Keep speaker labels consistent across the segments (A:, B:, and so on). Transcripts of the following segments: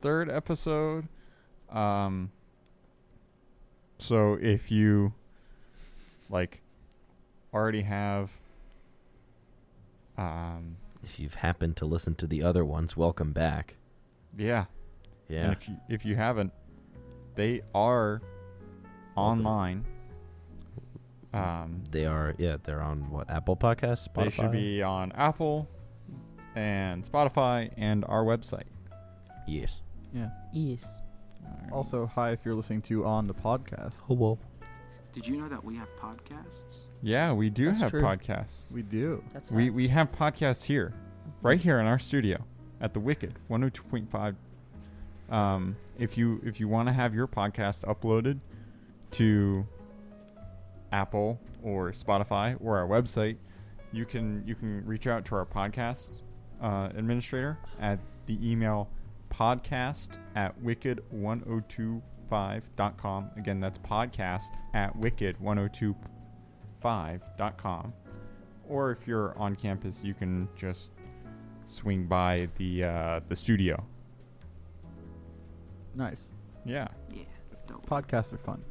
A: third episode. Um, so if you like already have um
B: If you've happened to listen to the other ones, welcome back.
A: yeah,
B: Yeah.
A: And if you if you haven't, they are online. Um,
B: They are, yeah, they're on what, Apple Podcasts? Spotify?
A: they should be on Apple and Spotify and our website.
B: Yes.
C: Yeah.
D: Yes.
A: Alright.
C: Also, hi if you're listening to on the podcast.
B: Hello.
E: Did you know that we have podcasts?
A: yeah, we do
D: That's
A: have
D: true.
A: podcasts.
C: We do.
D: That's
A: We
D: fine.
A: we have podcasts here, right here in our studio at the Wicked 102.5. Um, if you if you want to have your podcast uploaded to Apple or Spotify or our website, you can you can reach out to our podcast uh, administrator at the email podcast at wicked1025.com. Again, that's podcast at wicked1025.com or if you're on campus, you can just swing by the uh, the studio.
C: Nice.
A: Yeah.
E: Yeah. Dope.
C: Podcasts are fun.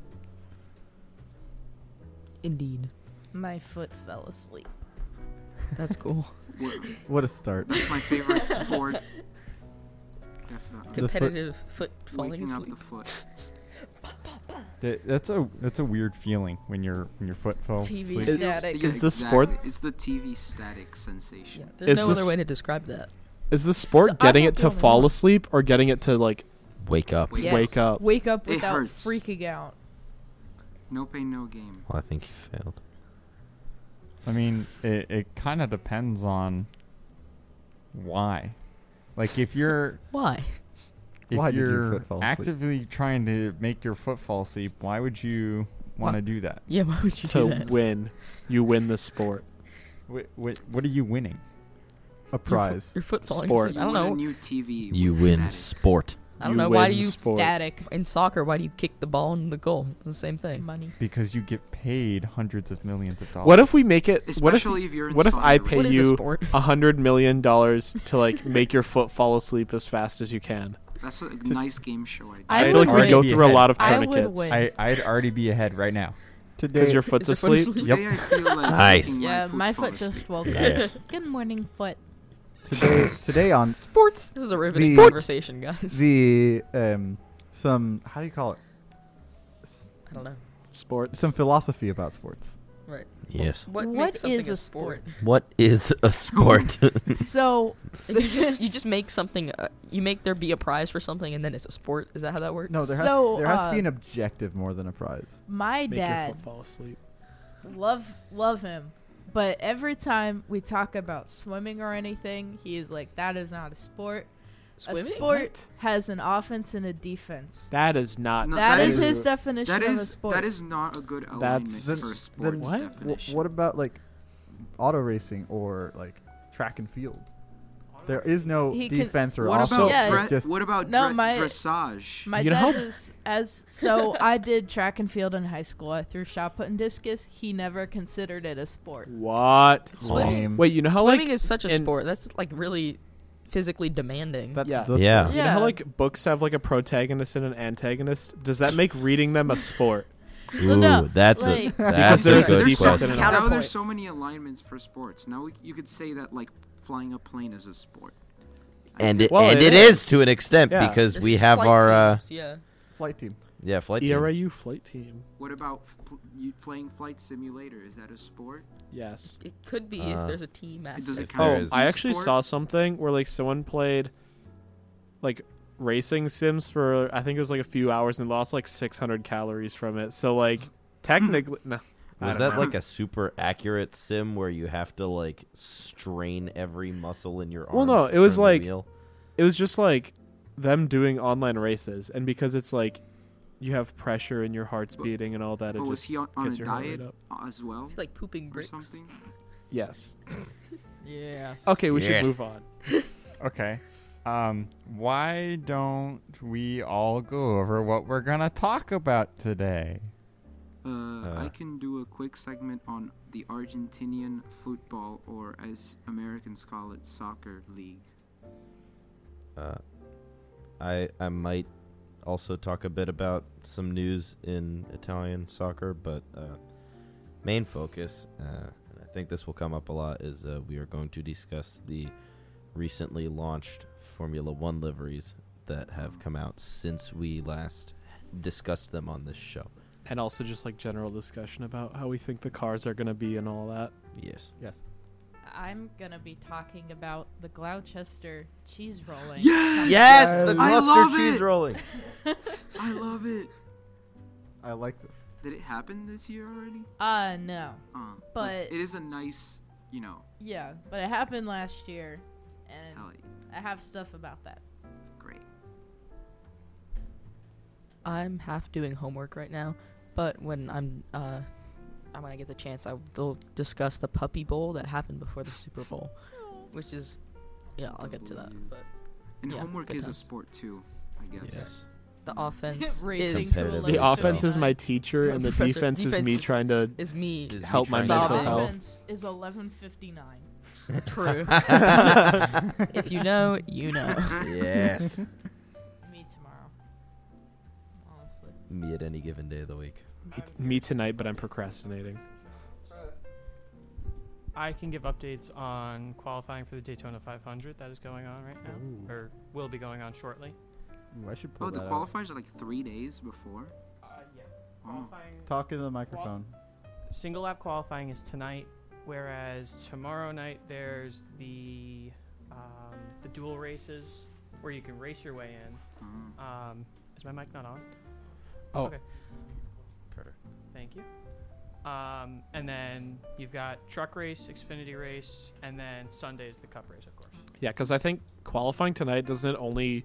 D: Indeed.
F: My foot fell asleep.
D: That's cool.
E: Wha-
C: What a start.
E: That's my favorite sport. Definitely.
C: The foot-
D: Competitive foot, falling
E: Waking up
D: asleep.
E: the foot.
A: Th- that's a that's a weird feeling when your when your foot falls
F: TV
A: asleep.
F: static.
E: It's
F: Is
E: the
G: this sport-
E: exactly- It's the TV static sensation.
D: Yeah, there's
G: Is
D: no other
G: this-
D: way to describe that.
G: Is the
F: So
G: sport
F: I'm
G: getting
F: not
G: it
F: the
G: to
F: only
G: fall
F: one.
G: asleep or getting it to like
B: Wake up.
E: Wake
F: Yes.
G: wake up?
F: Wake up
E: It
F: without
E: hurts.
F: freaking out.
E: No pain, no game.
B: Well, I think you failed.
A: I mean, it, it kind of depends on why. Like if you're
D: Why?
A: if
C: Why did your
A: you're
C: foot fall asleep?
A: actively trying to make your foot fall asleep, why would you want to
D: Wha-
A: do that?
D: Yeah, why would you do
G: to
D: that?
G: win. You win the sport.
A: What, what what are you winning?
C: A prize.
D: Your foot falling
G: Sport.
D: asleep.
E: You
D: I don't
E: want A
D: know.
E: new TV.
B: You
E: with
B: win
E: static.
B: sport.
D: I don't
G: You
D: know. Why do
G: win
D: you
G: sport.
F: Static
D: in soccer? Why do you kick the ball in the goal? It's the same thing.
F: money.
A: Because you get paid hundreds of millions of dollars.
G: What if we make it? What if,
E: Especially if, you're in
G: what if I
E: Saudi
G: pay
D: What
E: Arabia.
D: is a
G: you
D: sport?
G: a hundred million dollars to like make your foot fall asleep as fast as you can?
E: That's a nice game show idea.
F: I
G: I, feel
F: would
G: like we
F: win.
G: go
A: Be
G: through a
A: ahead.
G: lot of
F: I would
G: tourniquets
F: win.
A: I I'd already be ahead right now.
C: Today,
G: because your foot's
D: Is your foot
G: asleep.
A: Yep.
E: Today I feel like
B: Nice.
E: making
F: Yeah, my
E: fall
F: foot just
E: asleep.
F: woke
B: Yes.
F: up. Good morning, foot.
C: today, today on sports,
D: This is a riveting
C: The-
D: conversation, guys.
C: the um, some how do you call it? S-
D: I don't know.
G: Sports.
C: Some philosophy about sports.
D: Right.
B: Yes.
D: What,
F: What
D: makes something
F: is a sport?
B: What is a sport?
F: So,
D: you, just, you just make something. Uh, you make there be a prize for something, and then it's a sport. Is that how that works?
C: No, there has
F: So,
C: there has to be
F: uh,
C: an objective more than a prize.
F: my
G: make your
F: dad,
G: foot fall asleep.
F: love love him, but every time we talk about swimming or anything, he is like, "That is not a sport.
D: Swimming?
F: A sport has an offense and a defense.
G: That is not.
E: No,
F: that
E: that
F: is,
E: is-
F: his definition
E: That
F: of a
E: is
F: sport.
E: that is not a good alignment
G: That's-
E: for
C: Then-
E: a
C: then
E: sports
G: what?
C: Wh-
E: definition.
C: what about like auto racing or like track and field? There is no
F: He can-
C: defense or
E: What
C: offense.
E: about
F: Yeah.
E: dre-
C: it's just
E: what about
F: No,
E: dre-
F: my-
E: dressage?
F: My
G: You
F: dad
G: know?
F: is as so I did track and field in high school. I threw shot put and discus. He never considered it a sport.
G: What?
D: Swimming.
C: lame.
G: Wait, you know how like
D: Swimming is such a
G: in-
D: sport. That's like really physically demanding.
C: That's
G: Yeah.
C: the
B: Yeah.
G: You know
F: Yeah.
G: how like books have like a protagonist and an antagonist? Does that make reading them a sport?
B: Ooh,
F: no,
B: that's a
F: like-
B: that's a
G: there's a
B: good
G: defense
B: question.
G: in it.
E: Now there's
D: Counterpoints.
E: so many alignments for sports. Now we, you could say that like flying a plane is a sport. I
B: And
E: think-
B: it,
G: Well,
B: and
G: it
B: it is.
G: is.
B: to an extent
G: Yeah.
B: because
D: There's
B: we have
D: flight
B: our uh,
D: teams, yeah.
C: flight team.
B: yeah flight team.
G: ERAU flight team.
E: what about f- pl- you playing flight simulator? Is that a sport?
G: Yes.
D: It could be
B: Uh,
D: if there's a team aspect.
E: does it
B: There
G: Oh,
B: is.
G: I actually
E: Sport?
G: saw something where like someone played like racing sims for I think it was like a few hours and lost like 600 calories from it. So like
E: Hmm.
G: technically no. I
B: Was
G: don't
B: that
G: know.
B: like a super accurate sim where you have to like strain every muscle in your arm?
G: Well, no, it was like- it was just like them doing online races and because it's like you have pressure in your heart's
E: But-
G: beating and all that it
E: But was
G: just
E: he on, on a
G: gets your heart
E: diet
G: rate up.
E: as well
D: It's like pooping
E: or
D: bricks.
E: something?
G: Yes.
D: Yeah.
G: Okay, we
B: Yes.
G: should move on.
A: Okay. Um, why don't we all go over what we're gonna talk about today?
E: Uh, I
B: Uh.
E: can do a quick segment on the Argentinian football, or as Americans call it, soccer league.
B: Uh, I I might also talk a bit about some news in Italian soccer, but uh, main focus, uh, and I think this will come up a lot, is uh, we are going to discuss the recently launched Formula One liveries that have come out since we last discussed them on this show.
G: and also just like general discussion about how we think the cars are going to be and all that.
B: Yes.
C: Yes.
F: I'm gonna be talking about the Gloucester cheese rolling.
E: Yes!
B: Yes, the
C: I
E: love
B: cluster cheese
E: it!
B: rolling.
E: I love it.
C: I like this.
E: Did it happen this year already?
F: Uh no.
E: Uh, but
F: But-
E: it is a nice, you know,
F: Yeah, but it happened last year, and
E: alley.
F: I have stuff about that.
E: Great.
D: I'm half doing homework right now, but when I'm uh, I'm gonna get the chance, I will discuss the Puppy Bowl that happened before the Super Bowl, which is yeah, I'll get to that. But
E: And
D: Yeah,
E: homework
D: good
E: is a
D: times.
E: sport too, I guess. Oh,
B: Yes.
D: the offense
F: Racing
D: is
B: Competitive.
F: Like,
G: The
F: so-
G: offense is my teacher, and the
D: Professor-
G: defense is me
D: defense is-
G: trying to.
D: is me.
B: Is me
G: Help my
B: trying
F: The
B: to
G: mental
B: tell-
G: health.
F: offense is 11:59.
D: True. if you know, you know.
B: Yes.
F: Me tomorrow. Honestly.
B: Me at any given day of the week.
G: It's me tonight, but I'm procrastinating.
H: I can give updates on qualifying for the Daytona 500 that is going on right now, or will be going on shortly.
C: Ooh, I should pull
E: Oh, the
C: that out.
E: qualifiers are like three days before.
H: Uh, yeah.
E: Oh.
C: Talk into the microphone.
H: Single lap qualifying is tonight, whereas tomorrow night there's the um, the dual races where you can race your way in.
E: Oh.
H: Um, is my mic not on?
B: Oh.
H: Okay.
B: Carter.
H: Thank you. Um, and then you've got truck race, Xfinity race, and then Sunday is the Cup race, of course.
G: Yeah, because I think qualifying tonight doesn't it only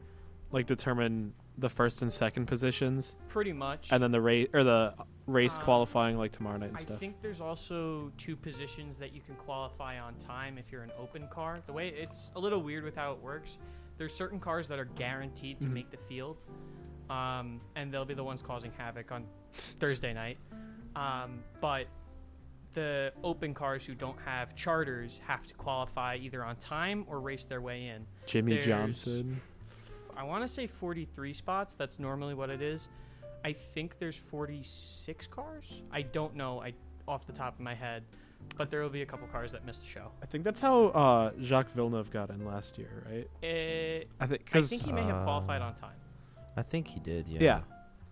G: like determine the first and second positions,
H: Pretty much.
G: and then the race or the race
H: Um,
G: qualifying like tomorrow night and
H: I
G: stuff.
H: think there's also two positions that you can qualify on time if you're an open car. The way it's a little weird with how it works. There's certain cars that are guaranteed to
G: Mm-hmm.
H: make the field, um, and they'll be the ones causing havoc on Thursday night. Um, but the open cars who don't have charters have to qualify either on time or race their way in.
G: Jimmy
H: there's-
G: Johnson.
H: I want to say 43 spots. That's normally what it is. I think there's 46 cars. I don't know. I off the top of my head, but there will be a couple cars that miss the show.
G: I think that's how uh, Jacques Villeneuve got in last year, right?
H: It,
G: I uh, think
H: Eh, I
G: because
H: think he may have qualified on time.
B: uh, I think he did. Yeah.
G: yeah.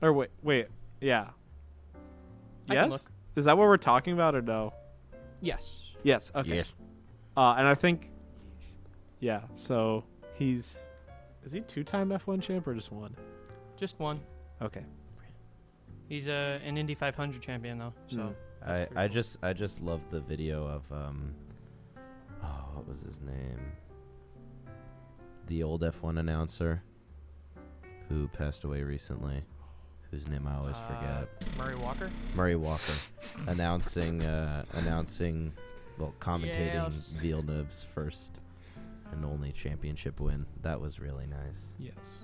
G: or wait wait yeah
H: I can
G: yes
H: look.
G: is that what we're talking about or no
H: Yes.
G: yes okay
B: Yes.
G: uh, and I think yeah so he's is he two time F one champ or just one
H: Just one.
G: okay
H: He's a an Indy 500 champion though. So
G: Mm.
B: I,
H: That's pretty
B: I
H: cool.
B: just I just love the video of um oh what was his name the old F1 announcer who passed away recently whose name I always
H: uh,
B: forget
H: Murray Walker.
B: Murray Walker announcing uh, announcing well commentating
F: Yes.
B: Villeneuve's first and only championship win that was really nice
G: yes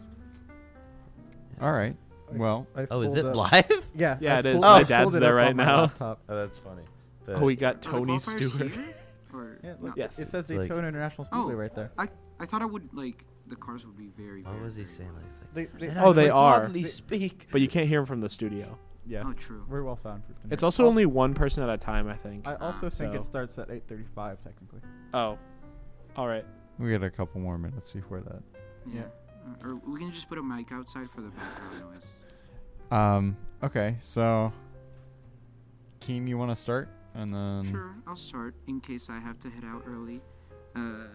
A: All right. Well,
C: I
B: oh is
C: pulled
B: it
C: up-
B: live
C: Yeah.
G: Yeah,
C: I
G: it is.
C: pulled-
G: My
C: I
G: dad's
C: pulled it
G: there
C: up
G: right
C: on my
G: now.
C: laptop.
B: oh that's funny But-
G: oh we got
E: Are the
G: Tony
E: qualifiers
G: Stewart
E: here? Or
C: Yeah,
E: no?
C: look,
G: Yes.
C: It
B: It's
C: says
B: like-
C: Daytona International
E: Oh.
C: Speedway right there.
E: I I thought I would like the cars would be very.
B: what
E: very,
B: was he
E: very
B: saying
E: loud.
B: He's like,
C: They- they-
B: "And
G: Oh,
B: I
G: they
B: could
G: are.
B: hardly
C: They-
B: speak
G: but you can't hear him from the studio
C: Yeah.
E: Oh, true.
C: Very well soundproof. in
B: Mm-hmm.
G: it's
C: here.
G: also only one person at a time I think
C: I
B: Ah,
C: also think
G: So-
C: it starts at 8:35 technically.
G: oh all right
A: we got a couple more minutes before that.
E: Yeah. Uh, Or we can just put a mic outside for the background noise.
A: Um. Okay. So, Keem, you want to start, and then
E: Sure, I'll start in case I have to head out early. Uh,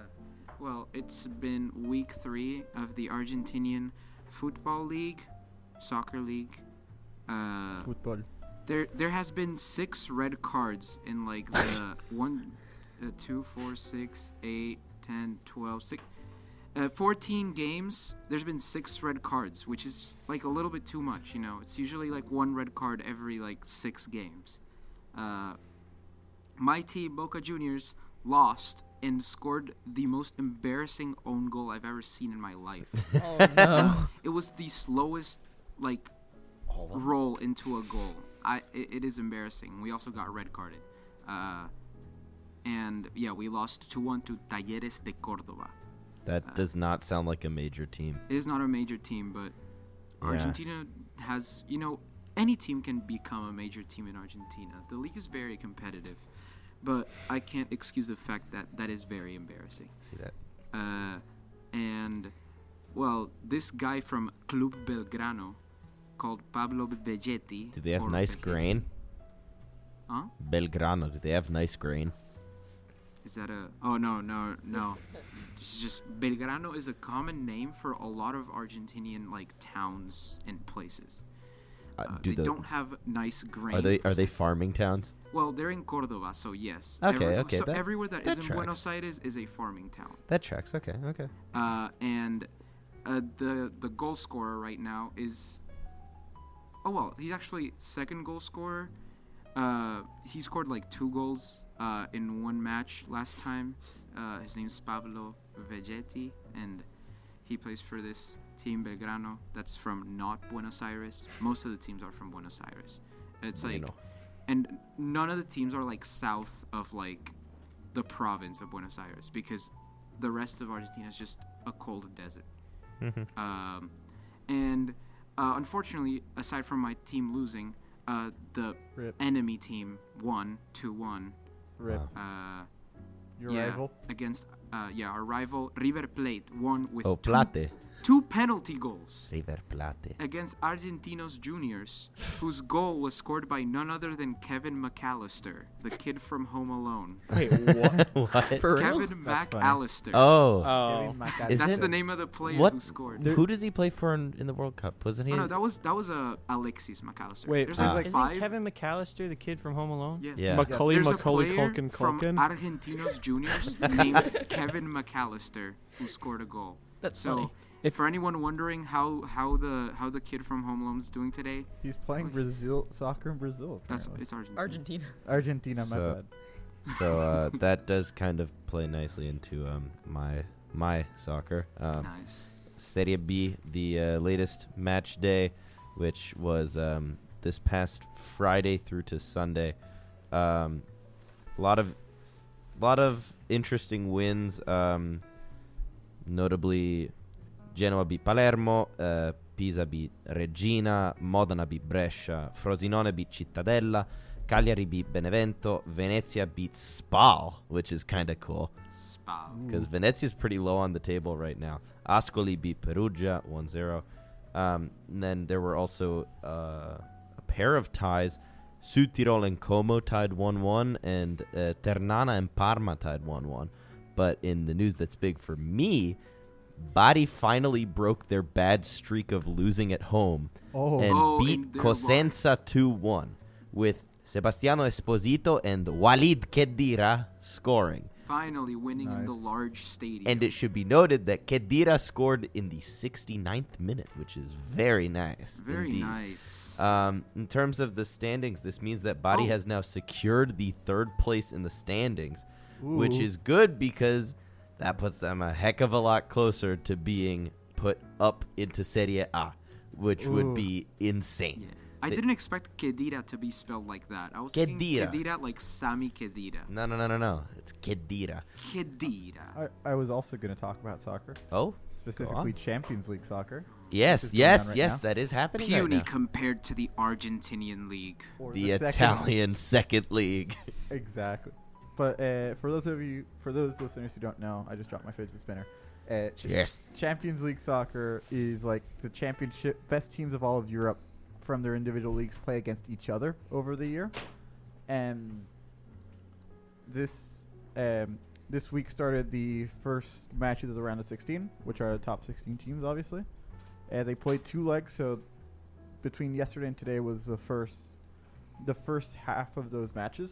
E: well, it's been week three of the Argentinian Football League, Soccer League. Uh,
C: Football.
E: there, there has been six red cards in like the one, uh, two, four, six, eight, ten, twelve, six, uh, fourteen games. There's been six red cards, which is like a little bit too much. You know, it's usually like one red card every like six games. Uh, my team, Boca Juniors, lost and scored the most embarrassing own goal I've ever seen in my life.
D: Oh no.
E: it was the slowest like roll into a goal. I it, it is embarrassing. We also got red carded, uh, and yeah, we lost two one to Talleres de Córdoba.
B: That does not sound like a major team.
E: It is not a major team, but
B: Yeah.
E: Argentina has, you know, any team can become a major team in Argentina. The league is very competitive, but I can't excuse the fact that that is very embarrassing.
B: See that?
E: Uh, and, well, this guy from Club Belgrano called Pablo Vegetti.
B: Do they have
E: or
B: nice
E: Vegetti-
B: grain?
E: Huh?
B: Belgrano, do they have nice grain?
E: Is that a? Oh no, no, no. It's just Belgrano is a common name for a lot of Argentinian like towns and places.
B: Uh,
E: Uh,
B: do
E: they
B: the-
E: don't have nice grain.
B: Are they are they farming towns?
E: Well, they're in Cordoba, so yes.
B: Okay,
E: Every-
B: okay,
E: So
B: that-
E: everywhere that
B: that
E: is in
B: tracks.
E: Buenos Aires is a farming town.
B: That tracks. Okay, okay.
E: Uh, and uh, the the goal scorer right now is. Oh well, he's actually second goal scorer. Uh, he scored like two goals uh, in one match last time. Uh, his name's Pablo Vegetti, and he plays for this team Belgrano. That's from not Buenos Aires. Most of the teams are from Buenos Aires. It's like,
B: Bueno.
E: and none of the teams are like south of like the province of Buenos Aires because the rest of Argentina is just a cold desert.
C: Mm-hmm.
E: Um, and uh, unfortunately, aside from my team losing, uh, the
C: Rip.
E: enemy team won 2 1.
C: Rip.
B: Wow.
E: Uh,
C: Your
E: yeah,
C: rival.
E: Against, uh, yeah, our rival River Plate won with
B: Oh,
E: two-
B: Plate.
E: two penalty goals
B: River Plate.
E: against Argentinos Juniors, whose goal was scored by none other than Kevin McAllister, the kid from Home Alone.
G: Wait, what?
B: what?
D: For real?
E: Kevin
C: That's funny.
E: McAllister.
B: Oh.
G: oh,
B: Is
E: That's
B: it-
E: the name of the player
B: what?
E: who scored.
B: Who does he play for in, in the World Cup? Wasn't he?
E: Oh, no, that was that was uh, Alexis McAllister.
G: Wait,
E: there's
B: Ah.
E: like
H: Isn't
E: five.
H: Kevin McAllister the kid from Home Alone?
E: yeah.
B: yeah.
G: Macaulay
E: There's a
G: Macaulay
E: player
G: Culkin
E: from
G: Culkin.
E: Argentinos Juniors named Kevin McAllister who scored a goal.
D: That's
E: so,
D: funny.
E: if for anyone wondering how how the how the kid from Home Alone's doing today,
C: He's playing Brazil soccer in Brazil.
E: that's
C: Apparently.
E: it's Argentina.
D: Argentina.
C: Argentina, my
B: So-
C: bad.
B: So uh, that does kind of play nicely into um, my my soccer. Um,
E: Nice.
B: Serie B, the uh, latest match day, which was um, this past Friday through to Sunday. Um, a lot of, lot of interesting wins. Um, notably, Genoa beat Palermo, uh, Pisa beat Regina, Modena beat Brescia, Frosinone beat Cittadella, Cagliari beat Benevento, Venezia beat Spal, which is kind of cool
E: Spa.
B: because Venezia's pretty low on the table right now. Ascoli beat Perugia 1-0. Um, and then there were also uh, a pair of ties. Südtirol and Como tied 1-1, and uh, Ternana and Parma tied 1-1. But in the news that's big for me, Bari finally broke their bad streak of losing at home
C: Oh,
B: and
E: Oh,
B: beat
E: and they won.
B: Cosenza 2-1 with Sebastiano Esposito and Walid Kedira scoring.
E: Finally winning in
C: Nice.
E: the large stadium.
B: And it should be noted that Kedira scored in the 69th minute, which is very nice.
E: very
B: indeed.
E: nice.
B: Um, in terms of the standings, this means that Body
E: Oh.
B: has now secured the third place in the standings, which
C: Ooh.
B: is good because that puts them a heck of a lot closer to being put up into Serie A, which would
C: Ooh.
B: be insane.
E: yeah. I
B: they-
E: didn't expect Kedira to be spelled like that. I was thinking
B: Kedira.
E: Kedira like Sami Kedira.
B: No, no, no, no, no. It's Kedira.
E: Kedira.
C: I, I was also going to talk about soccer,
B: Oh,
C: specifically Champions League soccer.
B: yes,
C: is going on
B: yes,
C: right
B: yes.
C: now.
B: That is happening. right
E: Puny
B: now.
E: compared to the Argentinian league.
C: Or
B: the
C: second-
B: Italian second league.
C: Exactly. But uh, for those of you, for those listeners who don't know, I just dropped my fidget spinner. Uh, ch-
B: Yes.
C: Champions League soccer is like the championship best teams of all of Europe from their individual leagues play against each other over the year, and this um, this week started the first matches of the round of 16, which are the top 16 teams, obviously. Uh, they played two legs, so between yesterday and today was the first the first half of those matches.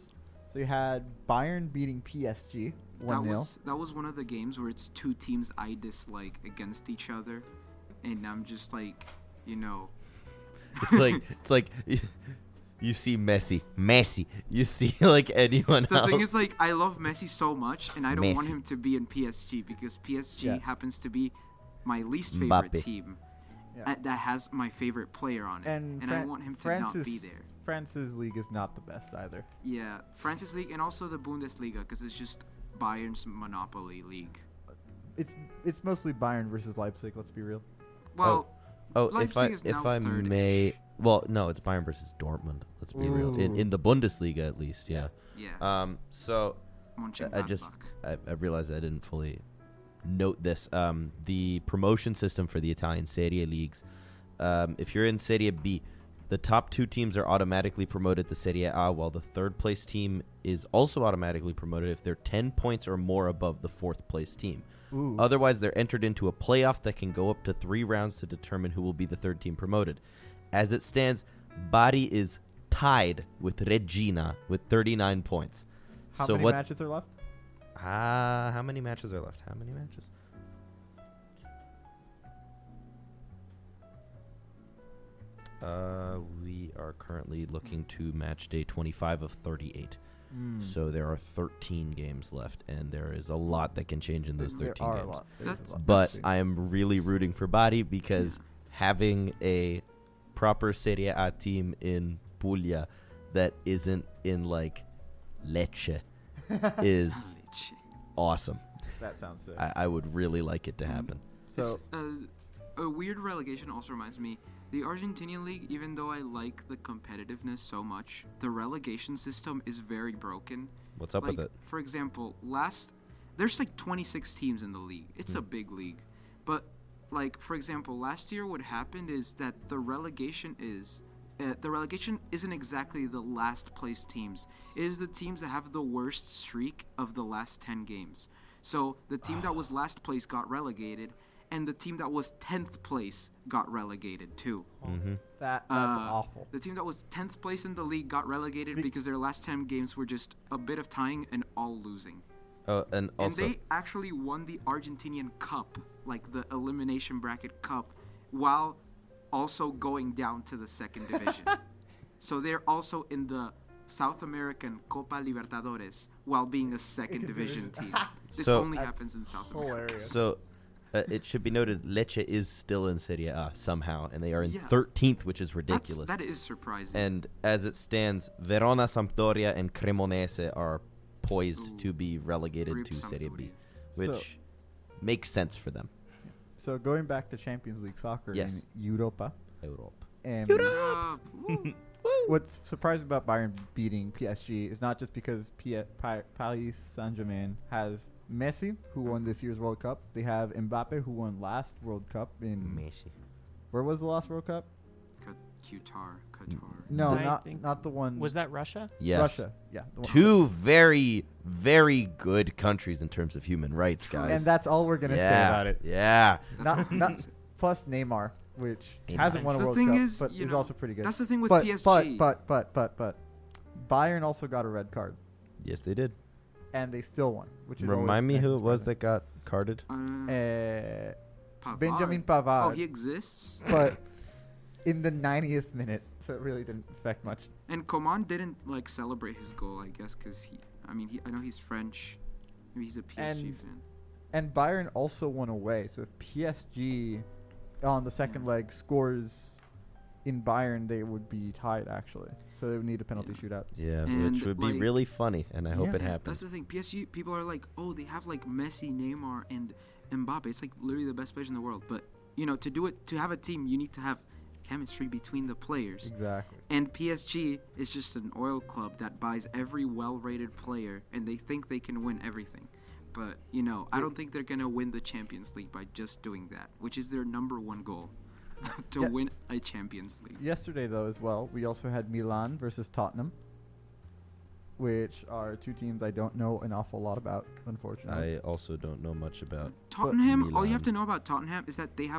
C: So you had Bayern beating PSG
E: That
C: one 0
E: was that was one of the games where it's two teams I dislike against each other, and I'm just like, you know,
B: It's like it's like you see Messi, Messi. You see like anyone
E: the
B: else.
E: thing is like I love Messi so much, and I don't want
B: Messi.
E: him to be in PSG because PSG
C: Yeah.
E: happens to be my least favorite
B: Mbappe.
E: team
C: Yeah.
E: uh, that has my favorite player on it,
C: and,
E: and, I
C: Fran-
E: want him to
C: France's,
E: not be there.
C: France's league is not the best either.
E: Yeah, France's league and also the Bundesliga because it's just Bayern's monopoly league.
C: it's it's mostly Bayern versus Leipzig. Let's be real.
E: Well,
B: Oh, if I
E: Leipzig is
B: if
E: now
B: I
E: third-ish.
B: may, well, no, it's Bayern versus Dortmund. Let's be real. In
C: Ooh.
B: in the Bundesliga, at least, yeah.
E: yeah.
B: Um, so I- I just-
E: Mönchengladbach.
B: I, I realized I didn't fully note this. Um, the promotion system for the Italian Serie A leagues. Um, if you're in Serie B, the top two teams are automatically promoted to Serie A, while the third place team is also automatically promoted if they're 10 points or more above the fourth place team.
C: Ooh.
B: Otherwise, they're entered into a playoff that can go up to three rounds to determine who will be the third team promoted. As it stands, Bari is tied with Regina with 39 points.
C: How
B: so
C: many
B: what?
C: matches are left?
B: Ah, how many matches are left? How many matches? Uh, we are currently looking to match day 25 of 38.
C: Hmm.
B: So there are 13 games left, and there is a lot that can change in those 13
C: there are
B: games
C: a lot. There is a
E: That's-
C: lot.
B: but I am really rooting for Bari because
E: Yeah.
B: having a proper Serie A team in Puglia that isn't in like Lecce is
E: Leipzig.
B: awesome.
C: that sounds sick. Hmm.
B: I, I would really like it to happen.
C: so
E: Uh, a weird relegation also reminds me the Argentinian league. Even though I like the competitiveness so much, the relegation system is very broken.
B: What's up
E: like,
B: with it?
E: For example, last there's like 26 teams in the league. It's
B: Hmm.
E: a big league, but like for example, last year what happened is that the relegation is uh, the relegation isn't exactly the last place teams. It is the teams that have the worst streak of the last 10 games. So the team
B: Ah.
E: that was last place got relegated, and the team that was 10th place got relegated too.
B: Mm-hmm.
C: that that's
E: Uh,
C: awful.
E: The team that was 10th place in the league got relegated because their last 10 games were just a bit of tying and all losing.
B: Oh, and also,
E: and they actually won the Argentinian Cup, like the elimination bracket cup, while also going down to the second division. so they're also in the South American Copa Libertadores while being a second division team. This
B: So-
E: only happens in South America.
C: Hilarious.
B: so uh, it should be noted Lecce is still in Serie A somehow, and they are in
E: Yeah.
B: 13th, which is
E: That's,
B: ridiculous.
E: that is surprising.
B: and as it stands, Verona, Sampdoria, and Cremonese are poised to be relegated
E: Rip
B: to Serie B,
C: Sampdoria.
B: which makes sense for them.
C: So going back to Champions League soccer
B: Yes.
C: in Europa,
B: Europe.
C: and
E: Uh,
C: what's surprising about Bayern beating PSG is not just because P- Pi- Paris Saint-Germain has Messi, who won this year's World Cup. They have Mbappe, who won last World Cup in where was the last World Cup?
E: Qatar, Qatar.
C: No,
H: I
C: not
H: think-
C: not the one.
H: Was that Russia?
B: Yes.
C: Russia? Yeah, the one-
B: Two very, very good countries in terms of human rights, guys.
C: And that's all we're gonna
B: yeah.
C: say about it.
B: Yeah.
C: Not, not plus Neymar, which
B: Neymar.
C: hasn't won a
E: The
C: World
E: thing
C: Cup,
E: is,
C: but
E: you
C: is
E: know,
C: also pretty good.
E: That's the thing with
C: but,
E: PSG.
C: But but but but but Bayern also got a red card,
B: Yes, they did.
E: Uh,
C: Uh,
E: Oh, oh,
B: ah, eh, Juventus. Um,
C: um,
E: eh, um,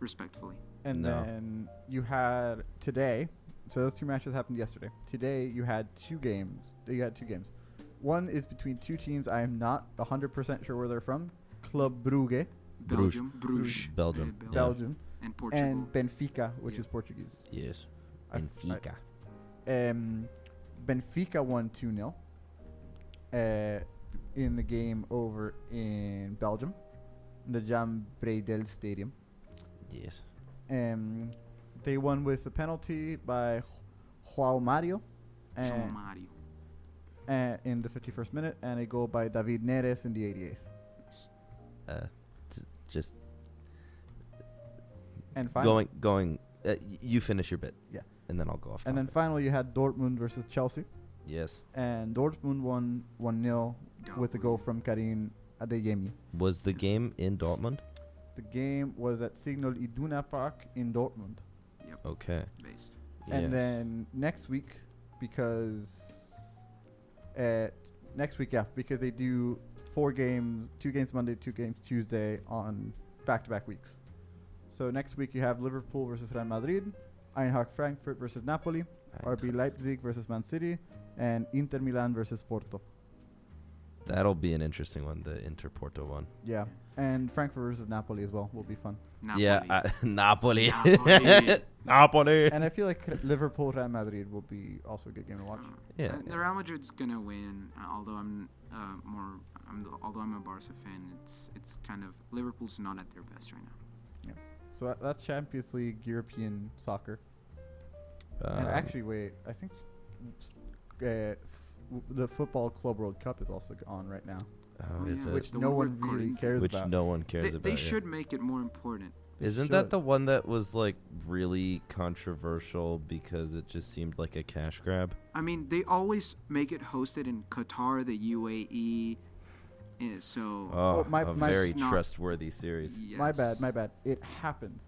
E: respectfully.
C: And
B: No.
C: then you had today. So those two matches happened yesterday. Today you had two games. You had two games. One is between two teams. I am not 100% sure where they're from. Club Brugge,
B: Bruges.
E: Belgium, Bruges,
B: Belgium,
E: uh,
B: yeah.
C: Belgium,
E: and Portugal.
C: and Benfica, which
E: Yeah.
C: is Portuguese.
B: Yes.
C: I-
B: Benfica.
C: Um, Benfica won 2 0 uh, in the game over in Belgium, the Jan Bredel Stadium.
B: Yes.
C: Um, they won with a penalty by Joao Mario
E: João
C: and,
E: Mário.
C: uh, in the 51st minute, and a goal by David Neres in the 88th.
B: Uh, t- just
C: And finally,
B: going, going. Uh, y- you finish your bit.
C: Yeah.
B: And then I'll go off.
C: and then
B: topic.
C: finally, you had Dortmund versus Chelsea,
B: yes.
C: and Dortmund won 1 0 with a goal from Karim Adeyemi.
B: Was the game in Dortmund?
C: The game was at Signal Iduna Park in Dortmund.
B: Okay.
E: Based.
B: Yes.
C: And then next week, because uh, next week, yeah, because they do four games, two games Monday, two games Tuesday on back-to-back weeks. So next week you have Liverpool versus Real Madrid, Eintracht Frankfurt versus Napoli, RB Leipzig versus Man City, and Inter Milan versus Porto.
B: That'll be an interesting one. The Inter Porto one.
C: Yeah, and Frankfurt versus Napoli as well will be fun.
E: Napoli.
B: Yeah. I, Napoli.
E: Napoli.
B: Napoli.
C: and I feel like Liverpool Real Madrid will be also a good game to watch.
E: Uh,
B: Yeah.
E: uh, Real Madrid's gonna win. uh, Although I'm uh, more, I'm, although I'm a Barca fan, it's it's kind of Liverpool's not at their best right now.
C: So that, that's Champions League European soccer.
B: Um,
C: And actually, wait. I think s- uh, f- w- the football club World Cup is also g- on right now,
B: oh,
E: Oh,
B: is
E: yeah.
B: it-
C: which
E: The
C: no
E: one
C: one
E: we're
C: really
E: calling-
C: cares
B: which
C: about.
B: no one cares
E: They,
B: about.
E: they
B: yeah.
E: should make it more important.
C: They
B: Isn't
C: should.
B: that the one that was like really controversial because it just seemed like a cash grab?
E: I mean, they always make it hosted in Qatar, the UAE. Yeah, eh, so
B: Oh,
C: my-
B: a
C: my-
B: very
E: It's not-
B: trustworthy series.
C: My bad,
E: yes.
C: my bad. It happened.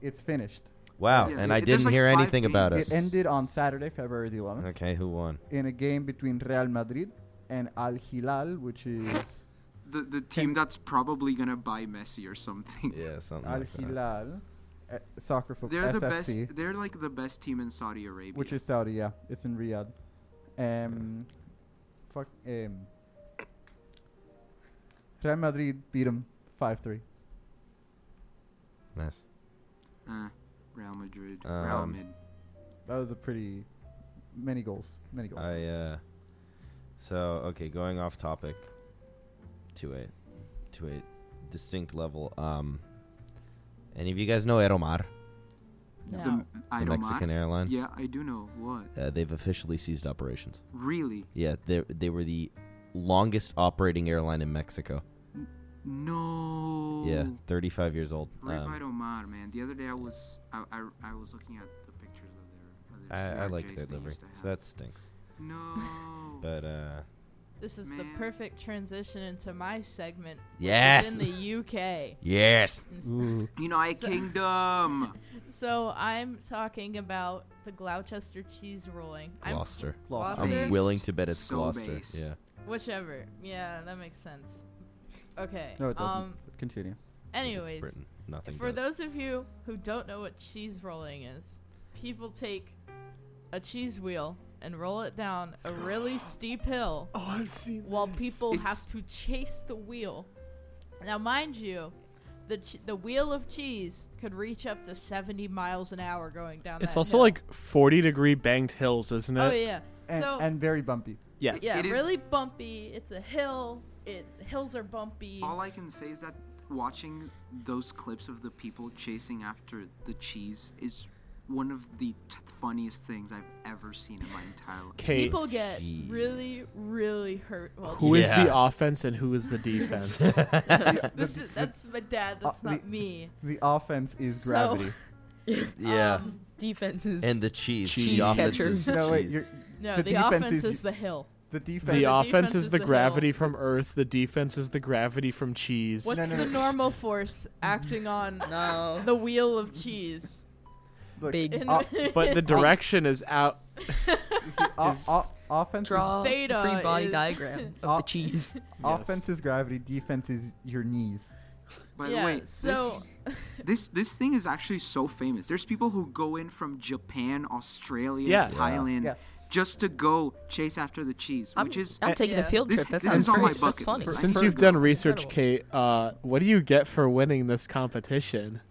C: It's finished.
B: Wow,
E: Yeah,
B: and
E: it-
B: I
E: there's
B: didn't
E: like
B: hear
E: five
B: anything about
E: games.
B: it.
C: It ended on Saturday, February the 11th,
B: Okay, who won?
C: in a game between Real Madrid and Al Hilal, which is
E: The the team that's probably gonna buy Messi or something.
B: Yeah, something
C: Al
B: like that.
C: Hilal uh, soccer football
E: They're the
C: SFC,
E: best. They're like the best team in Saudi Arabia.
C: which is Saudi. Yeah, it's in Riyadh. Um, fuck. Um, Real Madrid beat him five three.
B: Nice.
E: uh, Real Madrid. Real
B: Um,
E: Madrid.
C: That was a pretty many goals. Many goals.
B: I uh, so okay, going off topic to a to a distinct level. Um, any of you guys know Aeromar,
E: The
F: No.
B: the
E: Idomar?
B: Mexican airline?
E: Yeah, I do know. What?
B: Uh, they've officially ceased operations.
E: Really?
B: Yeah, they they were the longest operating airline in Mexico.
E: No.
B: Yeah, 35 years old.
E: Rip
B: Um,
E: Idomar, man. The other day I was I, I, I was looking at the pictures of
B: I,
E: their. Of their
B: I liked
E: CRJs
B: their
E: they
B: livery,
E: used to
B: so
E: have.
B: that stinks.
E: No.
B: But uh,
F: This is the
E: Man.
F: perfect transition into my segment. which is
B: yes,
F: In the UK.
B: yes,
E: United
F: So-
E: Kingdom.
F: So I'm talking about the Gloucester cheese rolling. I'm
B: Gloucester.
C: Lost.
B: I'm,
F: Based.
B: willing to bet it's
E: So
B: Gloucester.
E: based.
B: Yeah,
F: Whichever. Yeah, that makes sense. Okay.
C: No, it doesn't.
F: Um.
C: Continue.
B: it's
F: Anyways,
B: Britain. Nothing.
F: for
B: goes.
F: those of you who don't know what cheese rolling is, people take a cheese wheel and roll it down a really steep hill
G: Oh, I've seen.
F: while people
E: It's-
F: have to chase the wheel. Now, mind you, the ch- the wheel of cheese could reach up to 70 miles an hour going down.
G: It's
F: that
G: also
F: hill.
G: like 40 degree banked hills, isn't it?
F: oh yeah,
C: And,
F: so
C: and very bumpy.
G: Yes.
F: yeah,
E: It is-
F: really bumpy. It's a hill. It hills are bumpy.
E: All I can say is that watching those clips of the people chasing after the cheese is one of the t- funniest things I've ever seen in my entire life.
G: Kate,
F: People get
B: Jeez.
F: really, really hurt. While
G: who is
B: Yes.
G: the offense and who is the defense?
F: This is, that's my dad. That's
C: Uh,
F: not
C: the-
F: me.
C: The offense is
F: So-
C: gravity.
B: yeah,
F: Um,
D: Defenses.
B: and the cheese.
G: Cheese
B: the offense
D: catchers.
B: is the
C: no, wait.
B: cheese.
C: You're,
F: no,
C: The
F: the,
C: defense
F: offense
C: is
F: is,
C: you-
F: the hill.
C: the defense.
G: the
F: the
G: offense
F: defense
G: is
F: is
G: the
F: the
G: gravity from Earth. The defense is the gravity from cheese.
F: What's
C: No, no,
F: the
C: no.
F: normal force acting on
D: no.
F: the wheel of cheese?
C: look,
D: Big.
C: Uh,
G: But the direction is out.
C: you see, uh, uh, Offense,
D: Draw
C: is,
D: a
F: Theta
D: free body
F: is-
D: diagram of
C: Oh.
D: the cheese.
C: offense is gravity, defense is your knees.
E: By
F: yeah,
E: the way,
F: so
E: this, this this thing is actually so famous. There's people who go in from Japan, Australia,
G: Yes.
E: Thailand,
C: Yeah.
E: just to go chase after the cheese,
D: I'm,
E: which is
D: I'm
G: eh,
D: taking
F: yeah.
D: a field
E: This-
D: trip. That
E: this
D: sounds
E: is on my
D: great. That's
E: bucket
D: funny.
E: list.
G: Since
E: Pretty
G: you've
E: good.
G: done research,
F: Incredible.
G: Kate, uh, what do you get for winning this competition?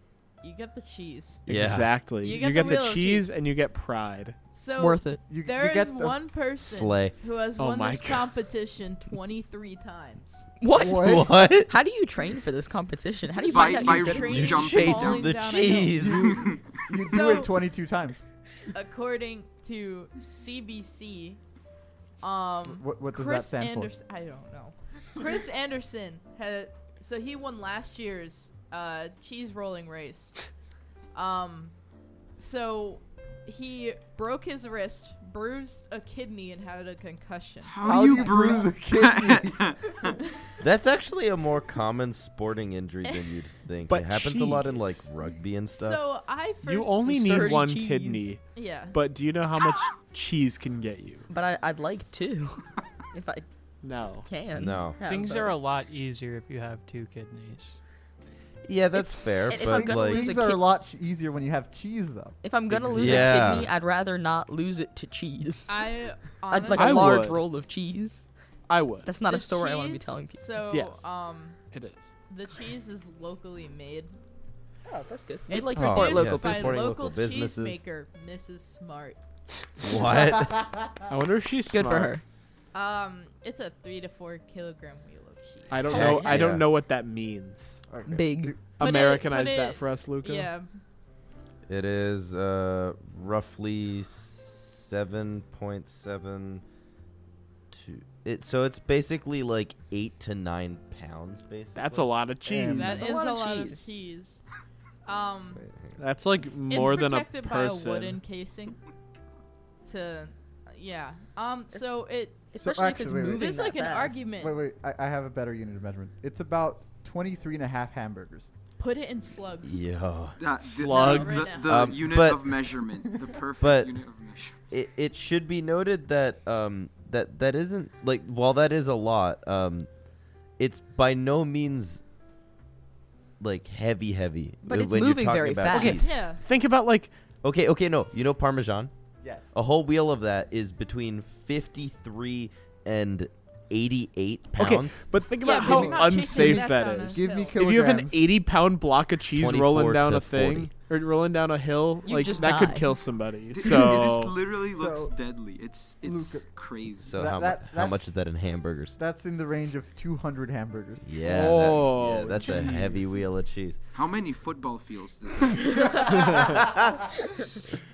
F: you get the cheese.
B: Yeah.
G: Exactly.
F: You
G: You
F: get
G: get,
F: the
G: the,
F: wheel of
G: cheese and you get pride.
F: So
D: Worth it.
C: You, you
F: There is
C: get the-
F: one person
B: Slay.
F: who has
G: Oh
F: won
G: my
F: this
G: God.
F: competition 23 times.
D: What?
C: What?
D: How do you train for this competition? How do you
E: By-
D: find out
E: by
D: you're good? at
E: reading.
D: it?
F: Train
E: jumping
F: falling
E: down.
B: the
F: down a hill.
B: cheese.
C: You do
F: So-
C: it 22 times.
F: According to CBC, um,
C: What, what does
F: Chris
C: that stand
F: Anderson, I don't know. Chris Anderson had so he won last year's uh, cheese rolling race. Um, so he broke his wrist, bruised a kidney, and had a concussion.
E: How,
C: How
E: do
C: do
E: you
C: you
E: brew
C: brew the kidney?
B: That's actually a more common sporting injury than you'd think.
G: But
B: it happens a lot in like
G: cheese.
B: rugby and stuff.
F: So I first
G: You only
D: some
G: need
D: sturdy
G: one
D: cheese.
G: kidney,
F: yeah. Ah!
G: but do you know how much cheese can get you?
D: But I, I'd like to, if I
G: No.
D: can.
B: No.
D: have
H: Things
D: both.
H: are a lot easier if you have two kidneys.
B: yeah, that's fair,
D: if I'm
B: but
D: gonna
B: like
D: lose
C: Things
D: a
C: are a
D: kid-
C: lot ch- easier when you have cheese, though.
D: If I'm gonna lose
B: Yeah.
D: a kidney, I'd rather not lose it to cheese.
F: I
D: I'd
F: honestly
D: like a
G: I
D: large
G: would.
D: roll of cheese.
G: I would.
D: That's not
F: the
D: a story I want to be
F: cheese-
D: telling people.
F: So
G: Yes.
F: um,
G: It is.
F: the cheese is locally made.
D: oh, that's good.
F: It's
D: It's like
B: Oh,
D: support
B: yeah,
F: produced
D: local.
B: so
F: by
D: business.
B: supporting
F: local,
B: local businesses.
F: cheesemaker Mrs. Smart.
B: what?
G: I wonder if she's
D: Good for
G: smart.
D: her.
F: Um, it's a three to four kilogram wheel of cheese.
G: I don't
B: Heck
G: know. I
B: yeah. uh,
G: don't know what that means.
C: Okay.
D: Big.
F: Put it-
G: Americanize
F: put
G: that
F: it-
G: for us, Luca.
F: Yeah,
B: It is uh, roughly seven point seven two. It so it's basically like eight to nine pounds. Basically,
G: That's a lot of cheese.
C: And-
F: that
C: That's
F: is
D: a
F: a
D: lot
F: lot,
D: of
F: of cheese. Um,
B: Wait, hang on.
G: That's like more
F: it's
G: than a
F: protected by a
G: person.
F: wooden casing. To, yeah. Um, so it
D: Especially if it's
C: actually, wait, wait.
D: moving.
F: there's
D: that
F: like an
D: fast.
F: argument.
C: Wait, wait. I, I have a better unit of measurement. It's about 23 and a half hamburgers.
F: Put it in slugs.
B: Yeah.
E: That- the-
G: Slugs.
E: The, the
B: Um,
E: unit
B: but-
E: of measurement. The perfect
B: but-
E: unit of measurement.
B: It, it should be noted that um that that isn't like while that is a lot um, it's by no means like heavy heavy.
D: But
B: uh,
D: it's
B: when you're
D: moving
B: talking
D: very
B: about
D: fast.
B: cheese.
F: Yeah.
G: Think about like
B: Okay, okay, no, you know Parmesan.
C: Yes.
B: A whole wheel of that is between 53 and 88 pounds.
G: Okay, but think
F: yeah,
G: about
F: but
G: how
F: you're not kicking
G: unsafe
F: nuts
G: that
F: on a
G: is.
C: Give me
F: hill.
G: If you have an
C: Kilograms.
G: 80 pound block of cheese
B: 24
G: rolling down
B: to
G: a thing or rolling down a hill,
D: You
G: like
D: just
G: that could
D: die.
G: kill somebody.
E: it just
G: So
E: literally looks
C: So-
E: deadly. It's it's
C: Luca.
E: crazy.
B: So
C: That-
B: how, mu-
C: that-
B: how much
C: that's-
B: is that in hamburgers?
C: That's in the range of 200 hamburgers.
B: Yeah, that-
G: Oh,
B: yeah that's a heavy
G: jeez.
B: wheel of cheese.
E: How many football fields? Does it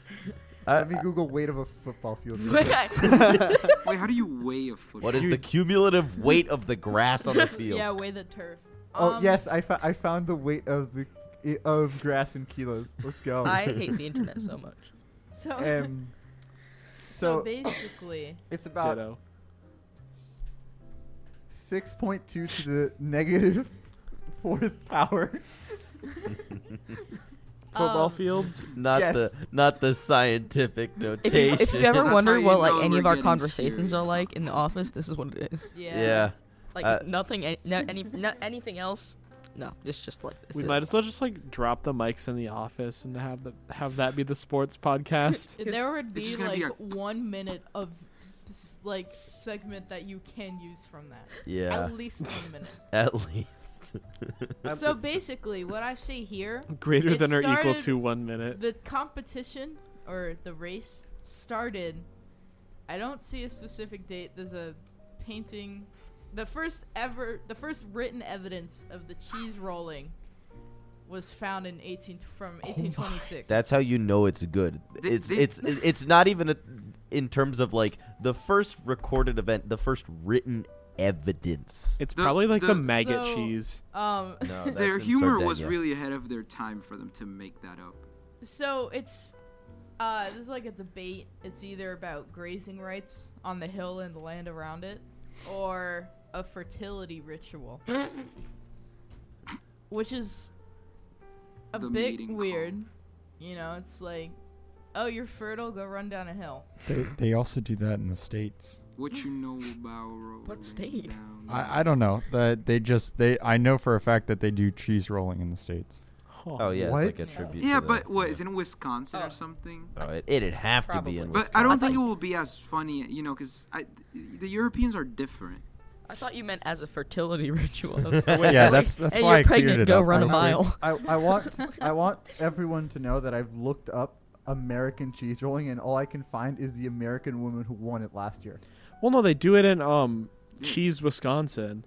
B: Uh,
C: Let me Google weight of a football field.
E: Wait, how do you weigh a football?
B: what is the cumulative weight of the grass on the field?
F: Yeah, weigh the turf.
C: oh
F: Um,
C: yes, I, fo- I found the weight of the i- of grass in kilos. Let's go.
D: I hate the internet so much.
F: So,
C: um,
F: so
C: so
F: basically,
C: it's about
G: ditto.
C: 6.2 to the negative fourth power.
G: football
F: um,
G: fields.
B: Not
C: Yes.
B: the not the scientific
D: If you,
B: notation.
D: if you ever
E: That's how
D: wonder
E: you
D: what
E: know
D: like any
E: we're
D: of our
E: getting
D: conversations are
E: serious.
D: like in the office, this is what it is.
F: Yeah.
B: yeah.
D: Like
B: Uh,
D: nothing, any, no, any, no, anything else. No, it's just like this.
G: We
D: is.
G: might as well just like drop the mics in the office and have the, have that be the sports podcast.
F: There would
E: just
F: be
E: gonna
F: like
E: be
F: one minute of this, like segment that you can use from that.
B: Yeah.
F: At least one minute.
B: At least.
F: so basically, what I see here,
G: Greater
F: It
G: than or equal
F: started-
G: to one minute.
F: the competition or the race started. I don't see a specific date. There's a painting, the first ever, the first written evidence of the cheese rolling was found in 18 from 1826.
B: Oh That's how you know it's good.
E: Th-
B: It's
E: thi-
B: it's it's not even a, in terms of like the first recorded event, the first written evidence.
G: It's
E: the-
G: probably like the,
E: the-
G: maggot
F: So-
G: cheese.
F: um.
B: No,
E: Their humor was really ahead of their time for them to make that up.
F: So it's uh, this is like a debate. It's either about grazing rights on the hill and the land around it, or a fertility ritual, which is a
E: The
F: bit
E: mating
F: weird. You know, it's like oh, you're fertile, go run down a hill.
A: They, they also do that in the states.
E: What you know about rolling
D: What state?
E: down
A: I, I don't know. That they just they I know for a fact that they do cheese rolling in the states.
B: Oh yeah,
C: What?
B: it's like a
F: Yeah.
B: tribute.
E: Yeah,
B: to the-
E: but what
B: yeah.
E: is it in Wisconsin
F: Oh.
E: or something?
B: Oh, it, it'd have to be
D: Probably.
B: in.
D: But
E: But I don't
D: Wisconsin.
E: think it will be as funny, you know, because the Europeans are different.
D: I thought you meant as a fertility ritual.
A: Yeah, that's that's
D: hey,
A: why
D: you're
A: I
D: pregnant,
A: cleared it
D: go
A: up.
D: run
A: I
D: a
A: think-
D: mile.
C: I, I want I want everyone to know that I've looked up American cheese rolling and all I can find is the American woman who won it last year.
G: Well, no, they do it in um
E: Yeah.
G: Cheese, Wisconsin.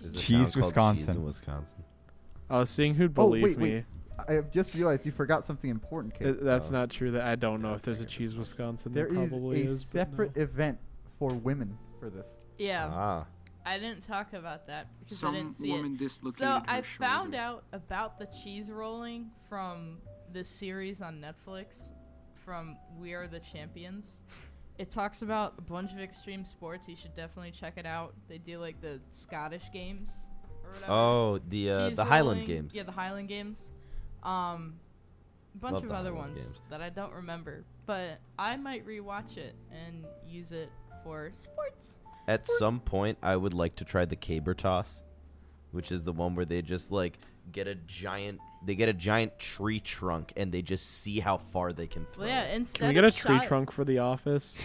B: There's a
A: Cheese,
B: town called Cheese
A: Wisconsin.
B: in Wisconsin.
G: I was Uh, seeing who'd
C: Oh,
G: believe
C: wait,
G: me.
C: wait. I have just realized you forgot something important, Kate.
G: Th- that's
B: Oh.
G: not true. That I don't know
B: Yeah, I
G: if there's a
B: figured
G: Cheese, Wisconsin.
C: there is a
G: probably is, but no.
C: separate event for women for this.
F: Yeah,
B: Ah,
F: I didn't talk about that because I
E: Some
F: didn't see it.
E: woman dislocated
F: So
E: her
F: I found
E: shoulder.
F: out about the cheese rolling from this series on Netflix from We Are the Champions. It talks about a bunch of extreme sports. You should definitely check it out. They do like the Scottish games or whatever.
B: oh the uh,
F: Cheese
B: the Highland
F: rolling-
B: Games.
F: Yeah, the Highland Games. Um, a bunch
B: Love
F: of
B: the
F: other
B: Highland
F: ones
B: Games.
F: that I don't remember, but I might rewatch it and use it for sports.
B: At some point, I would like to try the caber toss, which is the one where they just like get a giant. They get a giant tree trunk and they just see how far they can throw.
F: Well, yeah,
B: it.
F: instead
G: Can we get a
F: of
G: tree
F: shot-
G: trunk for the office?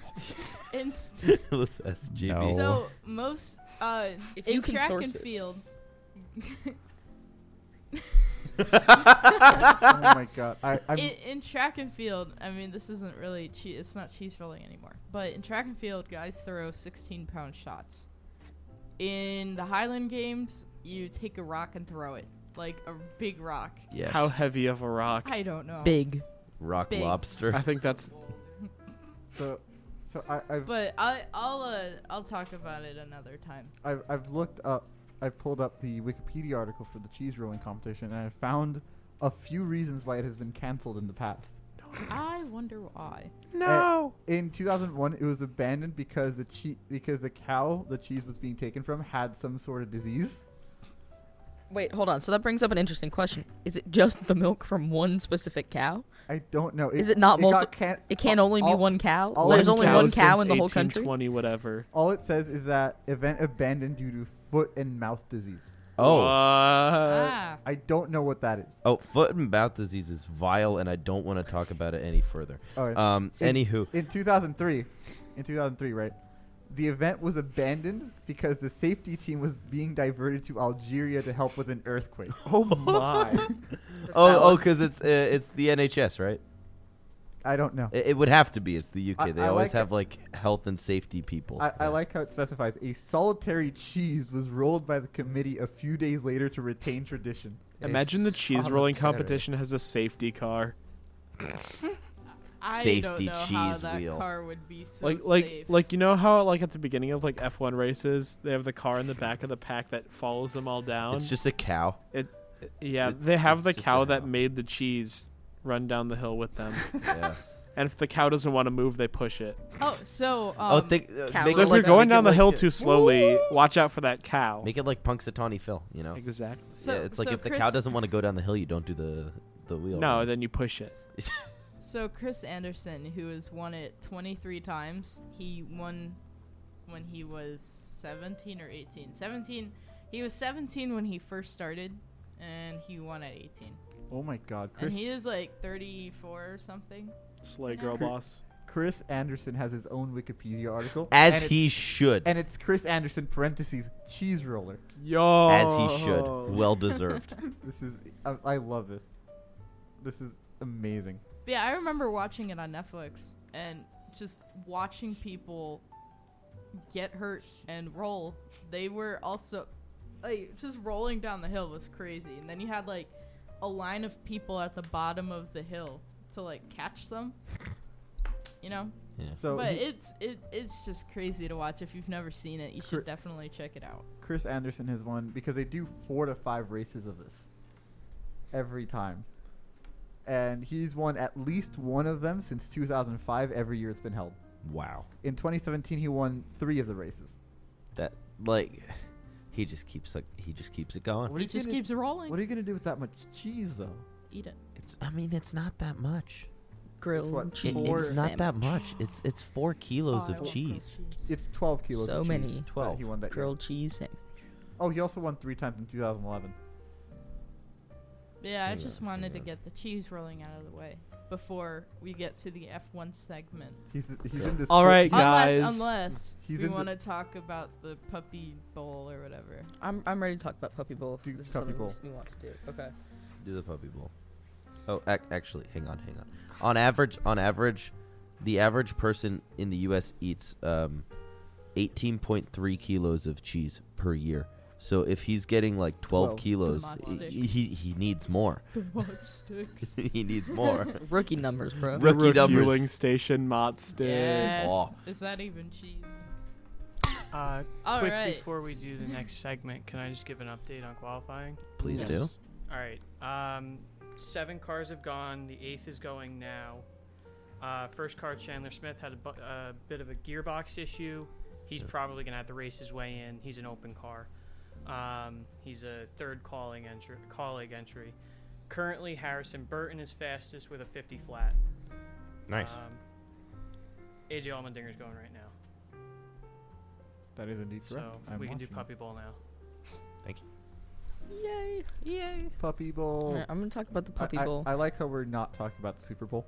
F: inst-
B: Let's ask JB.
A: No.
G: Oh.
F: So most uh,
D: If
F: in
D: you can
F: track
D: source
F: and
D: it.
F: field.
C: oh my god. I I'm,
F: In, in track and field, I mean, this isn't really che- it's not cheese rolling anymore. But in track and field, guys throw 16 pound shots. In the Highland Games, you take a rock and throw it, like a big rock.
B: Yes.
G: How heavy of a rock?
F: I don't know.
D: Big.
B: Rock
F: big.
G: I
B: lobster.
G: think that's
C: so so I, I've
F: But I, I'll uh, I'll talk about it another time.
C: I've, I've looked up, I've pulled up the Wikipedia article for the cheese rolling competition, and I found a few reasons why it has been canceled in the past.
F: I wonder why.
C: No. In 2001, it was abandoned because the che- because the cow the cheese was being taken from had some sort of disease.
D: Wait, hold on. So that brings up an interesting question. Is it just the milk from one specific cow?
C: I don't know.
D: Is it not
C: got
D: multi-
C: can-
D: It can't
C: all-
D: only be
C: all-
D: one cow.
C: all
D: There's
C: one
D: only
C: cow
D: one
C: since
D: cow in the whole country.
G: 20 whatever.
C: All it says is that event abandoned due to foot and mouth disease.
B: Oh,
G: What?
F: ah,
C: I don't know what that is.
B: oh, foot and mouth disease is vile, and I don't want to talk about it any further.
C: All right.
B: Um,
C: It-
B: anywho,
C: in 2003 in 2003 right the event was abandoned because the safety team was being diverted to algeria to help with an earthquake
G: oh my!
B: oh, oh, because it's uh, it's the NHS, right?
C: i don't know
B: It, it would have to be. It's the
C: I-
B: UK. They
C: I
B: always
C: like
B: have like health and safety people.
C: I, I
B: Yeah.
C: like how it specifies a solitary cheese was rolled by the committee a few days later to retain tradition
G: Imagine the
B: It's
G: cheese
B: on
G: rolling
B: Saturday.
G: competition has a safety car.
F: I don't
B: Eh, Safety
F: know how
B: cheese
F: that
B: wheel.
F: car would be so
G: like like
F: safe.
G: like you know how like at the beginning of like F1 races they have the car in the back of the pack that follows them all down.
B: It's just a cow.
G: yeah,
B: it's-
G: they have
B: it's
G: the
B: just a
G: cow that
B: cow.
G: made the cheese run down the hill with them.
B: yes.
G: and if the cow doesn't want to move, they push it.
F: oh, so um,
B: Oh, think. Uh,
D: Cow.
B: make
G: So
B: it
G: if you're
B: like- make it
G: going down the
B: like
G: hill
B: a-
G: too slowly, watch out for that cow.
B: Make it like Punxsutawney Phil, you know.
G: exactly.
F: so,
B: yeah, it's like
F: so
B: if the
F: Chris-
B: cow doesn't want to go down the hill, you don't do the the wheel.
G: No,
B: right?
G: then you push it.
F: So Chris Anderson, who has won it 23 times, he won when he was 17 or 18. 17. He was 17 when he first started, and he won at 18.
C: oh my god chris,
F: And he is like 34 or something.
G: Slay girl
F: Cr-
G: boss.
C: chris anderson has his own wikipedia article
B: as
C: and it's-
B: he should,
C: and it's chris anderson parentheses cheese roller
G: Yo.
B: as he should, well deserved.
C: this is I, I love this this is amazing
F: But yeah, I remember watching it on Netflix and just watching people get hurt and roll. They were also like just rolling down the hill was crazy. And then you had like a line of people at the bottom of the hill to like catch them. You know?
C: so
F: but
C: he-
F: it's it it's just crazy to watch. If you've never seen it, you
C: Cor-
F: should definitely check it out.
C: Chris Anderson has won because they do four to five races of this every time. And he's won at least one of them since 2005, every year it's been held.
B: wow,
C: In 2017, he won three of the races.
B: that like he just keeps like he just keeps it going.
C: What are
F: He
C: you
F: just
C: gonna-
F: keeps rolling.
C: What are you going to do with that much cheese, though?
F: Eat it.
B: It's I mean it's not that much.
D: grilled
C: what,
D: cheese.
C: four-
B: it's not that much. It's it's four kilos
F: Oh, I
B: of
F: want
B: cheese.
F: grilled cheese.
C: It's 12 kilos.
D: So
C: of cheese
D: many.
C: that He
B: 12.
C: won that year.
D: grilled cheese sandwich.
C: Oh, he also won three times in 2011.
F: Yeah, I
B: Hang
F: just
B: on,
F: wanted
B: hang
F: to
B: on.
F: get the cheese rolling out of the way before we get to the F1 segment.
C: He's he's
B: Yeah.
C: in this.
G: All
C: quick-
G: right, guys.
F: Unless, unless
C: He's
F: we
C: in the-
F: want to talk about the puppy bowl or whatever.
D: I'm I'm ready to talk about puppy bowl. if
C: Do
D: this is
C: Puppy
D: something
C: Bowl.
D: we want to do. Okay.
B: Do the puppy bowl. Oh, ac- actually, hang on, hang on. On average, on average, the average person in the U.S. eats um, 18.3 kilos of cheese per year. So if he's getting like 12,
C: Twelve.
B: kilos,
F: Mod
B: he,
F: sticks.
B: he he needs more.
F: The watch sticks.
B: he needs more.
D: Rookie numbers, bro.
B: Rookie
G: the
B: numbers.
G: refueling station Mott stick.
F: yes.
B: Oh.
F: Is that even cheese?
H: Uh,
F: All
H: quick
F: right.
H: before we do the next segment, can I just give an update on qualifying?
B: Please do.
H: All right. Um, seven cars have gone. The eighth is going now. Uh, first car, Chandler Smith had a, bu- a bit of a gearbox issue. He's
B: Yeah.
H: probably going to have to race his way in. He's an open car. Um, he's a third calling entry, colleague entry. Currently, Harrison Burton is fastest with a 50 flat. Um, AJ Allmendinger's going right now.
C: That is indeed correct.
H: So
C: I'm
H: we can do
C: watching.
H: Puppy Bowl now.
D: Yay! Yay!
C: Puppy Bowl.
D: Alright, I'm gonna talk about the
C: I-
D: puppy
C: I,
D: bowl.
C: I like how we're not talking about the Super Bowl.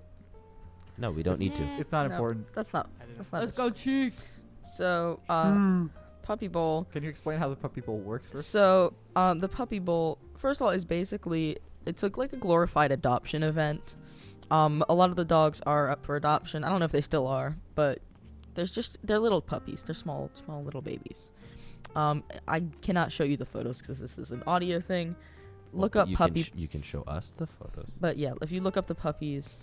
B: No, we don't need to.
F: Eh,
C: It's not
D: No.
C: important.
D: That's not.
H: I didn't.
D: That's not.
F: Let's
D: as-
F: go Chiefs.
D: So, uh, puppy bowl.
C: Hmm. Can you explain how the Puppy Bowl works first?
D: So, um, the Puppy Bowl, first of all, is basically it's like, like a glorified adoption event. Um, a lot of the dogs are up for adoption. I don't know if they still are, but there's just they're little puppies. They're small, small little babies. Um, I cannot show you the photos because this is an audio thing. Look
B: Well,
D: up
B: you
D: puppy,
B: Can sh- you can show us the photos.
D: but yeah, if you look up the puppies,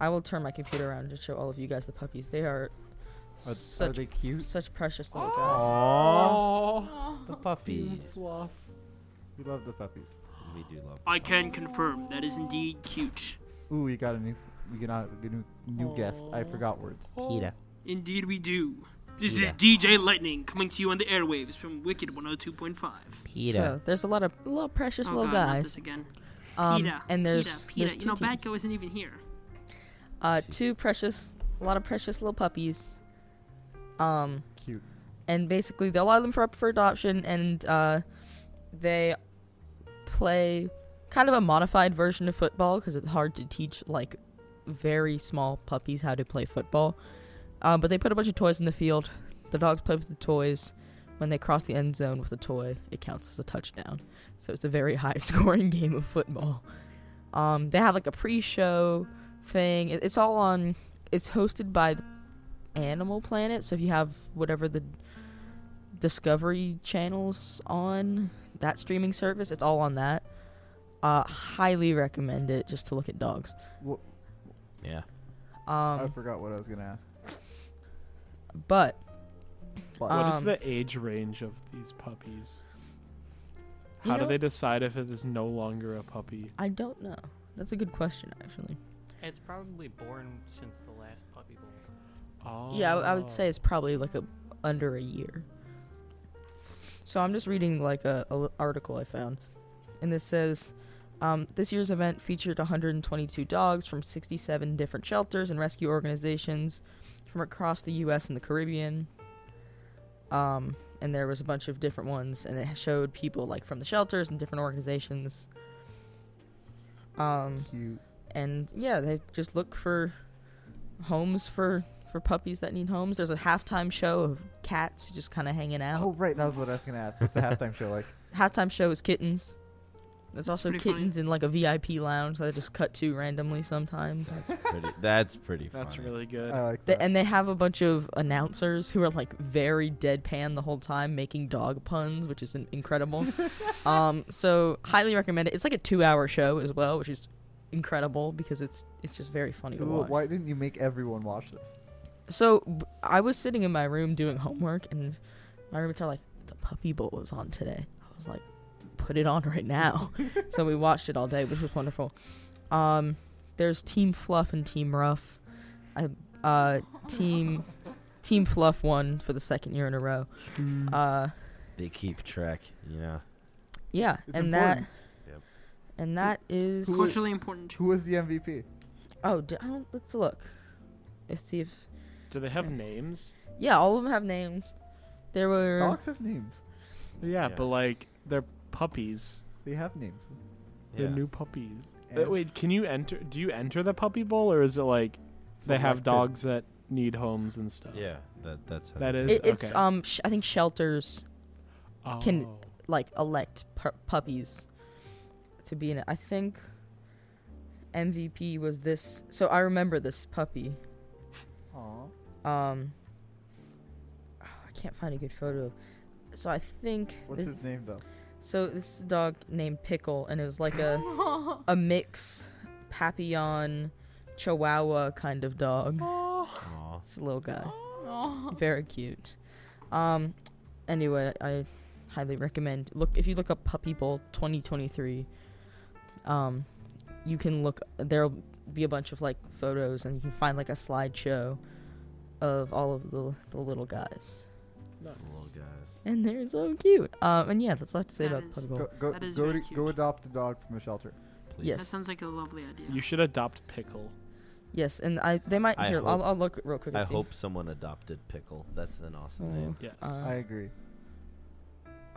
D: I will turn my computer around to show all of you guys the puppies. They are
C: Are, are
D: such
C: they cute?
D: such precious little guys.
G: Oh,
B: The puppy.
C: We love the puppies.
B: We do love.
I: I can confirm that is indeed cute.
C: Ooh, we got a new we got a new, new guest. I forgot words.
H: Oh.
B: Peter.
I: Oh, Indeed, we do. This
B: Yeah.
I: is DJ Lightning coming to you on the airwaves from Wicked 102.5.
B: Peter.
D: So there's a lot of little precious
I: oh
D: little
I: God, not
D: guys.
I: this again.
D: Um,
I: Peta,
D: and there's,
I: Peta, Peta.
D: there's
I: you know,
D: two, teams.
I: Batco isn't even here.
D: uh, two precious, a lot of precious little puppies. Um,
C: Cute.
D: and basically they allow them for up for adoption, and uh, they play kind of a modified version of football because it's hard to teach like very small puppies how to play football. Um, but they put a bunch of toys in the field. The dogs play with the toys. When they cross the end zone with a toy, it counts as a touchdown. So it's a very high scoring game of football. Um, they have like a pre show thing. It- It's all on. It's hosted by the Animal Planet. So if you have whatever the Discovery channels on that streaming service, it's all on that. Uh, highly recommend it just to look at dogs.
B: Yeah.
C: I
D: Um,
C: forgot what I was gonna ask.
D: but
C: But
D: Uh,
G: What is
D: Um,
G: the age range of these puppies?
D: You
G: How do
D: know-
G: they decide if it is no longer a puppy?
D: I don't know. That's a good question, actually.
H: It's probably born since the last Puppy Bowl.
G: Oh.
D: Yeah, I w- I would say it's probably like a under a year. So I'm just reading like a, a l- article I found, and this says, um, this year's event featured 122 dogs from 67 different shelters and rescue organizations from across the U.S. and the Caribbean. Um, and there was a bunch of different ones, and it showed people like from the shelters and different organizations. Um,
C: cute.
D: and yeah, they just look for homes for for puppies that need homes. There's a halftime show of cats just kind of hanging out.
C: Oh right, that was what I was gonna ask. What's the halftime show like?
D: Halftime show is kittens. There's also
I: pretty funny.
D: kittens in like a VIP lounge that I just cut to randomly sometimes.
B: That's pretty. That's pretty.
G: That's
B: funny.
G: really good.
C: I like
D: They,
C: that.
D: and they have a bunch of announcers who are like very deadpan the whole time, making dog puns, which is in- incredible. um, so highly recommend it. It's like a two-hour show as well, which is incredible because it's it's just very funny to
C: Dude,
D: watch.
C: why didn't you make everyone watch this?
D: So b- I was sitting in my room doing homework, and my roommates are like, "The Puppy Bowl is on today." I was like, "Put it on right now!" so we watched it all day, which was wonderful. Um, there's Team Fluff and Team Rough. I, uh, team Team Fluff won for the second year in a row. Uh,
B: They keep track. Yeah.
D: yeah,
C: It's
D: and
C: important.
D: that,
B: Yep.
D: and that is
I: Culturally important.
C: Who was the MVP?
D: Oh, d I don't. Let's look. Let's see if.
G: Do they have names?
D: Yeah, all of them have names. There were.
C: Dogs have names.
G: Yeah,
B: Yeah.
G: but like they're puppies.
C: They have names.
G: They're
B: Yeah.
G: new puppies.
C: And
G: But wait, can you enter? Do you enter the puppy bowl, or is it like they
C: selected.
G: have dogs that need homes and stuff?
B: Yeah, that that's how
G: that
B: they do
G: is
D: It, it's
G: okay.
D: um. Sh- I think shelters can-
G: Oh.
D: like elect pu- puppies to be in it. I think MVP was this. So I remember this puppy.
C: Aw.
D: Um. oh, I can't find a good photo. So I think
C: What's
D: this-
C: his name though?
D: So this is a dog named Pickle, and it was like a a mix Papillon Chihuahua kind of dog.
B: Aw.
D: It's a little guy,
F: Aw.
D: very cute. Um, anyway, I highly recommend look if you look up Puppy Bowl 2023. Um, you can look. There'll be a bunch of like photos, and you can find like a slideshow of all of the the little guys,
B: Little guys.
D: and they're so cute. Um, and yeah, that's all I have to say
I: That
D: about
I: is
D: Puppy Bowl.
C: Go go
I: That is
C: go,
I: very
C: to, go
I: cute.
C: adopt a dog from a shelter.
B: Please.
D: Yes.
I: That sounds like a lovely idea.
G: You should adopt pickle.
D: Yes, and I they might
B: I
D: Uh, here.
B: hope-
D: I'll, I'll look real quick.
B: I
D: and see.
B: hope someone adopted Pickle. That's an awesome
D: Oh.
B: name.
G: Mm, Yes.
D: Uh,
C: I agree.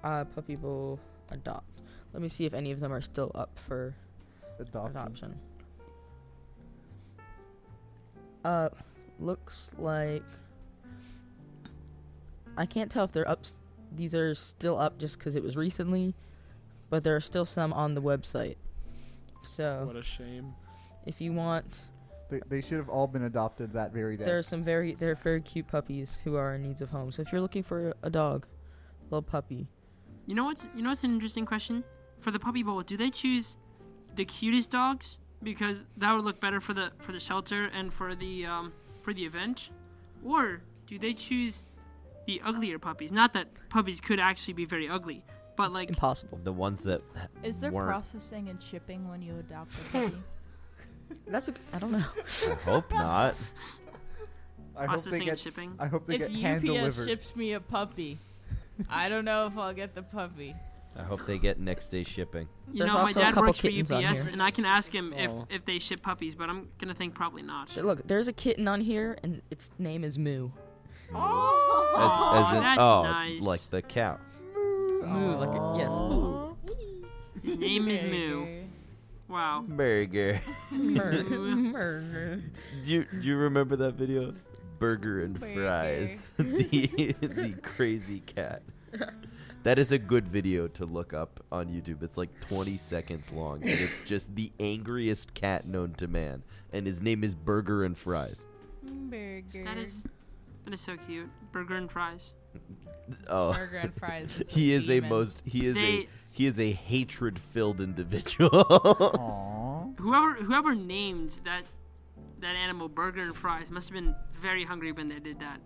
D: uh, puppy will adopt. Let me see if any of them are still up for
C: Adoption.
D: adoption. Uh, looks like I can't tell if they're up. s- These are still up just because it was recently, but there are still some on the website. So
G: what a shame.
D: if you want,
C: They, they should have all been adopted that very day.
D: there are some very there are very cute puppies who are in needs of home. So if you're looking for a dog, little puppy,
I: You know what's you know what's an interesting question for the puppy bowl? Do they choose the cutest dogs because that would look better for the for the shelter and for the um, for the event, or do they choose the uglier puppies? Not that puppies could actually be very ugly, but like
D: impossible.
B: The ones that
F: Is there
B: weren't.
F: processing and shipping when you adopt a puppy?
D: That's a, I don't know.
B: I hope not.
C: I hope they
I: processing and
C: get.
I: shipping.
C: I hope they
F: if
C: get hand
F: UPS
C: delivered.
F: ships me a puppy, I don't know if I'll get the puppy.
B: I hope they get next day shipping.
I: You
D: There's
I: know, my
D: also a
I: dad
D: couple
I: works for
D: kittens on
I: UPS,
D: here.
I: and I can ask him
G: Oh.
I: if if they ship puppies, but I'm gonna think probably not.
D: Th- Look, there's a kitten on here, and its name is Moo.
B: As,
I: Aw,
B: as in,
I: that's
B: oh,
I: nice.
B: like the cow.
D: Moo, Oh, like a, yes.
I: His name is Moo.
F: Burger.
I: Wow.
B: Burger. do, you, do you remember that video? Burger and fries. the, the crazy cat. That is a good video to look up on YouTube. It's like 20 seconds long, and it's just the angriest cat known to man, and his name is Burger and Fries.
F: Burger.
I: That is that is so cute. Burger and fries.
B: Oh,
F: Burger and fries. is
B: he is a
F: demon.
B: most he is
I: They-
B: a he is a hatred-filled individual.
C: Aw.
I: Whoever whoever named that that animal burger and fries must have been very hungry when they did that.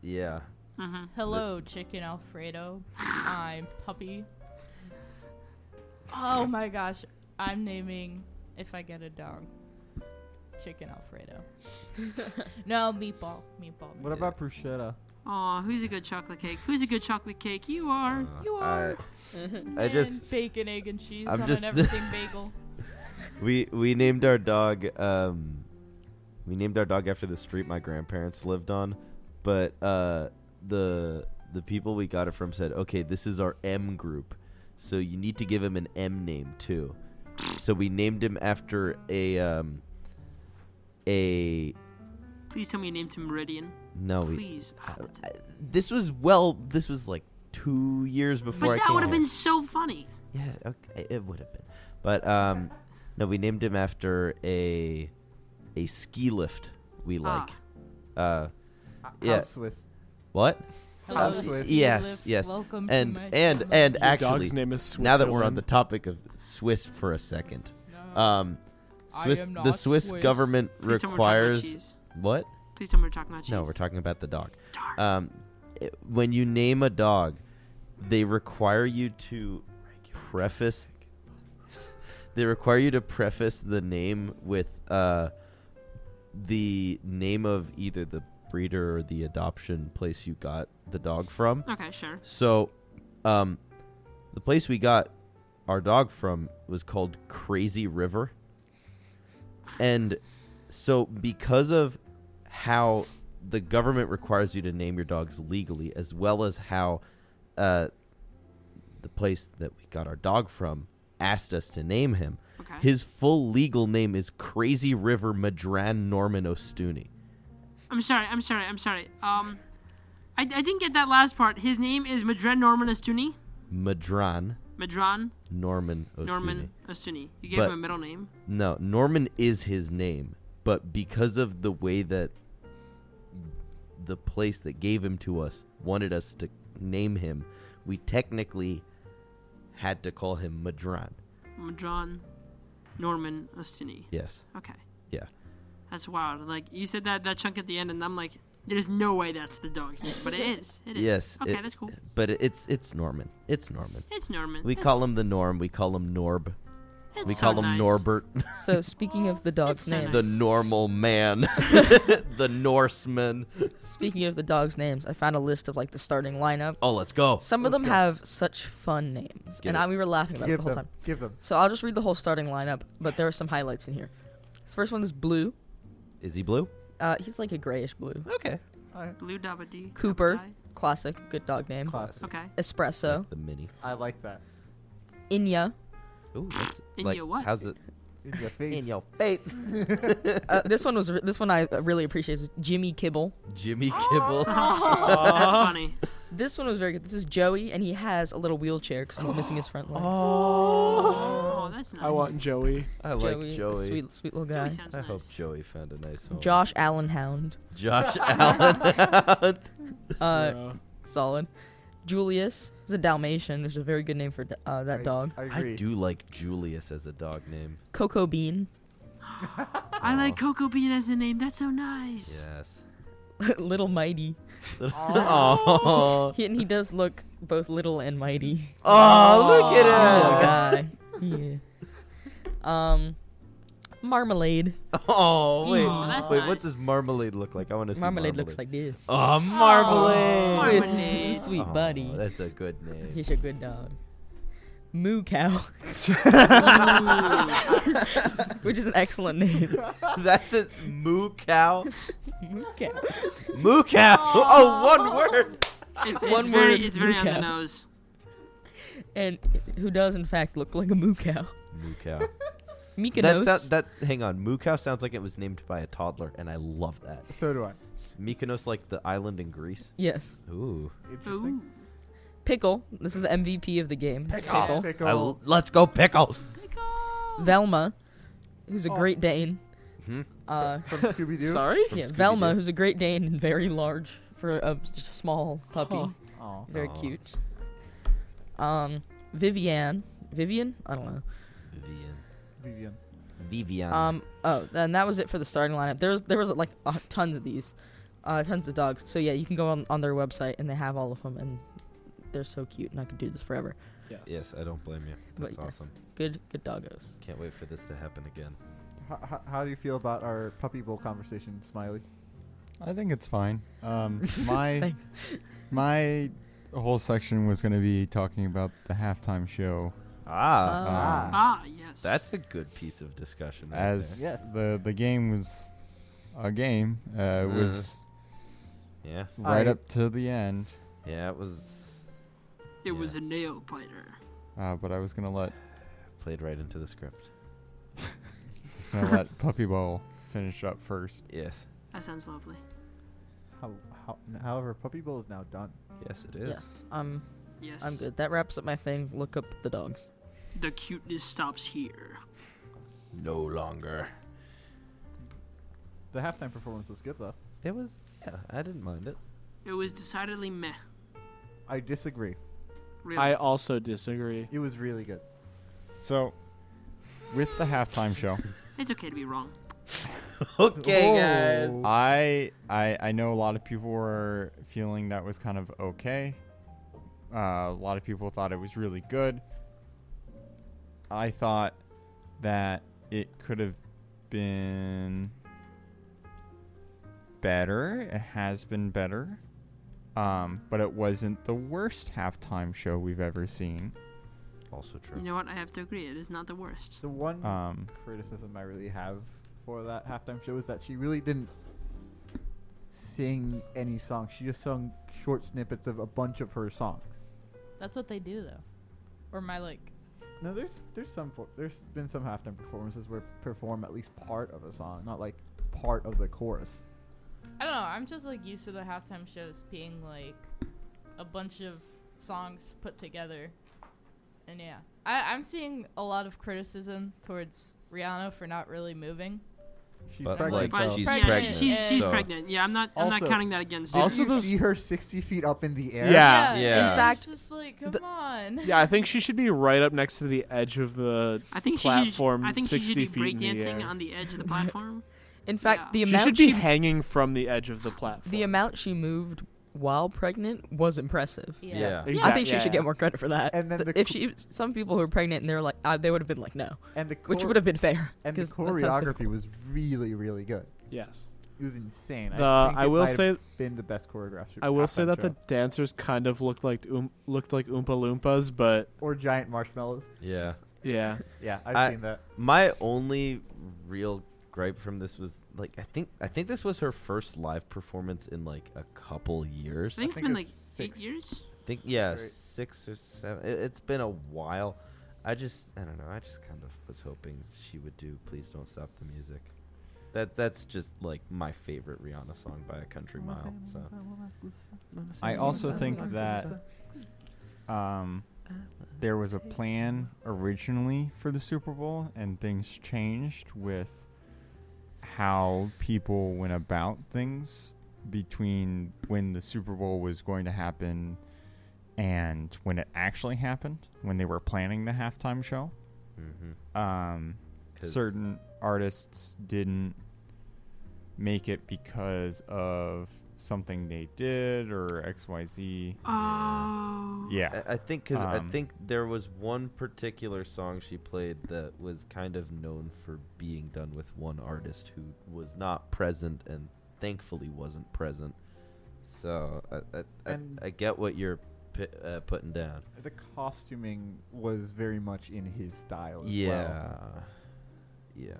B: yeah.
I: hmm
F: Hello, chicken Alfredo. I'm puppy. Oh my gosh, I'm naming if I get a dog, chicken Alfredo. no meatball, meatball.
C: What about bruschetta?
I: Aw, who's a good chocolate cake? Who's a good chocolate cake? You are. you
B: Uh, I,
I: are.
B: I just
F: Mm-hmm. And bacon, egg, and cheese
B: I'm
F: on
B: just-
F: an everything bagel.
B: we we named our dog um we named our dog after the street my grandparents lived on, but uh the the people we got it from said, "Okay, this is our M group. So you need to give him an M name too." So we named him after a um a
I: Please tell me you named him Meridian.
B: no, we,
I: Please. Ah, that's it.
B: this was well this was like two years before
I: But
B: I
I: that
B: came
I: would have
B: here.
I: been so funny.
B: yeah okay, it would have been but um no we named him after a a ski lift
F: Ah.
B: we like uh Yeah.
C: House Swiss.
B: what
F: Hello,
C: House Swiss.
F: sea
B: Yes,
F: lift.
B: yes.
F: Welcome to
B: and
F: my
B: and
F: family.
B: and
G: Your
B: actually
G: dog's name is
B: now that we're on the
G: Switzerland.
B: Topic of Swiss for a second,
F: No.
B: um,
F: I
B: Swiss
F: am
B: the
F: not
B: Swiss,
F: Swiss.
B: government
I: Please tell me we're talking about
B: requires
I: cheese.
B: what?
I: Please tell me we're talking about cheese.
B: No, we're talking about the dog.
I: Darn.
B: Um, it- when you name a dog, they require you to preface. They require you to preface the name with uh, the name of either the breeder or the adoption place you got the dog from.
I: okay, sure.
B: So, um, the place we got our dog from was called Crazy River, and so because of how the government requires you to name your dogs legally, as well as how uh, the place that we got our dog from asked us to name him,
I: Okay.
B: his full legal name is Crazy River Madran Norman Ostuni.
I: I'm sorry. I'm sorry. I'm sorry. Um, I, I didn't get that last part. His name is Madran Norman Astuni.
B: Madran
I: Madran
B: Norman Ostuni.
I: Norman Astuni. You gave
B: But-
I: him a middle name.
B: No, Norman is his name, but because of the way that the place that gave him to us wanted us to name him, we technically had to call him Madran.
I: Madran Norman Astuni.
B: Yes.
I: Okay.
B: Yeah.
I: That's wild. Like you said that that chunk at the end, and I'm like, there's no way that's the dog's name, but it is. It is.
B: Yes.
I: Okay,
B: it-
I: that's cool.
B: But it- it's it's Norman. It's Norman.
I: It's Norman.
B: We call him the Norm. We call him Norb.
I: It's
B: we
I: so
B: call him
I: nice.
B: Norbert.
D: So speaking of the dog's
I: It's so
D: names,
B: the
I: Nice.
B: normal man. the Norseman.
D: speaking of the dog's names, I found a list of like the starting lineup.
B: Oh, let's go.
D: Some of
C: Let's
D: them
C: go.
D: have such fun names,
B: Give
D: and
B: it.
D: I, we were laughing about it
C: Give
D: the whole
C: them.
D: time.
C: Give them.
D: So I'll just read the whole starting lineup, but there are some highlights in here. This first one is Blue.
B: Is he blue?
D: Uh, he's like a grayish blue.
B: Okay.
I: Blue Dabba D.
D: Cooper.
I: Dabba
D: Classic, good dog name.
I: Di.
C: Classic.
I: Okay.
D: Espresso.
B: Like the mini.
C: I like that.
D: Inya.
B: Ooh, that's,
I: In
B: like,
I: your what?
B: How's it?
C: In your face.
B: your face.
D: Uh, this one was re- this one I uh, really appreciate is Jimmy Kibble.
B: Jimmy
D: Oh.
B: Kibble.
I: Oh, That's funny.
D: This one was very good. This is Joey, and he has a little wheelchair because he's missing his front leg.
I: Oh, that's nice.
G: I want Joey.
B: I
D: Joey,
B: like
D: a
B: Joey.
D: sweet, sweet little
I: Joey
D: guy.
I: sounds
B: I
I: nice.
B: hope Joey found a nice home.
D: Josh Allen Hound.
B: Josh Allen.
D: Uh,
G: No.
D: solid. Julius is a Dalmatian, which is a very good name for d- uh, that
C: I-
D: dog.
C: I agree.
B: I do like Julius as a dog name.
D: Coco Bean,
B: Oh.
I: I like Coco Bean as a name. That's so nice.
B: Yes.
D: Little Mighty.
B: Oh.
D: He, and he does look both little and mighty.
B: Oh, look
D: Little
B: at him.
D: guy. Yeah. Um, Marmalade.
B: Oh, wait.
I: Aw, that's
B: wait,
I: nice.
B: what does marmalade look like? I want to see
D: Marmalade looks like this.
B: Oh, marmalade.
D: This-
I: Marmalade.
D: Sweet
B: Aw,
D: buddy.
B: Oh, That's a good name.
D: He's a good dog. Moo Cow. Which is an excellent name.
B: that's it. Moo cow.
D: Moo Cow.
B: Moo cow. Oh, one word.
I: It's, it's
D: One
I: very,
D: word,
I: it's very on the
D: Luca.
I: nose.
D: And who does, in fact, look like a moo cow.
B: Moo cow. That,
D: Mykonos.
B: sound, that hang on, Mukau sounds like it was named by a toddler, and I love that.
C: So do I.
B: Mykonos, like the island in Greece.
D: yes.
B: Ooh,
C: Interesting.
I: Ooh.
D: Pickle. This is the MVP of the game. It's Pickle.
C: Pickle.
B: I l- let's go pickle.
D: Velma, who's a
C: Oh.
D: Great Dane.
B: Mhm.
D: Uh,
C: from Scooby Doo.
G: Sorry.
D: yeah,
B: Scooby-Doo.
D: Velma, who's a Great Dane and very large for a just a small puppy.
C: Oh.
D: Very
B: Aw.
D: cute. Um, Vivian. Vivian? I don't know.
B: Vivian,
C: Vivian.
B: Vivian.
D: Um. Oh, and that was it for the starting lineup. There was there was like uh, tons of these, uh, tons of dogs. So yeah, you can go on, on their website and they have all of them, and they're so cute. And I could do this forever.
G: Yes.
B: yes, I don't blame you.
D: But
B: That's
D: yes.
B: awesome.
D: Good good doggos.
B: Can't wait for this to happen again.
C: How, how, how do you feel about our puppy bowl conversation, Smiley?
A: I think it's fine. Um, my
D: Thanks.
A: my whole section was going to be talking about the halftime show
B: Ah,
D: Uh,
A: Ah.
C: Ah.
I: Ah, yes.
B: that's a good piece of discussion. Right
A: as
B: there.
C: Yes.
A: the the game was a game. Uh, it was
B: Uh-huh. yeah,
A: right
C: I-
A: up to the end.
B: yeah, it was
I: It was
B: Yeah.
I: a nail biter.
A: Uh, but I was gonna let
B: played right into the script.
A: I was gonna let Puppy Bowl finish up first.
B: Yes,
I: That sounds lovely.
C: How, how, however, puppy bowl is now done.
B: yes, it is.
D: Yes. I'm
I: Yes.
D: I'm good. That wraps up my thing. Look up the dogs.
I: The cuteness stops here.
B: No longer.
C: The halftime performance was good though.
B: It was. Yeah, I didn't mind it.
I: It was decidedly meh.
C: I disagree.
I: Really.
G: I also disagree.
C: It was really good.
A: So, with the halftime show,
I: It's okay to be wrong.
B: Okay,
C: Oh.
B: guys.
A: I I I know a lot of people were feeling that was kind of okay. Uh, a lot of people thought it was really good. I thought that it could have been better. It has been better. Um, but it wasn't the worst halftime show we've ever seen.
B: Also true.
I: You know what? I have to agree. It is not the worst.
C: The one
A: Um,
C: criticism I really have before that halftime show was that she really didn't sing any songs. She just sung short snippets of a bunch of her songs.
F: That's what they do though. Or my like
C: No, there's there's some for- there's been some halftime performances where perform at least part of a song, not like part of the chorus.
F: I don't know. I'm just like used to the halftime shows being like a bunch of songs put together, and yeah, I, I'm seeing a lot of criticism towards Rihanna for not really moving.
C: She's
B: But,
C: pregnant.
B: like,
F: so-
I: But
B: she's
F: Pregnant.
B: pregnant.
I: She's, she's
B: so-
I: pregnant. Yeah, I'm not. I'm not
C: Also-
I: counting that against.
C: also,
G: Also
C: did you
G: those-
C: see her sixty feet up in the air?
G: Yeah.
B: Yeah.
F: In fact, just like come
D: The-
F: on.
G: Yeah, I think she should be right up next to the edge of the.
I: I think she
G: platform
I: should. I think she
G: 60
I: should be
G: feet in the
I: breakdancing
G: air.
I: on the edge of the platform.
D: In fact,
I: Yeah.
D: the
G: She
D: amount
G: should be hanging from the edge of the platform.
D: the amount she moved while pregnant was impressive.
B: Yeah.
G: Exactly.
D: I think she
G: Yeah.
D: should get more credit for that.
C: And then
D: Th-
C: the
D: if
C: cl-
D: she, some people who are pregnant and they're like, uh, they would have been like, no,
C: and the
D: which
C: chor-
D: would have been fair.
C: and the
D: 'cause that sounds
C: choreography
D: difficult.
C: was really really good.
G: Yes.
C: It was insane.
G: The
C: I, think
G: I
C: it
G: will
C: might have
G: say
C: been the best choreographed.
G: I will say
C: halftime
G: that
C: show.
G: the dancers kind of looked like oom looked like Oompa Loompas, but
C: or giant marshmallows.
B: Yeah.
G: yeah,
C: Yeah, I've
B: I-
C: seen that.
B: My only real gripe from this was like I think I think this was her first live performance in like a couple years.
I: I think it's
C: think
I: been like
C: it's
I: eight
C: six.
I: years.
B: think yeah,
C: Great.
B: six or seven. It, it's been a while. I just I don't know. I just kind of was hoping she would do "Please Don't Stop the Music." That that's just like my favorite Rihanna song by a country mile. So
A: I also think that um, there was a plan originally for the Super Bowl, and things changed with how people went about things between when the Super Bowl was going to happen and when it actually happened, when they were planning the halftime show.
B: Mhm.
A: Um,
B: 'Cause-
A: certain artists didn't make it because of something they did or XYZ.
I: Oh.
A: Yeah.
B: I, I think because
A: Um,
B: I think there was one particular song she played that was kind of known for being done with one artist who was not present and thankfully wasn't present. So I I, I,
C: And-
B: I get what you're pi- uh, putting down.
C: The costuming was very much in his style. As well.
B: Yeah, yeah.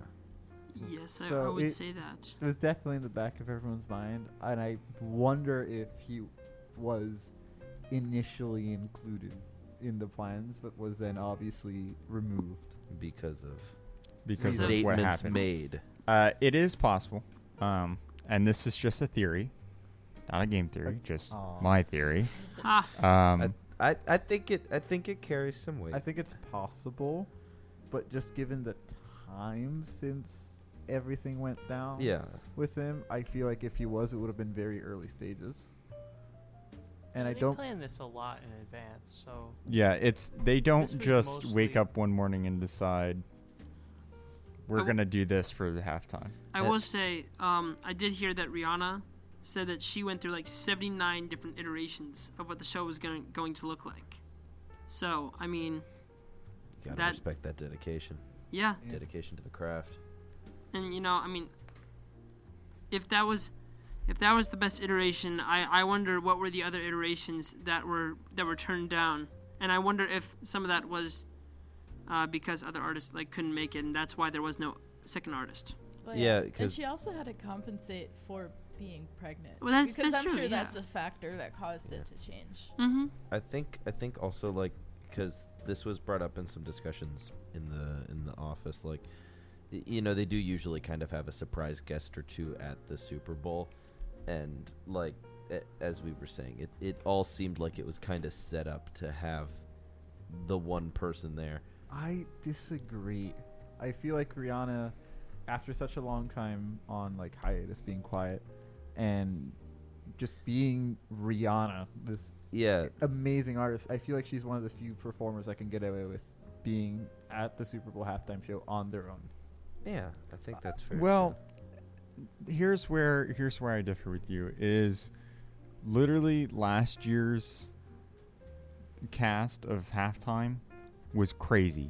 I: Yes, I, I
C: So
I: would
C: it-
I: say that.
C: it was definitely in the back of everyone's mind, and I wonder if he was initially included in the plans, but was then obviously removed.
B: Because of
A: because of what
B: statements
A: happened.
B: made.
A: Uh, it is possible, um, and this is just a theory, not a game theory, just
C: aw.
A: my theory.
I: Ah,
A: Um,
B: Uh, I, I think it I think it carries some weight.
C: I think it's possible, but just given the time since everything went down
B: yeah.
C: with him, I feel like if he was, it would have been very early stages. And I
H: they
C: don't.
H: plan this a lot in advance, so
A: yeah, it's they
H: This
A: don't
H: was
A: just wake
H: mostly-
A: up one morning and decide we're
I: I w-
A: gonna do this for the halftime.
I: I
B: That-
I: will say, um, I did hear that Rihanna said that she went through like 79 different iterations of what the show was going going to look like. So, I mean,
B: You gotta
I: That-
B: respect that dedication.
I: yeah,
C: Yeah.
B: Dedication to the craft.
I: and you know, I mean, if that was if that was the best iteration, I I wonder what were the other iterations that were that were turned down, and I wonder if some of that was uh, because other artists like couldn't make it, and that's why there was no second artist.
F: But
B: Yeah,
F: and
B: 'cause-
F: she also had to compensate for being pregnant.
I: Well, that's-
F: because
I: that's
F: I'm
I: true,
F: sure
I: yeah.
F: that's a factor that caused it to change.
I: Mm-hmm.
B: I think I think also like because this was brought up in some discussions in the in the office. Like, y- you know, they do usually kind of have a surprise guest or two at the Super Bowl, and like a- as we were saying, it it all seemed like it was kind of set up to have the one person there.
C: I disagree. I feel like Rihanna, after such a long time on like hiatus, being quiet, and just being Rihanna, this
B: Yeah,
C: amazing artist, I feel like she's one of the few performers I can get away with being at the Super Bowl halftime show on their own.
B: yeah. I think that's fair.
A: Well, here's where here's where I differ with you is literally last year's cast of halftime was crazy.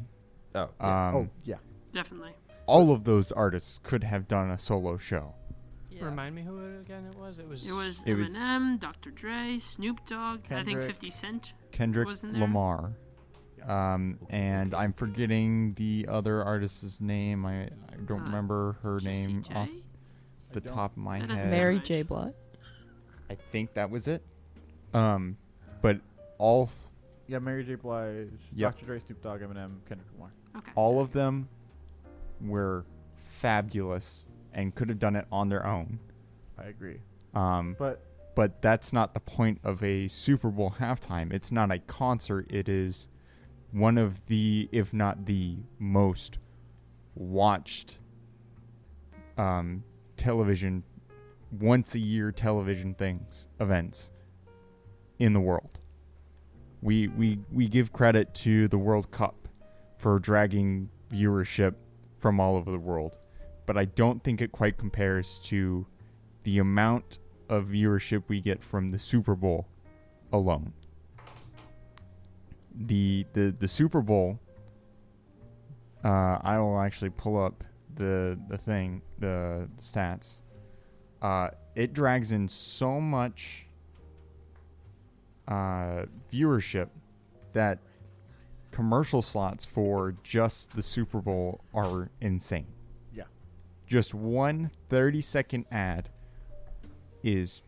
B: too. oh yeah.
A: Um,
C: oh yeah,
I: Definitely.
A: all of those artists could have done a solo show.
F: Yeah.
H: remind me who it, again it was. It was
I: It was
A: It was-
I: Eminem, Dr. Dre, Snoop Dogg, I think
C: Kendrick.
I: 50 Cent.
A: Kendrick
I: Wasn't there?
A: Lamar. Um, and I'm forgetting the other artist's name. I, I don't
I: Uh,
A: remember her name off
I: JCJ?
A: the
C: don't-
A: top of my
I: That doesn't
A: head.
I: sound
D: Mary
I: much.
D: J. Blige.
A: I think that was it. Um, but all f-
C: Yeah, Mary J. Blige,
A: Yep.
C: Dr. Dre, Snoop Dogg, Eminem, Kendrick Lamar.
I: Okay.
A: all of them were fabulous and could have done it on their own.
C: I agree.
A: Um,
C: But
A: but that's not the point of a Super Bowl halftime. It's not a concert. It is one of the, if not the most watched um, television, once a year television things, events in the world. We, we, we give credit to the World Cup for dragging viewership from all over the world, but I don't think it quite compares to the amount of viewership we get from the Super Bowl alone. The the the Super Bowl. Uh, I will actually pull up the the thing the stats. Uh, it drags in so much uh, viewership that commercial slots for just the Super Bowl are insane.
C: Yeah.
A: Just one 30 second ad is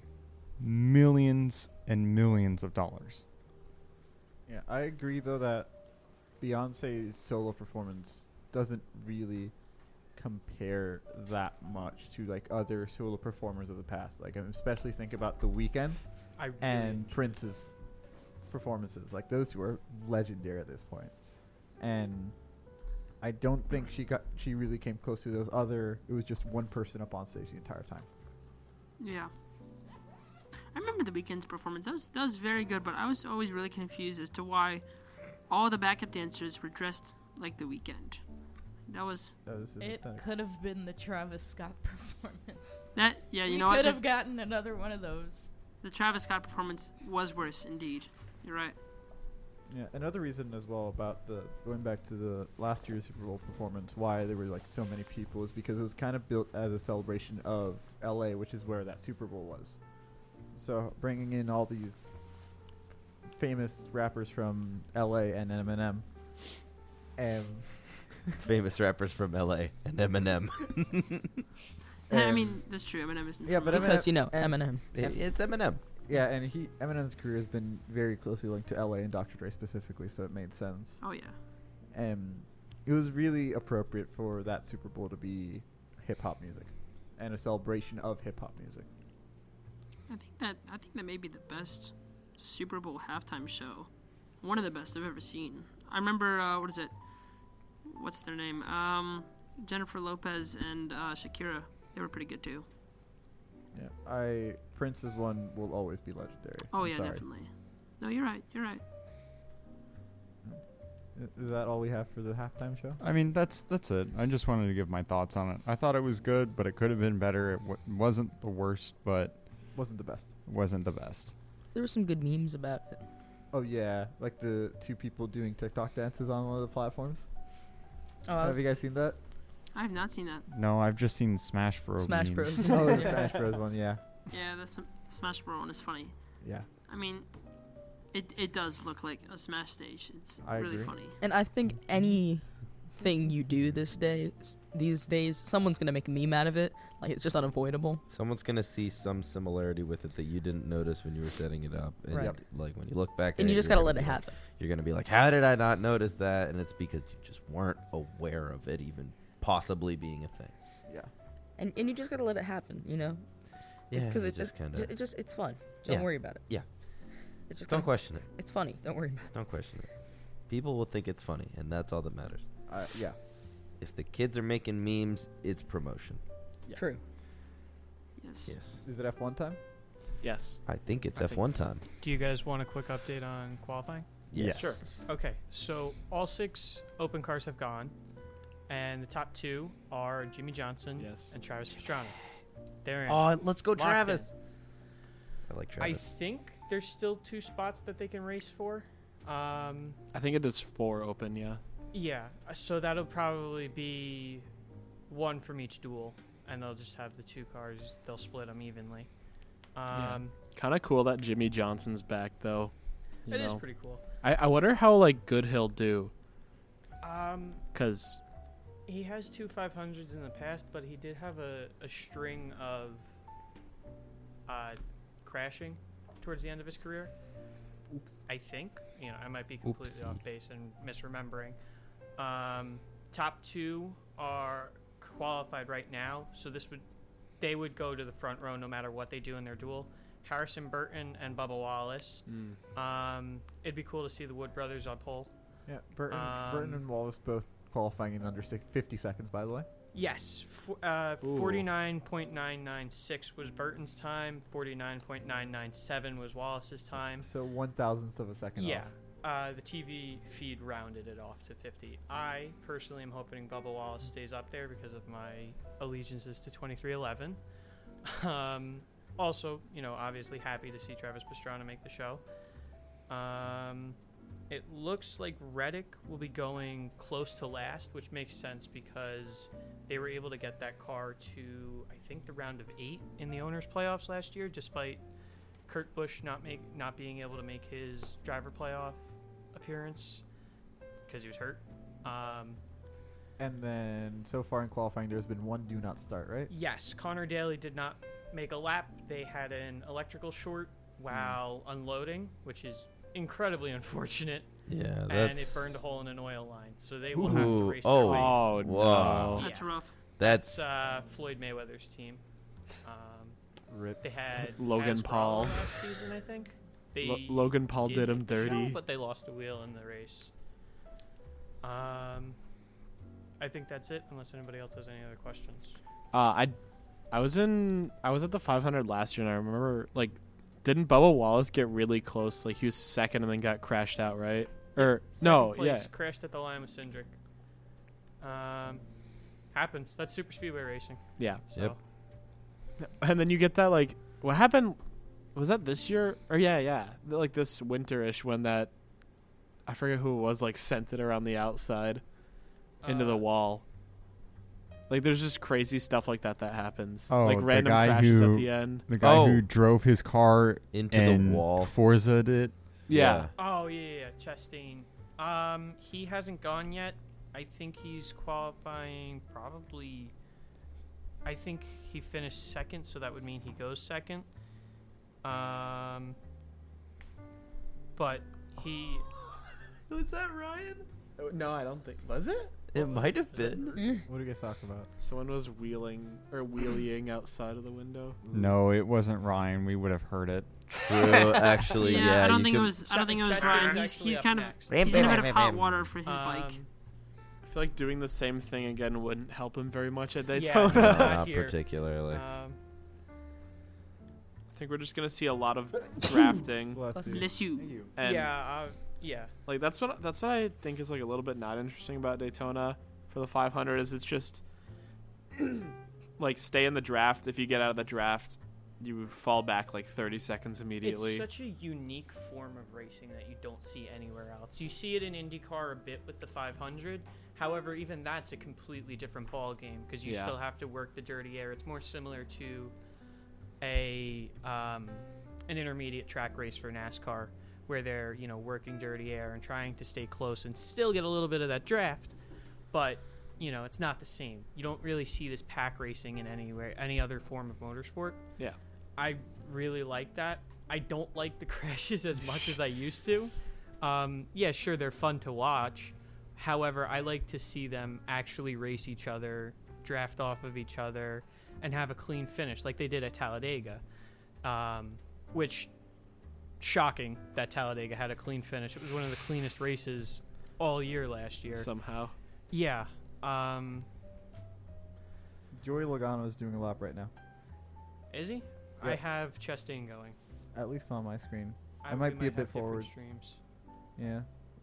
A: millions and millions of dollars.
C: yeah, I agree though that Beyonce's solo performance doesn't really compare that much to like other solo performers of the past. Like, I especially think about The Weeknd
H: I really
C: and Prince's performances. Like, those two are legendary at this point. And I don't think she got she really came close to those other. It was just one person up on stage the entire time.
I: Yeah. I remember the weekend's performance. That was that was very good, but I was always really confused as to why all the backup dancers were dressed like the weekend. That was
A: Oh,
C: That was his
F: It
C: aesthetic.
F: could have been the Travis Scott performance.
I: that. Yeah, you
F: we
I: know what?
F: could
I: The,
F: have gotten another one of those.
I: the Travis Scott performance was worse indeed. You're right.
C: Yeah, another reason as well about the going back to the last year's Super Bowl performance, why there were like so many people is because it was kind of built as a celebration of LA, which is where that Super Bowl was. So bringing in all these famous rappers from LA and Eminem, and
B: Famous rappers from LA and Eminem.
I: I
C: Um,
I: mean, that's true. Eminem is.
C: yeah, but
I: from-
D: Because, you know,
C: and-
D: Eminem.
B: it's Eminem.
C: yeah, and he Eminem's career has been very closely linked to LA and Dr. Dre specifically, so it made sense.
I: oh yeah,
C: and it was really appropriate for that Super Bowl to be hip hop music and a celebration of hip hop music.
I: I think that I think that may be the best Super Bowl halftime show. One of the best I've ever seen. I remember uh, what is it? What's their name? Um, Jennifer Lopez and uh, Shakira. They were pretty good too.
C: Yeah, I Prince's one will always be legendary.
I: Oh
C: I'm
I: yeah,
C: sorry.
I: definitely. No, you're right. You're right.
C: I- Is that all we have for the halftime show?
A: I mean, that's that's it. I just wanted to give my thoughts on it. I thought it was good, but it could have been better. It w- wasn't the worst, but
C: Wasn't the best.
A: it wasn't the best.
D: There were some good memes about it.
C: Oh yeah, like the two people doing TikTok dances on one of the platforms.
D: Oh, I
C: have you
D: was
C: guys seen that?
I: I have not seen that.
A: No, I've just seen Smash Bros.
D: Smash
A: memes.
D: Bros.
C: oh, the Smash Bros. one. Yeah,
I: Yeah, that's some Smash Bros. one is funny.
C: yeah.
I: I mean, it it does look like a Smash stage. It's
C: I
I: really
C: agree.
I: funny.
D: And I think any thing you do this day, s- these days, someone's gonna make a meme out of it. Like it's just unavoidable.
B: Someone's gonna see some similarity with it that you didn't notice when you were setting it up, and
D: Right.
B: it- like when you look back,
D: And
B: at
D: you
B: it,
D: just
B: you're
D: gotta
B: gonna
D: let
B: be
D: it
B: like-
D: happen.
B: You're gonna be like, "How did I not notice that?" And it's because you just weren't aware of it even possibly being a thing.
D: And and you just gotta let it happen, you know?
B: Yeah,
D: because
B: you
D: it
B: just
D: just
B: kind
D: it,
B: of
D: just it's fun. Don't
B: Yeah.
D: worry about it.
B: Yeah.
D: It's just
B: don't
D: gonna,
B: question it.
D: it's funny. Don't worry about it.
B: Don't question it. People will think it's funny, and that's all that matters.
C: Uh, yeah.
B: If the kids are making memes, it's promotion.
C: Yeah.
D: True.
I: Yes.
B: Yes,
C: Is it F1 time?
H: yes.
B: I think it's
H: I think
B: F1
H: so.
B: time.
H: Do you guys want a quick update on qualifying?
B: Yes.
H: Sure. Okay, so all six open cars have gone, and the top two are Jimmy Johnson
G: Yes.
H: and Travis Pastrana. They're in.
B: Oh, let's go,
H: Locked in.
B: Travis. I like
H: I
B: Travis.
H: think there's still two spots that they can race for. Um,
G: I think it is four open. Yeah.
H: yeah, so that'll probably be one from each duel, and they'll just have the two cars. They'll split them evenly. Um,
G: Kind of cool that Jimmy Johnson's back though. you
H: It is
G: know.
H: pretty cool.
G: I, I wonder how like good he'll do
H: Um,
G: because
H: he has two 500s in the past, but he did have a, a string of uh, crashing towards the end of his career.
C: Oops.
H: I think. You know, I might be completely off base and misremembering. Um, top two are qualified right now, so this would they would go to the front row no matter what they do in their duel. Harrison Burton and Bubba Wallace. Um, it'd be cool to see the Wood brothers on pole.
C: Mm. Yeah, Burton, Burton
H: Um,
C: and Wallace both qualifying in under six, 50 seconds, by the way.
H: Yes, fo- uh,
C: Ooh.
H: 49.996 was Burton's time. 49.997 was Wallace's time.
C: So one thousandth of a second
H: Yeah.
C: off.
H: Uh, the TV feed rounded it off to 50. I personally am hoping Bubba Wallace stays up there because of my allegiances to 2311. Um, also, you know, obviously happy to see Travis Pastrana make the show. Um, it looks like Reddick will be going close to last, which makes sense because they were able to get that car to, I think, the round of eight in the owners' playoffs last year, despite Kurt Busch not make not being able to make his driver playoff appearance because he was hurt. Um,
C: And then so far in qualifying, there's been one do not start, right?
H: yes, Connor Daly did not make a lap. They had an electrical short while
B: Hmm.
H: unloading, which is incredibly unfortunate,
B: Yeah, that's
H: and it burned a hole in an oil line. So they will have to
B: Ooh,
H: race
B: oh.
H: their way.
G: oh
B: Whoa.
H: Yeah.
I: That's rough.
B: That's
H: It's uh, Floyd Mayweather's team. Um,
C: Rip.
H: they had
G: Logan
H: Kaz Brawley
G: Paul.
H: last season, I think. They
G: no. Lo- Logan Paul did, him
H: make the show,
G: dirty.
H: but they lost the wheel in the race. Um, I think that's it. Unless anybody else has any other questions.
G: Uh, I I was in I was at the 500 last year and I remember like didn't Bubba Wallace get really close? Like he was second and then got crashed out, right? Or no,
H: Second
G: yeah.
H: place, crashed at the line with Cindric. Um, happens. That's super speedway racing.
G: Yeah.
H: So
B: Yep.
G: And then you get that like what happened was that this year? Or yeah, yeah. Th- Like this winterish when that I forget who it was like sent it around the outside into the
H: uh,
G: wall. Like there's just crazy stuff like that that happens.
A: Oh,
G: like
A: the
G: random
A: guy
G: crashes
A: who-
G: at the end.
A: The guy
B: Oh.
A: who drove his car
B: into
A: and
B: the wall.
A: Forza'd it.
G: Yeah.
H: Oh yeah, yeah, yeah, Chastain. Um, he hasn't gone yet. I think he's qualifying probably. I think he finished second, so that would mean he goes second. Um, but he
G: Was that Ryan? No, I don't think. Was it? Mm.
B: It might have been.
C: What are you guys talking about?
G: Someone was wheeling or wheeling outside of the window.
A: No, it wasn't Ryan. We would have heard it.
B: True, actually.
I: Yeah,
B: Yeah,
I: I don't
B: you
I: think it
B: could-
I: was. I don't think it was
H: Chastain's
I: Brian. He's,
H: actually
I: he's
H: up
I: kind of
H: next.
I: he's in a bit of hot water for his bike.
H: Um,
G: I feel like doing the same thing again wouldn't help him very much at
H: Yeah.
G: Daytona.
H: Not
B: Not
H: here.
B: particularly.
H: um,
G: I think we're just gonna see a lot of drafting,
C: Bless
D: Bless
C: you.
I: Bless you.
C: Thank you.
G: and
H: yeah, uh, yeah.
G: like that's what that's what I think is like a little bit not interesting about Daytona for the 500 is it's just
H: Um,
G: like stay in the draft. If you get out of the draft, you fall back like 30 seconds immediately.
H: It's such a unique form of racing that you don't see anywhere else. You see it in IndyCar a bit with the 500. However, even that's a completely different ball game because you
G: Yeah.
H: still have to work the dirty air. It's more similar to a um, an intermediate track race for NASCAR where they're you know working dirty air and trying to stay close and still get a little bit of that draft, but you know it's not the same. You don't really see this pack racing in anywhere any other form of motorsport.
G: yeah.
H: I really like that. I don't like the crashes as much as I used to. Um, yeah, sure, they're fun to watch. However, I like to see them actually race each other, draft off of each other, and have a clean finish like they did at Talladega. Um, which, shocking that Talladega had a clean finish. It was one of the cleanest races all year last year.
G: Somehow.
H: yeah. Um,
C: Joey Logano is doing a lap right now,
H: is he? I
C: Yep.
H: have Chastain going.
C: at least on my screen. I might
H: we
C: be a bit
H: have different
C: forward.
H: Streams.
C: Yeah.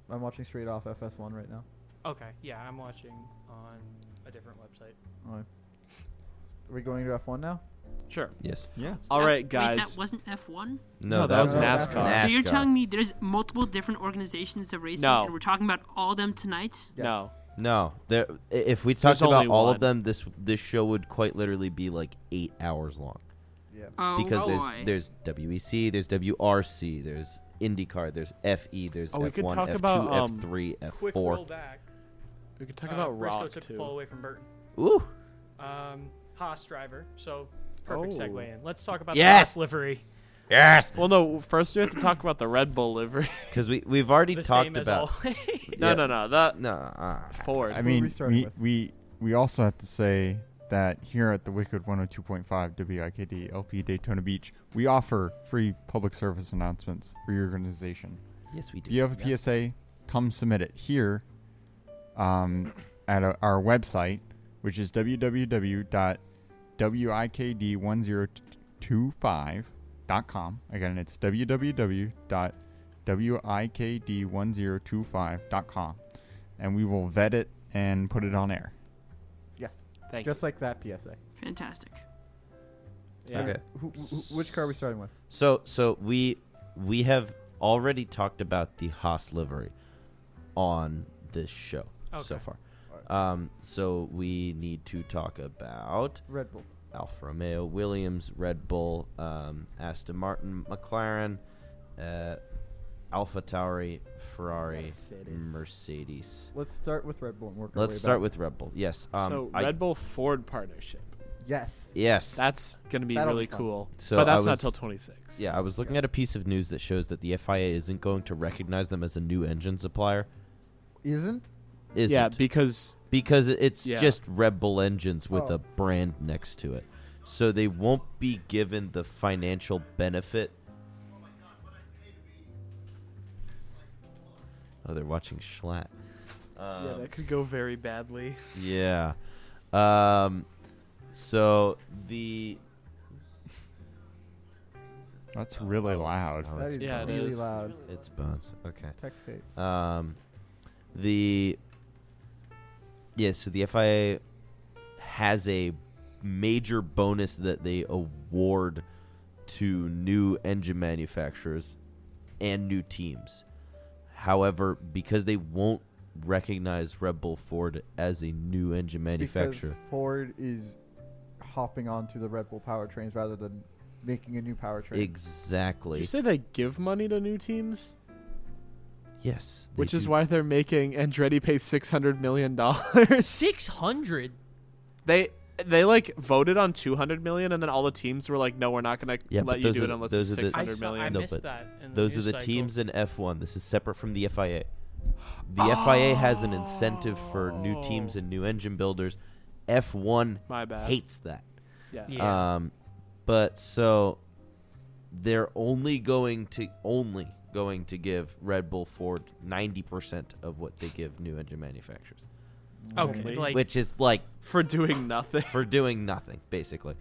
C: I'm watching straight off FS1 right now.
H: Okay, yeah, I'm watching on a different website.
C: Alright. Are we going to F1 now?
G: Sure.
B: Yes.
A: Yeah.
G: All right,
I: Wait,
G: guys.
I: that wasn't F1.
B: No,
G: No, that was
C: NASCAR.
I: So you're
B: NASCAR.
I: telling me there's multiple different organizations that race,
G: No.
I: and we're talking about all them tonight?
C: Yes.
G: No.
B: No, there. i- If we
G: There's
B: talked about
G: only
B: all
G: one.
B: of them, this this show would quite literally be like eight hours long
C: Yeah.
I: Oh
B: because
I: boy.
B: E there's there's WEC, there's WRC, there's IndyCar. There's FE. There's
G: Oh, we
B: F1,
G: could talk
B: F2,
G: about, um,
B: F3,
H: Quick roll
B: F4.
H: back.
G: We could talk
H: uh,
G: about
H: Briscoe
G: Rock
H: took the
G: too.
H: ball away from Burton.
B: Ooh,
H: Um, Haas driver. So perfect
G: Oh.
H: segue in. Let's talk about
B: Yes!
H: the Haas livery.
B: yes,
G: Well, no. First, we have to talk about the Red Bull livery.
B: because we we've already
H: The
B: talked
H: same
B: about.
H: as always.
G: no,
B: Yes.
G: no, no. That
B: No, uh,
G: Ford.
A: I
C: Who are we
A: mean,
C: starting
A: we,
C: with?
A: we we also have to say that here at the Wicked 102.5 WIKD LP Daytona Beach, we offer free public service announcements for your organization.
B: yes, we do.
A: If you have a PSA, come submit it here um, at uh our website, which is www.wikd1025.com. Again, it's www.wikd1025.com. And we will vet it and put it on air.
C: Yes.
G: Thank
C: Just like that PSA.
I: Fantastic.
G: you. Yeah.
B: Okay.
C: Who, who, which car are we starting with?
B: So so we we have already talked about the Haas livery on this show so
H: Okay.
B: far. Um, so we need to talk about
C: Red Bull.
B: Alfa Romeo, Williams, Red Bull, um, Aston Martin, McLaren, uh, Alpha Tauri, Ferrari, Mercedes.
C: Mercedes. Let's start with Red Bull and work our
B: Let's
C: way
B: start
C: back.
B: with Red Bull. Yes. Um,
G: so
B: I-
G: Red Bull Ford partnership.
C: Yes.
B: Yes.
G: That's gonna be
C: That'll
G: really
C: be fun.
G: cool.
B: So
G: but
B: I
G: that's not
B: was-
G: till 26.
B: Yeah, I was looking at a piece of news that shows that the FIA isn't going to recognize them as a new engine supplier.
C: Isn't?
B: Isn't.
G: Yeah, because
B: because it- it's
G: Yeah.
B: just Red Bull engines with
C: Oh.
B: a brand next to it. So they won't be given the financial benefit. Oh, they're watching Schlatt.
G: yeah,
B: Um,
G: that could go very badly.
B: yeah. Um, so the
A: That's really loud.
B: Oh,
C: That
B: it's
C: is
G: Yeah, it
B: Bones.
C: really
G: is.
C: loud.
B: It's Bones. Okay.
C: Text tape.
B: Um, the yeah, so the FIA has a major bonus that they award to new engine manufacturers and new teams. However, because they won't recognize Red Bull Ford as a new engine manufacturer,
C: Because Ford is hopping onto the Red Bull powertrains rather than making a new powertrain.
G: Did
B: exactly.
G: you say they give money to new teams?
B: yes, they
G: Which is
B: do.
G: why they're making Andretti pay six hundred million dollars.
H: Six hundred.
G: they they like voted on two hundred million, and then all the teams were like, "No, we're not gonna
B: Yeah, but
G: let you
B: those
G: do
B: are
G: it
B: the-
G: unless
B: those
G: it's
B: are the- I
G: six
H: I,
G: hundred
H: saw, I
G: million."
B: No,
H: missed
B: but
H: that. In the
B: Those are
H: news
B: the
H: cycle.
B: teams in F1. This is separate from the FIA. The FIA has an incentive for new teams
G: Oh.
B: and new engine builders. F1
G: My bad.
B: hates that.
G: Yeah.
H: Yeah.
B: Um, but so they're only going to only going to give Red Bull Ford 90% of what they give new engine manufacturers,
H: Okay,
G: Only.
H: like
B: which is like
G: For doing nothing.
B: for doing nothing basically.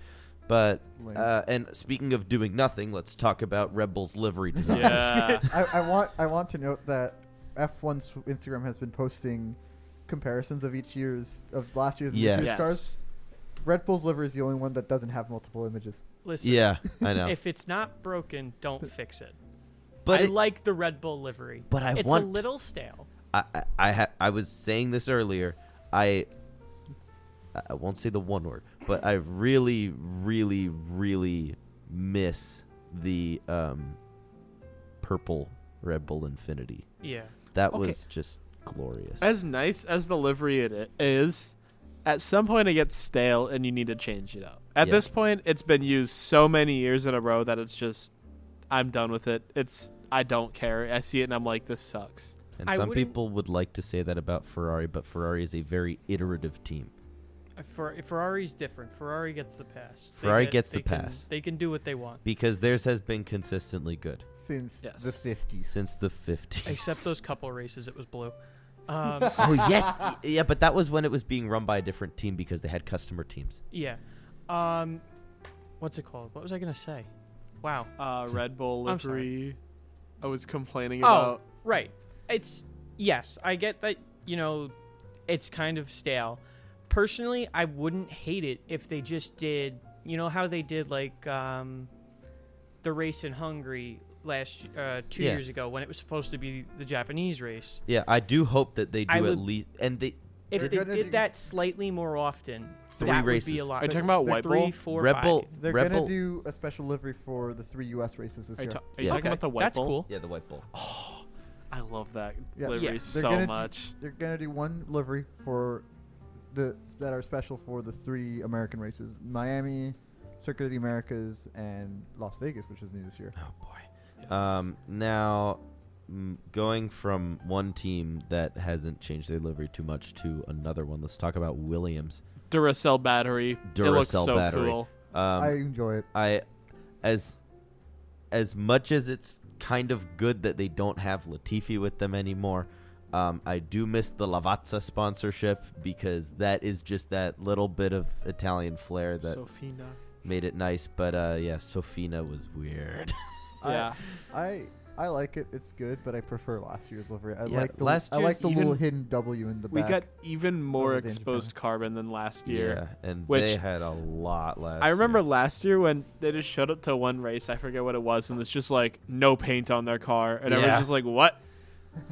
B: But
C: Lame.
B: uh, and speaking of doing nothing, let's talk about Red Bull's livery design.
G: yeah.
C: I, I want I want to note that F1's Instagram has been posting comparisons of each year's of last year's and this
B: Yes.
C: year's
B: Yes.
C: cars. Red Bull's liver is the only one that doesn't have multiple images.
H: listen.
B: Yeah, I know.
H: If it's not broken, don't fix it.
B: but
H: I
B: it-
H: like the Red Bull livery.
B: But I
H: it's
B: want-
H: a little stale.
B: I I I, ha- I was saying this earlier. I I won't say the one word, but I really, really, really miss the um, purple Red Bull Infinity.
H: Yeah.
B: That
G: Okay.
B: was just glorious.
G: As nice as the livery it i- is, at some point it gets stale and you need to change it up. At
B: Yeah.
G: this point, it's been used so many years in a row that it's just, I'm done with it. It's I don't care. I see it and I'm like, this sucks.
B: and
H: I
B: some
H: wouldn't-
B: people would like to say that about Ferrari, but Ferrari is a very iterative team.
H: Uh, Fer- Ferrari's different. Ferrari gets the pass. They
B: Ferrari
H: get-
B: gets the
H: they can-
B: pass.
H: they can do what they want,
B: Because theirs has been consistently good
C: Since
G: Yes.
C: the fifties.
B: since the 50s.
H: except those couple races. It was blue. Um,
B: oh, yes. y- Yeah, but that was when it was being run by a different team because they had customer teams.
H: yeah. Um, what's it called? What was I gonna say? Wow.
G: Uh, Red Bull
H: I'm sorry.
G: livery. I was complaining
H: Oh,
G: about.
H: right. It's yes, I get that. You know, it's kind of stale. Personally, I wouldn't hate it if they just did. You know how they did like um, the race in Hungary last uh, two
B: Yeah.
H: years ago when it was supposed to be the Japanese race.
B: Yeah, I do hope that they do
H: I
B: at
H: would-
B: least, and they
H: If
C: You're
H: they
C: gonna
H: did
C: do-
H: that slightly more often,
B: Three
H: that would be
B: races.
H: a lot.
G: Are you talking about
H: Three,
G: White Bull?
H: four,
B: Red
H: five.
B: Bull.
C: They're
B: Red
C: gonna
B: Bull.
C: do a special livery for the three U.S. races this
G: Are you,
C: year.
G: ta- are you
B: Yeah.
G: talking
H: Okay,
G: about the white
H: That's
G: bowl?
H: cool.
B: Yeah, the white bull.
H: Oh,
G: I love that
C: Yeah.
G: livery
H: Yeah.
G: so
C: gonna do-
G: much.
C: They're gonna do one livery for the that are special for the three American races: Miami, Circuit of the Americas, and Las Vegas, which is new this year.
B: Oh boy. Um, now, mm, going from one team that hasn't changed their livery too much to another one, let's talk about Williams.
G: Duracell battery. it looks
B: Duracell
G: so
B: battery.
G: cool.
B: Um,
C: I enjoy it.
B: I as as much as it's kind of good that they don't have Latifi with them anymore. Um, I do miss the Lavazza sponsorship because that is just that little bit of Italian flair that
G: Sofina.
B: made it nice. But uh, yeah, Sofina was weird.
C: I-
G: Yeah.
C: I I like it. It's good, but I prefer last year's livery. I
B: Yeah,
C: like the
B: last
C: I like
B: year's
C: the little
B: even-
C: hidden W in the
G: We
C: back.
G: got even more
C: Over the
G: exposed carbon than last year.
B: Yeah, and
G: Which-
B: they had a lot last.
G: I remember
B: year.
G: last year when they just showed up to one race. I forget what it was, and it's just like no paint on their car, and
B: Yeah.
G: everyone's just like, "What?"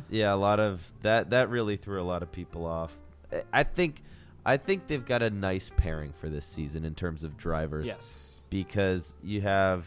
B: yeah, a lot of that that really threw a lot of people off. I- I think I think they've got a nice pairing for this season in terms of drivers
G: Yes,
B: because you have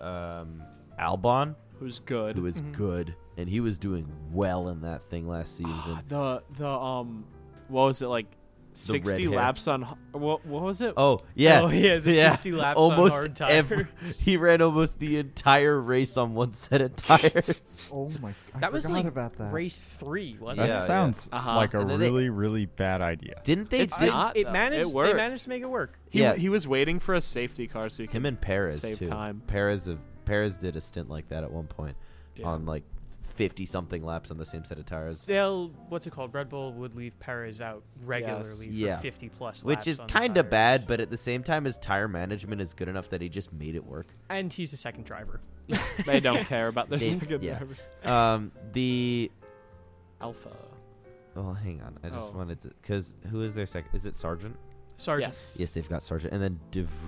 B: um, Albon
G: who's good?
B: who is
H: Mhm.
B: good and he was doing well in that thing last
G: Ah,
B: season.
G: the the um, what was it like? Sixty
B: red hair.
G: laps on h- what? What was it?
B: Oh yeah,
H: Oh, yeah, the 60 laps on
B: almost
H: hard
B: every- he ran almost the entire race on one set of tires.
C: Oh my! I
H: That was
C: forgot
H: like
C: about that.
H: race three,
A: That
H: wasn't
B: Yeah, yeah.
A: sounds
G: Uh-huh.
A: like a
B: Ah, And then they-
A: really, really bad idea.
B: Didn't they?
G: It's
B: did,
G: not.
H: it? It
G: though.
H: managed.
G: It
H: they
G: worked.
H: managed to make it work.
G: He,
B: Yeah.
G: he was waiting for a safety car so he could.
B: him and Perez
G: Save
B: too.
G: time.
B: Perez of Perez did a stint like that at one point
G: Yeah.
B: on like fifty something laps on the same set of tires.
H: They'll what's it called? Red Bull would leave Perez out regularly for
B: Yeah.
H: fifty plus,
B: Which
H: laps
B: is
H: on the
B: kind of
H: tires.
B: bad, but at the same time, his tire management is good enough that he just made it work.
H: And he's a second driver.
G: they don't care about their
B: They-
G: second
B: yeah.
G: drivers.
B: Um, the
G: Alpha.
B: well, hang on, I just
G: Oh.
B: wanted to because who is their second? Is it Sargent?
H: Sergeant.
G: Yes.
B: Yes, they've got Sargent, and then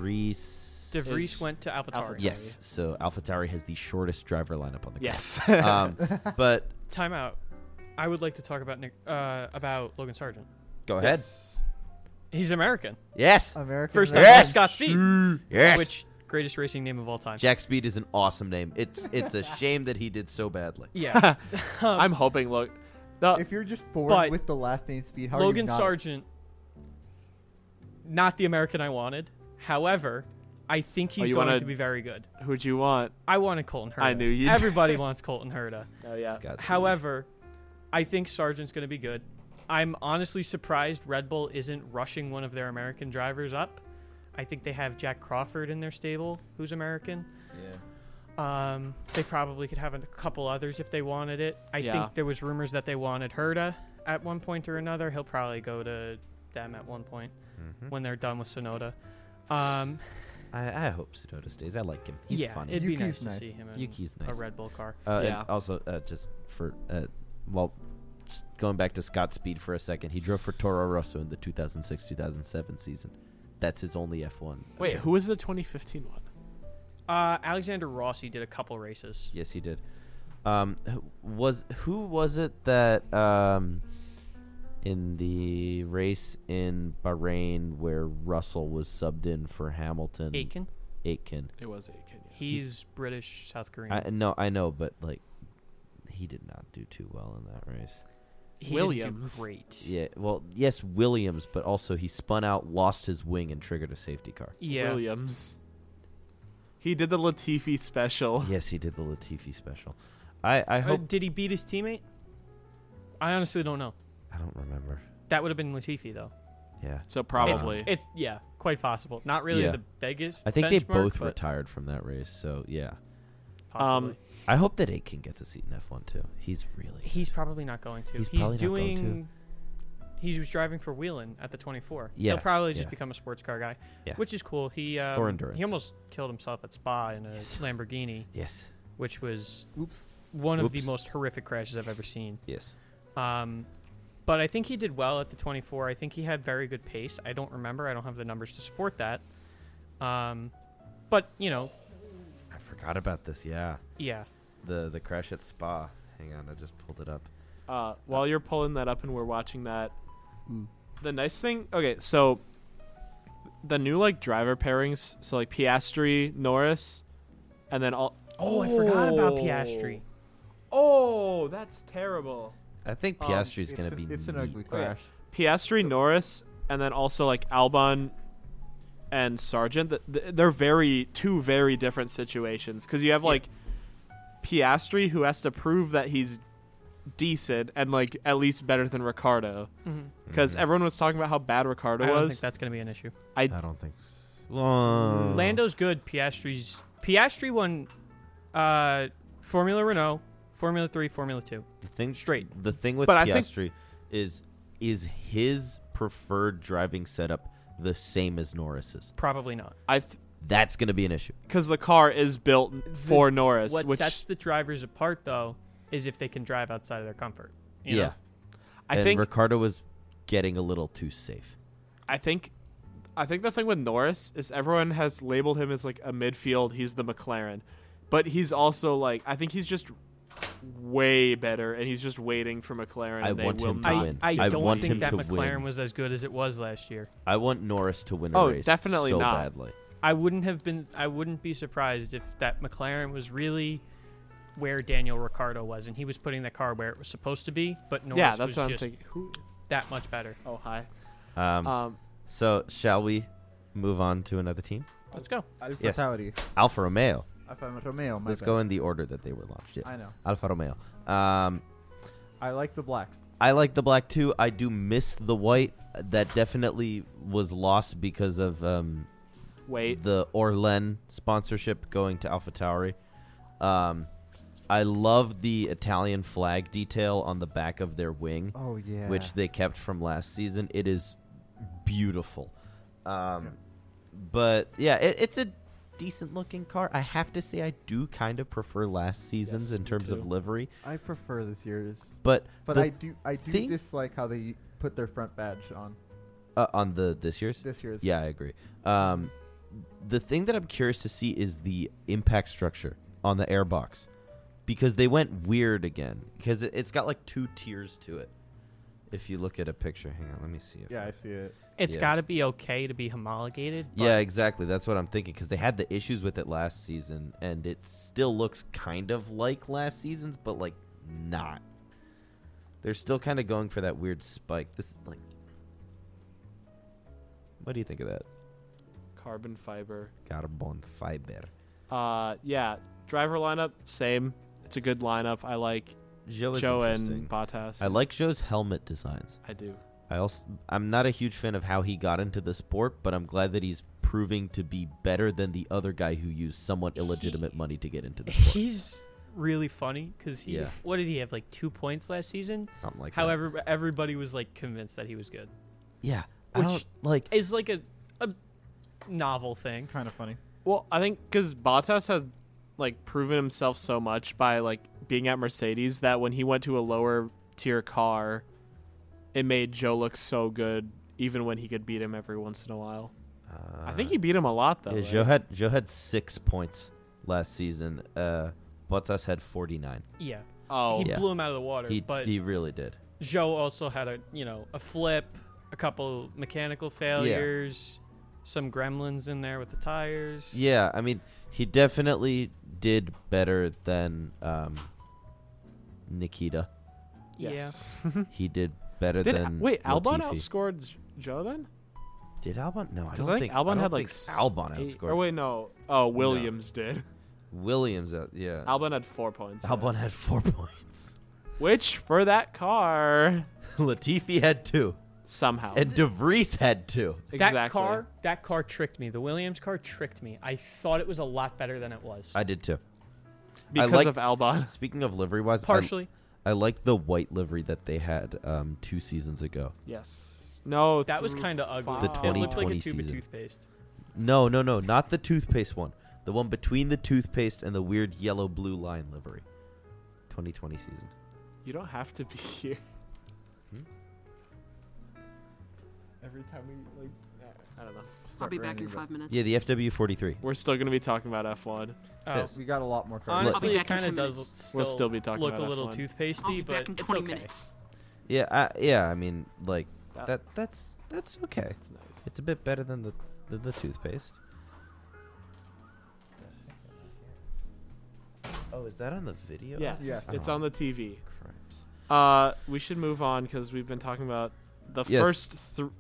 B: DeVries.
H: De Vries
G: Is-
H: went to
G: AlphaTauri.
H: AlphaTauri.
B: Yes, so AlphaTauri has the shortest driver lineup on the
G: Yes.
B: grid. um, but
H: Time out. I would like to talk about Nick, uh, about Logan Sargent.
B: go ahead.
G: Yes.
H: He's American.
B: Yes,
C: American.
H: First time
C: American.
B: Yes!
H: Scott Speed,
B: yes.
H: which greatest racing name of all time.
B: Jack Speed is an awesome name. It's it's a shame that he did so badly.
H: yeah. Um,
G: I'm hoping. Look, the
C: If you're just bored
H: But-
C: with the last name Speed, how are you
H: Logan
C: not?
H: Sargent, not the American I wanted. However, I think
G: Oh,
H: he's
G: you
H: going
G: wanna-
H: to be very good.
G: who'd you want?
H: I wanted Colton Herta.
G: I knew you'd-
H: Everybody wants Colton Herta.
G: Oh yeah.
B: Scott Speed.
H: However, I think Sargent's going to be good. I'm honestly surprised Red Bull isn't rushing one of their American drivers up. I think they have Jack Crawford in their stable, who's American.
B: Yeah.
H: Um, they probably could have a couple others if they wanted it. I
G: Yeah.
H: think there was rumors that they wanted Herda at one point or another. He'll probably go to them at one point
B: Mm-hmm.
H: when they're done with Sonoda. Um,
B: I, I hope Sudoda stays. I like him. He's
H: yeah,
B: funny.
H: it'd be
C: Yuki's
H: nice, to
C: nice.
H: see him in
B: Yuki's nice.
H: a Red Bull car.
B: Uh,
G: Yeah.
B: And also, uh, just for uh, well, just going back to Scott Speed for a second, he drove for Toro Rosso in the 2006-2007 season. That's his only F1.
G: Wait,
B: appearance.
G: who was the 2015 one?
H: Uh, Alexander Rossi did a couple races.
B: Yes, he did. Um, who- was who was it that um, in the race in Bahrain where Russell was subbed in for Hamilton?
H: Aiken,
B: Aitken.
G: It was Aiken. yes.
H: he's British, South Korean.
B: I no, I know, but like, he did not do too well in that race.
H: He didn't do
G: Williams.
H: great.
B: Yeah, well, yes, Williams, but also he spun out, lost his wing, and triggered a safety car.
H: Yeah.
G: Williams. He did the Latifi special.
B: Yes, he did the Latifi special. I I
H: Uh,
B: hope
H: did he beat his teammate? I honestly don't know.
B: I don't remember.
H: That would have been Latifi though.
B: Yeah,
G: So
H: It's-
G: probably.
H: It's, yeah, quite possible. Not really
B: Yeah.
H: the biggest.
B: I think they
H: benchmark,
B: both
H: but
B: retired from that race. So yeah,
H: possibly.
G: Um,
B: I hope that Aitken gets a seat in F one too. He's really
H: he's probably not going to.
B: He's
H: He's,
B: probably not
H: doing.
B: going to.
H: He was driving for Whelan at the 24.
B: Yeah,
H: He'll probably just
B: yeah.
H: become a sports car guy,
B: Yeah.
H: which is cool. He um,
B: Or endurance.
H: He almost killed himself at Spa in a
B: Yes.
H: Lamborghini,
B: yes,
H: which was
C: Oops.
H: one
B: Whoops.
H: of the most horrific crashes I've ever seen.
B: yes.
H: Um, but I think he did well at the 24. I think he had very good pace. I don't remember. I don't have the numbers to support that. Um, but you know,
B: I forgot about this. Yeah,
H: yeah,
B: the the crash at Spa. Hang on, I just pulled it up.
G: uh, while you're pulling that up and we're watching that,
C: Mm.
G: the nice thing, okay, so the new like driver pairings, so like Piastri, Norris, and then all.
H: Oh, I forgot about Piastri.
G: Oh, that's terrible.
B: I think
G: Um,
B: Piastri's
C: it's
B: gonna
C: an-
B: be.
C: It's an
B: neat.
C: ugly
G: Oh, yeah.
C: crash.
G: Piastri, Norris, and then also like Albon and Sargent. th- th- They're very two very different situations because you have like Piastri who has to prove that he's decent and like at least better than Ricardo because
C: Mm-hmm.
B: Mhm.
G: everyone was talking about how bad Ricardo
H: I don't
G: was.
H: think that's going to be an issue.
B: I don't think. s Well,
H: Lando's good. Piastri's Piastri won uh, Formula Renault, Formula Three, Formula Two.
B: The thing
H: Straight.
B: The thing with
G: But I think-
B: Piastri is is his preferred driving setup the same as Norris's.
H: Probably not.
G: I
B: That's going to be an issue.
G: because the car is built for Norris,
H: What
G: which
H: sets the drivers apart, though, is if they can drive outside of their comfort. you know?
B: yeah,
G: I
B: and
G: think
B: Ricardo was getting a little too safe.
G: I think I think the thing with Norris is everyone has labeled him as like a midfield. He's the McLaren, but he's also like I think he's just way better, and he's just waiting for McLaren. and
B: I
G: they
B: want
G: will
B: him to
G: not.
B: win.
H: I,
B: I
H: don't
B: want
H: think
B: him
H: that
B: to
H: McLaren
B: win.
H: was as good as it was last year.
B: I want Norris to win a
G: Oh,
B: race.
G: definitely
B: so
G: not.
B: badly.
H: I wouldn't have been. I wouldn't be surprised if that McLaren was really where Daniel Ricciardo was, and he was putting the car where it was supposed to be. But Norris
G: Yeah, that's
H: was
G: what I'm
H: just
G: thinking. Who?
H: that much better.
G: Oh, hi.
B: Um,
G: Um,
B: so shall we move on to another team?
H: Let's go.
C: Alfa
B: Yes.
C: Tauri.
B: Alfa Romeo.
C: Alfa Romeo. My
B: Let's
C: bad.
B: go in the order that they were launched. Yes.
C: I know.
B: Alfa Romeo. Um,
C: I like the black.
B: I like the black too. I do miss the white. That definitely was lost because of um,
G: wait.
B: the Orlen sponsorship going to Alpha Tauri. Um, I love the Italian flag detail on the back of their wing,
C: Oh yeah.
B: which they kept from last season. It is beautiful. Um, But yeah, it, it's a decent looking car. I have to say, I do kind of prefer last season's
G: Yes,
B: in
G: me
B: terms of
G: too.
B: livery.
C: I prefer this year's,
B: But
C: but
B: the
C: I do I do
B: thing-
C: dislike how they put their front badge on
B: uh, on the this year's
C: this year's.
B: Yeah, I agree. Um, the thing that I'm curious to see is the impact structure on the airbox because they went weird again because it, it's got like two tiers to it. If you look at a picture, hang on, let me see. If
C: Yeah, I see it.
H: It's
B: Yeah.
H: got to be okay to be homologated. but
B: yeah, exactly. That's what I'm thinking because they had the issues with it last season, and it still looks kind of like last season's, but like not. They're still kind of going for that weird spike. This is like, what do you think of that?
G: Carbon fiber.
B: Carbon fiber.
G: Uh, yeah. Driver lineup, same. It's a good lineup. I like
B: Joe is
G: Joe
B: interesting.
G: and Bottas.
B: I like Joe's helmet designs.
G: I do.
B: I also I'm not a huge fan of how he got into the sport, but I'm glad that he's proving to be better than the other guy who used somewhat illegitimate money to get into the sport.
H: he's really funny because he.
B: Yeah.
H: What did he have? Like two points last season.
B: Something like that.
H: However, everybody was like convinced that he was good.
B: yeah, I
H: which-
B: don't like
H: It's like a a novel thing.
C: Kind of funny.
G: Well, I think because Bottas has like proven himself so much by like being at Mercedes that when he went to a lower tier car, it made Joe look so good, even when he could beat him every once in a while.
B: uh,
G: I think he beat him a lot though.
B: yeah,
G: right?
B: Joe had Joe had six points last season. Uh, Bottas had 49.
H: Yeah.
G: oh,
H: he
B: Yeah.
H: blew him out of the water.
B: He
H: but
B: he really did.
H: Joe also had a you know a flip, a couple mechanical failures, some gremlins in there with the tires.
B: Yeah, I mean he definitely did better than um, Nikita.
G: yes.
B: He did better
G: Did,
B: than
G: wait, Albon
B: Latifi.
G: outscored J- Joe then?
B: Did Albon? No, I
G: Because
B: don't
G: I, think
B: think
G: Albon
B: I don't
G: had like
B: think
G: s-
B: Albon
G: eight-
B: outscored.
G: Or wait, no. Oh, Williams did.
B: Williams, out, yeah.
G: Albon had four points. yeah.
B: Uh, Albon had four points.
G: which for that car
B: Latifi had two,
G: somehow
B: and DeVries had two.
G: exactly.
H: That car, that car tricked me. The Williams car tricked me. I thought it was a lot better than it was.
B: I did too.
G: because
B: like-
G: of Albon.
B: Speaking of livery wise,
H: Partially,
B: I, I like the white livery that they had um, two seasons ago.
G: Yes. No,
H: Oh, that was
G: through
H: kind of ugly.
G: five.
B: The
H: it looked like a
B: 2020
H: tube of
B: season.
H: toothpaste.
B: No, no, no, not the toothpaste one. The one between the toothpaste and the weird yellow blue line livery. 2020 season.
G: You don't have to be here.
B: Hmm?
G: Every time we like, I don't know.
I: I'll
C: Start
I: be back in
C: rounding up.
I: five minutes.
B: Yeah, the FW43.
G: We're still gonna be talking about F1.
H: Oh,
B: Yes.
C: We got a lot more. cars.
B: Look- I'll
H: honestly,
I: be
H: it
I: back in
H: kind of
I: 10
H: does
I: minutes.
G: We'll still be talking
H: look
G: about
H: a little
G: F1.
H: toothpastey,
I: I'll be
H: but
I: back in
H: it's
I: 20
H: okay.
I: minutes.
B: Yeah, I, yeah. I mean, like
G: That-
B: that. That's That's okay.
G: It's nice.
B: It's a bit better than the the, the toothpaste. Oh, is that on the video?
G: Yes,
C: Yes. Uh-huh.
G: it's
B: Oh,
G: on the TV.
B: Crimes.
G: Uh, we should move on because we've been talking about the
B: Yes.
G: first. Th-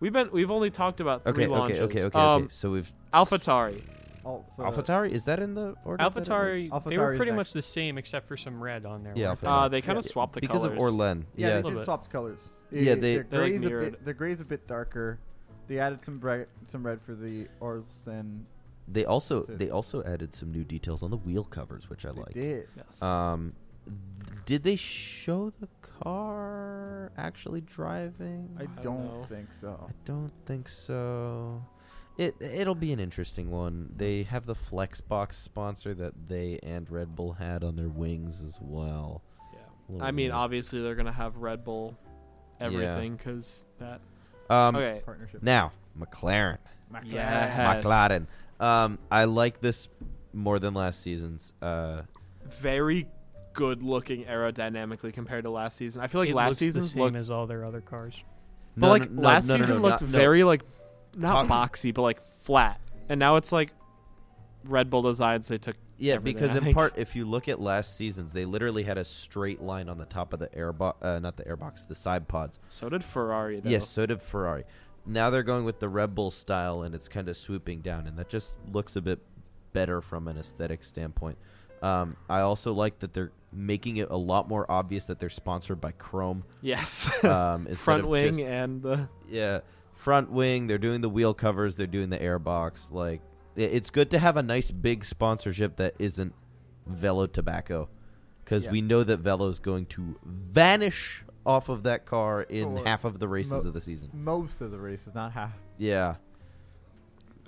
G: we've been we've only talked about three
B: Okay, okay,
G: launches.
B: okay, okay,
G: Um,
B: okay. So we've
G: AlphaTari.
C: Alpha,
B: AlphaTari. Is that in the order? that it
H: AlphaTari,
B: was?
C: Alpha
H: they were
C: Tari is
H: pretty
C: next.
H: much the same except for some red on there.
B: Yeah,
H: weren't they?
B: Alpha-
G: Uh, they kind of
C: Yeah.
G: swapped the
B: because
G: colors.
B: of Orlen. Yeah,
C: Yeah, they
H: little
C: did
H: bit.
C: swap the colors.
B: Yeah,
C: I-
B: they-
C: their
G: They're, like,
C: gray's a
G: mirrored.
C: bit. Their gray's a bit darker. They added some bright, some red for the Orson.
B: they also
C: Sick.
B: they also added some new details on the wheel covers, which I
C: They
B: like.
C: did.
G: Yes.
B: Um, th- did they show the car actually driving?
C: I
G: I
C: don't,
G: don't know.
C: think so.
B: I don't think so. It it'll be an interesting one. They have the Flexbox sponsor that they and Red Bull had on their wings as well.
G: yeah.
B: Little
G: I mean,
B: weird.
G: obviously they're gonna have Red Bull,
B: Mm. Yeah.
G: everything because that.
B: um,
G: okay.
C: Partnership.
B: now McLaren.
C: McLaren.
G: Yes.
B: McLaren. Um, I like this more than last season's. Uh,
G: Very good looking aerodynamically compared to last season. I feel like
H: It
G: last
H: looks the
G: season's
H: same
G: looked,
H: as all their other cars.
G: but
B: no,
G: like
B: no, no,
G: last
B: no, no,
G: season
B: no,
G: looked
B: not- no.
G: very like not
B: Talk-
G: boxy, but like flat, and now it's like Red Bull designs they took.
B: Yeah,
G: everything,
B: because
G: I
B: in
G: think.
B: part, if you look at last season's, they literally had a straight line on the top of the airbox, uh, not the airbox, the side pods.
G: So did Ferrari. Though.
B: Yes, so did Ferrari. Now they're going with the Red Bull style, and it's kind of swooping down, and that just looks a bit better from an aesthetic standpoint. Um, I also like that they're making it a lot more obvious that they're sponsored by Chrome.
G: Yes.
B: Um, instead
G: Front
B: of
G: wing
B: just-
G: and the
B: yeah, front wing. They're doing the wheel covers. They're doing the airbox. Like, i- it's good to have a nice big sponsorship that isn't Velo Tobacco, because
C: Yeah.
B: we know that Velo is going to vanish off of that car in
C: For
B: half of the races
C: mo-
B: of the season.
C: Most of the races, not half.
B: Yeah.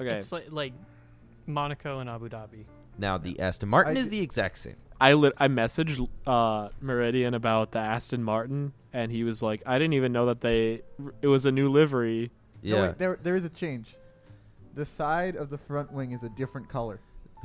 G: okay.
H: It's like, like Monaco and Abu Dhabi.
B: Now the Aston Martin
C: I
B: is
C: d-
B: the exact same.
G: I lit, I messaged uh, Meridian about the Aston Martin, and he was like, "I didn't even know that they it was a new livery."
B: Yeah.
C: No, wait, there, there is a change. The side of the front wing is a different color.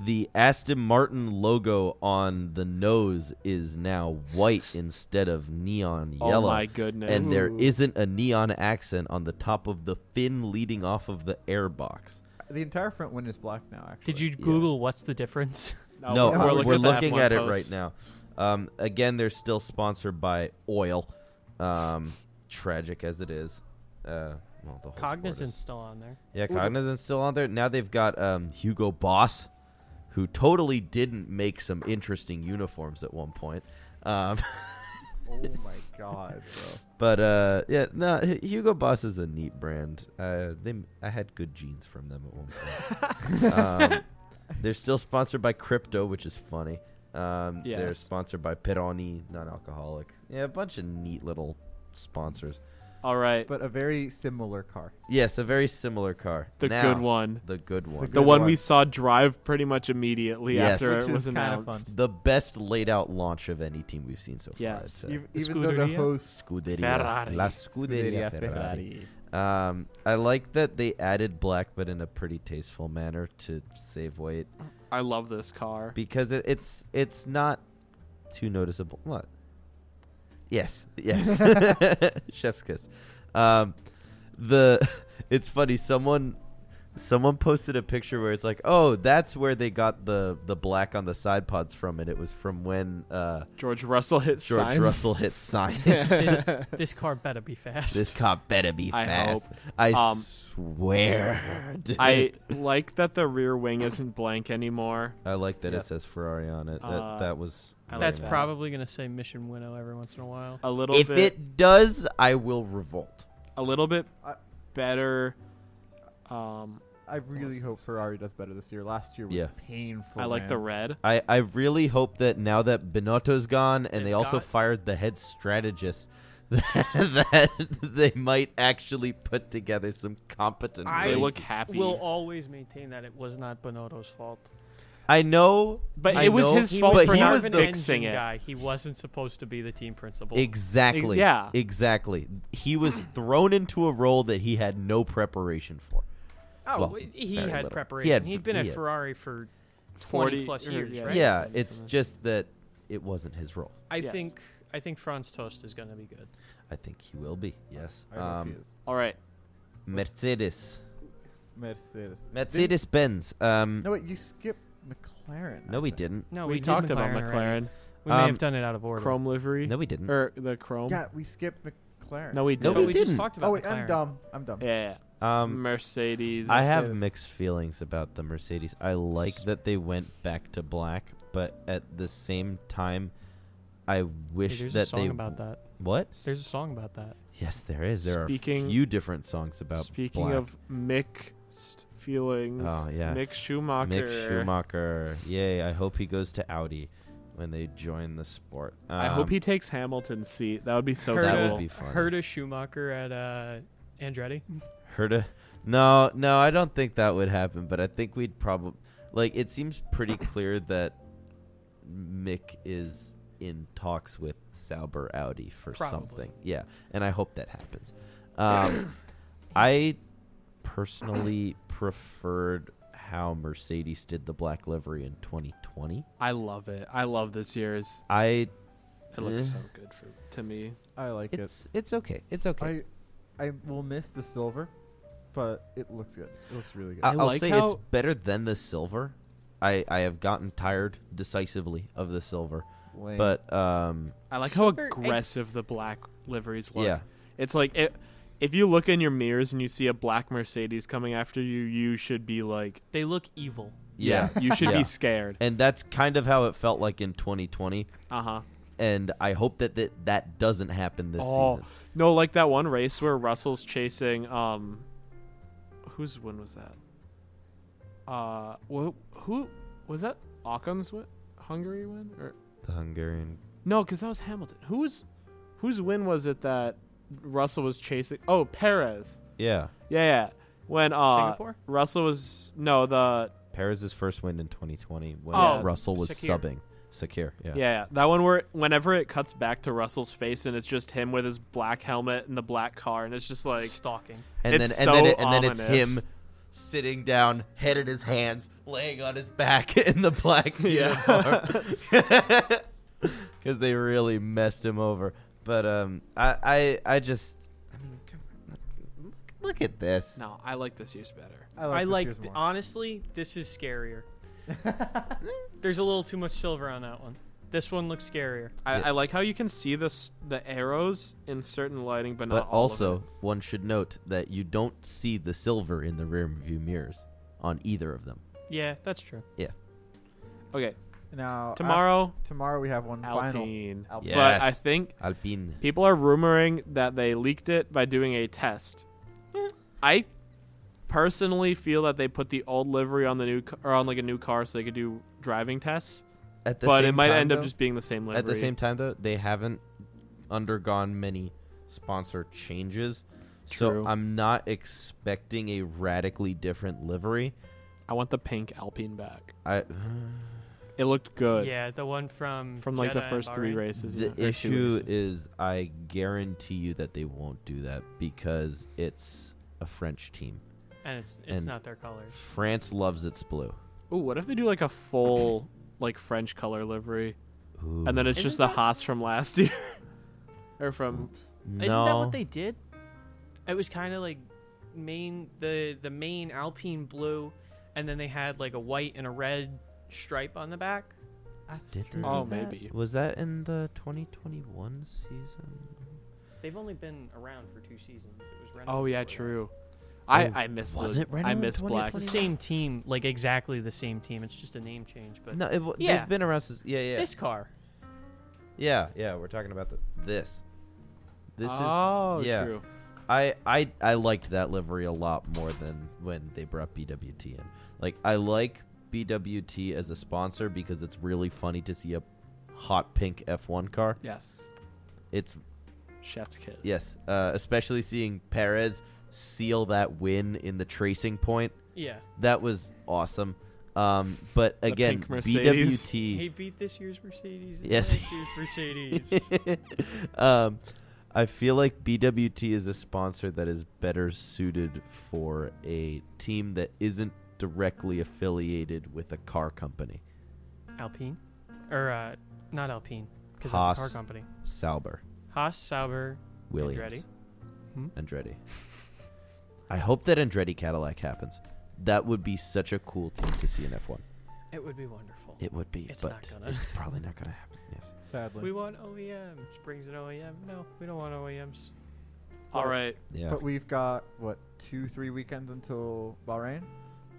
B: the Aston Martin logo on the nose is now white instead of neon
G: Oh
B: yellow.
G: my goodness!
B: and there
C: Ooh.
B: isn't a neon accent on the top of the fin leading off of the airbox.
C: The entire front wing is black now. Actually,
H: Did you
B: Yeah.
H: Google what's the difference?
G: No,
B: no,
C: we're
B: we're,
C: looking
B: we're
C: at the
B: looking
G: F1
B: at it
G: post.
B: right now. Um, again, they're still sponsored by oil. Um, tragic as it is. Uh, well, the whole sport
H: Cognizant's
B: is.
H: still on there.
B: Yeah,
C: the-
B: Cognizant's still on there. Now they've got um, Hugo Boss, who totally didn't make some interesting uniforms at one point. Um,
C: Oh my god, bro!
B: But uh, yeah, no, H- Hugo Boss is a neat brand. Uh, they, I had good jeans from them at one point. um, they're still sponsored by Crypto, which is funny. Um, They're
G: Yes.
B: sponsored by Peroni, non-alcoholic. Yeah, a bunch of neat little sponsors.
G: All right,
C: But a very similar car.
B: Yes, a very similar car.
G: the
B: Now,
G: good one,
B: The good one.
C: good
G: the one,
C: one.
G: we saw drive pretty much immediately
B: Yes.
G: after
C: Which
G: it
C: is
G: was
C: kinda
G: announced.
C: fun.
B: The best laid out launch of any team we've seen so far. I'd
G: Yes.
B: say.
C: Ev-
G: The
C: even though the
G: Scuderia?
C: host
B: Scuderia.
G: Ferrari.
B: La Scuderia, Ferrari.
G: Ferrari.
B: Um, I like that they added black, but in a pretty tasteful manner to save weight
G: I love this car.
B: because it, it's it's not too noticeable. What? Yes, yes. Chef's kiss. Um, the it's funny. Someone someone posted a picture where it's like, oh, that's where they got the the black on the side pods from, and it was from when uh,
G: George Russell hit
B: George
G: signs.
B: Russell hit science.
H: This car better be fast.
B: this cop better be
G: I
B: fast.
G: hope.
B: I
G: Um,
B: swear. dude.
G: I like that the rear wing isn't blank anymore.
B: I like that
G: Yeah.
B: it says Ferrari on it. That,
G: Uh,
B: that was.
G: I like
H: That's
G: that.
H: probably gonna say Mission Winnow every once in a while.
G: A little
B: If
G: bit,
B: it does, I will revolt.
G: a little bit
C: I-
G: better. Um,
C: I really hope Ferrari does better this year. Last year was
B: Yeah.
C: painful.
G: I like the
C: man.
G: red.
B: I, I really hope that now that Binotto's gone and they
H: They've
B: also
H: got-
B: fired the head strategist, that they might actually put together some competent.
H: I
G: They look
B: races.
G: happy.
H: Will always maintain that it was not Bonotto's fault.
B: I know,
G: But
B: I
G: it was
B: know,
G: his
H: He
G: fault
H: was
B: But
G: for
B: he
G: not
B: was
H: an
B: the
G: fixing
H: engine
G: it.
H: guy. He wasn't supposed to be the team principal.
B: exactly.
G: Yeah.
B: exactly. He was thrown into a role that he had no preparation for.
H: oh,
B: well,
H: w-
B: very
H: he had
B: little. He
H: preparation.
B: had-
H: He had been
B: he
H: at
B: had-
H: Ferrari for
G: 40
H: 20 plus
G: or-
H: years,
G: yeah.
H: right?
B: Yeah,
G: Twenty
B: it's
G: something.
B: just that it wasn't his role.
H: I
G: Yes.
H: think I think Franz Toast is gonna be good.
B: I think he will be. Yes.
C: I hope
B: Um,
C: he is.
G: All right.
B: Mercedes.
C: Mercedes.
B: Mercedes Benz. Um,
C: No, wait, you skipped McLaren.
B: no,
C: I
B: we
C: think.
B: didn't.
H: No,
G: we,
H: we, did
G: talked about
H: McLaren
G: McLaren.
H: already. We may
B: Um,
H: have done it out of order.
G: Chrome livery.
B: No, we didn't.
G: Or the chrome.
C: Yeah, we skipped McLaren.
G: No, we did.
B: No,
H: But we, just
B: didn't.
H: talked about
C: Oh, wait,
H: McLaren.
C: I'm dumb. I'm dumb.
G: Yeah.
B: Um,
G: Mercedes.
B: I have
C: Mercedes.
B: mixed feelings about the Mercedes. I like that they went back to black, but at the same time, I
H: Hey,
B: wish
H: there's
B: that
H: a song
B: they
H: about that.
B: what?
H: There's a song about that.
B: Yes, there is. There are
G: Speaking-
B: a few different songs about
G: Speaking
B: black.
G: of mixed feelings.
B: Oh, yeah.
G: Mick Schumacher.
B: Mick Schumacher. Yay! I hope he goes to Audi when they join the sport.
G: I hope
B: Um,
G: he takes Hamilton's seat. That would be so
H: Heard
B: that
H: a-
G: cool.
B: would be funny.
H: Heard a Schumacher at uh, Andretti.
B: Herda. No, no, I don't think that would happen. But I think we'd probably like. It seems pretty clear that Mick is in talks with Sauber Audi for
H: Probably.
B: something. Yeah, and I hope that happens. Um, I personally preferred how Mercedes did the black livery in 2020.
G: I love it. I love this year's.
B: I eh,
G: It looks
B: Yeah.
G: so good for to me.
C: I like it.
B: it's it's okay. It's okay.
C: I I will miss the silver, but it looks good. It looks really good.
B: I, will
G: like
B: say it's
G: how-
B: better than the silver. I, I have gotten tired decisively of the silver,
C: Lame.
B: but um
G: I like
H: Super egg-
G: how aggressive the black liveries look.
B: yeah,
G: It's like it, if you look in your mirrors and you see a black Mercedes coming after you, you should be like,
H: They look evil.
B: yeah,
G: you should
B: Yeah.
G: be scared.
B: and that's kind of how it felt like in 2020.
G: Uh huh.
B: And I hope that that, that doesn't happen this
G: Oh.
B: season.
G: No, like that one race where Russell's chasing. Um, whose win was that? Uh, who, who was that? Occam's win, Hungary win, or
B: The Hungarian.
G: no? Because that was Hamilton. Who was, whose win was it that Russell was chasing? Oh, Perez.
B: Yeah,
G: Yeah, yeah. When uh,
H: Singapore?
G: Russell was no the
B: Perez's first win in 2020 when
G: Oh,
B: Russell was
H: Sakir.
B: subbing. Secure. Yeah.
G: yeah. yeah that one where whenever it cuts back to Russell's face and it's just him with his black helmet and the black car and it's just like
H: stalking.
B: And then
G: It's
B: and then
G: so
B: it, and then it's
G: ominous.
B: him sitting down, head in his hands, laying on his back in the black
G: Yeah.
B: uniform. Cuz they really messed him over. But um I I I just I mean come on, look, look at this.
G: no, I like this year's better.
H: I
C: this
H: like.
C: year's
H: th-
C: more.
H: honestly, this is scarier. There's a little too much silver on that one. This one looks scarier.
G: I,
B: Yeah.
G: I like how you can see the s- the arrows in certain lighting, but not
B: But
G: all of
B: also,
G: it.
B: one should note that you don't see the silver in the rear view mirrors on either of them.
H: Yeah, that's true.
G: Okay,
C: now af-
G: tomorrow
C: tomorrow we have one final.
G: Alpine.
C: Alpine.
B: Yeah.
G: But
B: Yes.
G: I think
B: Alpine.
G: people are rumoring that they leaked it by doing a test. I personally feel that they put the old livery on the new ca- or on like a new car so they could do driving tests,
B: At the
G: but it
B: same
G: might
B: time,
G: end up
B: though-
G: just being the same livery.
B: At the same time, though, they haven't undergone many sponsor changes.
G: True.
B: So I'm not expecting a radically different livery.
G: I want the pink Alpine back.
B: I
G: It looked good
H: Yeah, the one from
G: from like
H: Jeddah
G: the
H: and
G: first three
H: Bahrain.
G: races. yeah,
B: the
G: or two
B: issue
G: races.
B: is I guarantee you that they won't do that because it's a French team.
H: and it's it's
B: and-
H: not their colors.
B: France loves its blue.
G: Ooh, what if they do like a full like French color livery,
B: Ooh.
G: and then it's just
H: Isn't
G: the
H: that-
G: Haas from last year, or from
B: no.
H: Isn't that what they did? It was kind of like main the the main Alpine blue, and then they had like a white and a red stripe on the back.
C: That's
B: Did
C: true.
B: they
G: oh
B: do that?
G: maybe
B: Was that in the 2021 season?
H: They've only been around for two seasons. It was Renault
G: oh yeah
H: before that.
G: true. I
B: Oh,
G: I miss
B: was
G: the,
B: it Renault
G: I
B: in
G: miss black.
H: It's the same team, like exactly the same team. It's just a name change, but
B: No, it, w-
H: Yeah.
B: they've been around since. Yeah, yeah,
H: this car.
B: yeah, yeah. We're talking about the, this. This
G: oh
B: is yeah.
G: true.
B: I, I I liked that livery a lot more than when they brought BWT in. Like I like BWT as a sponsor because it's really funny to see a hot pink F1 car.
G: Yes,
B: It's
G: chef's kiss.
B: yes, uh, especially seeing Perez seal that win in the tracing point.
H: Yeah,
B: That was awesome. Um, but
G: The
B: again,
G: pink Mercedes.
B: BWT
H: he beat this year's Mercedes. and
B: Yes.
H: last year's Mercedes.
B: um, I feel like BWT is a sponsor that is better suited for a team that isn't directly affiliated with a car company.
H: Alpine, or uh, not Alpine, because
B: Haas.
H: that's a car company.
B: Sauber,
H: Haas, Sauber,
B: Williams,
H: Hmm?
B: Andretti. I hope that Andretti Cadillac happens. That would be such a cool team to see in F1.
H: It would be wonderful.
B: It would be,
H: It's
B: but
H: not gonna.
B: it's probably not gonna happen. Yes.
C: Sadly.
H: We want OEMs. Brings an OEM. No, we don't want E OEMs.
G: All right.
B: Yeah.
C: But we've got what two, three weekends until Bahrain.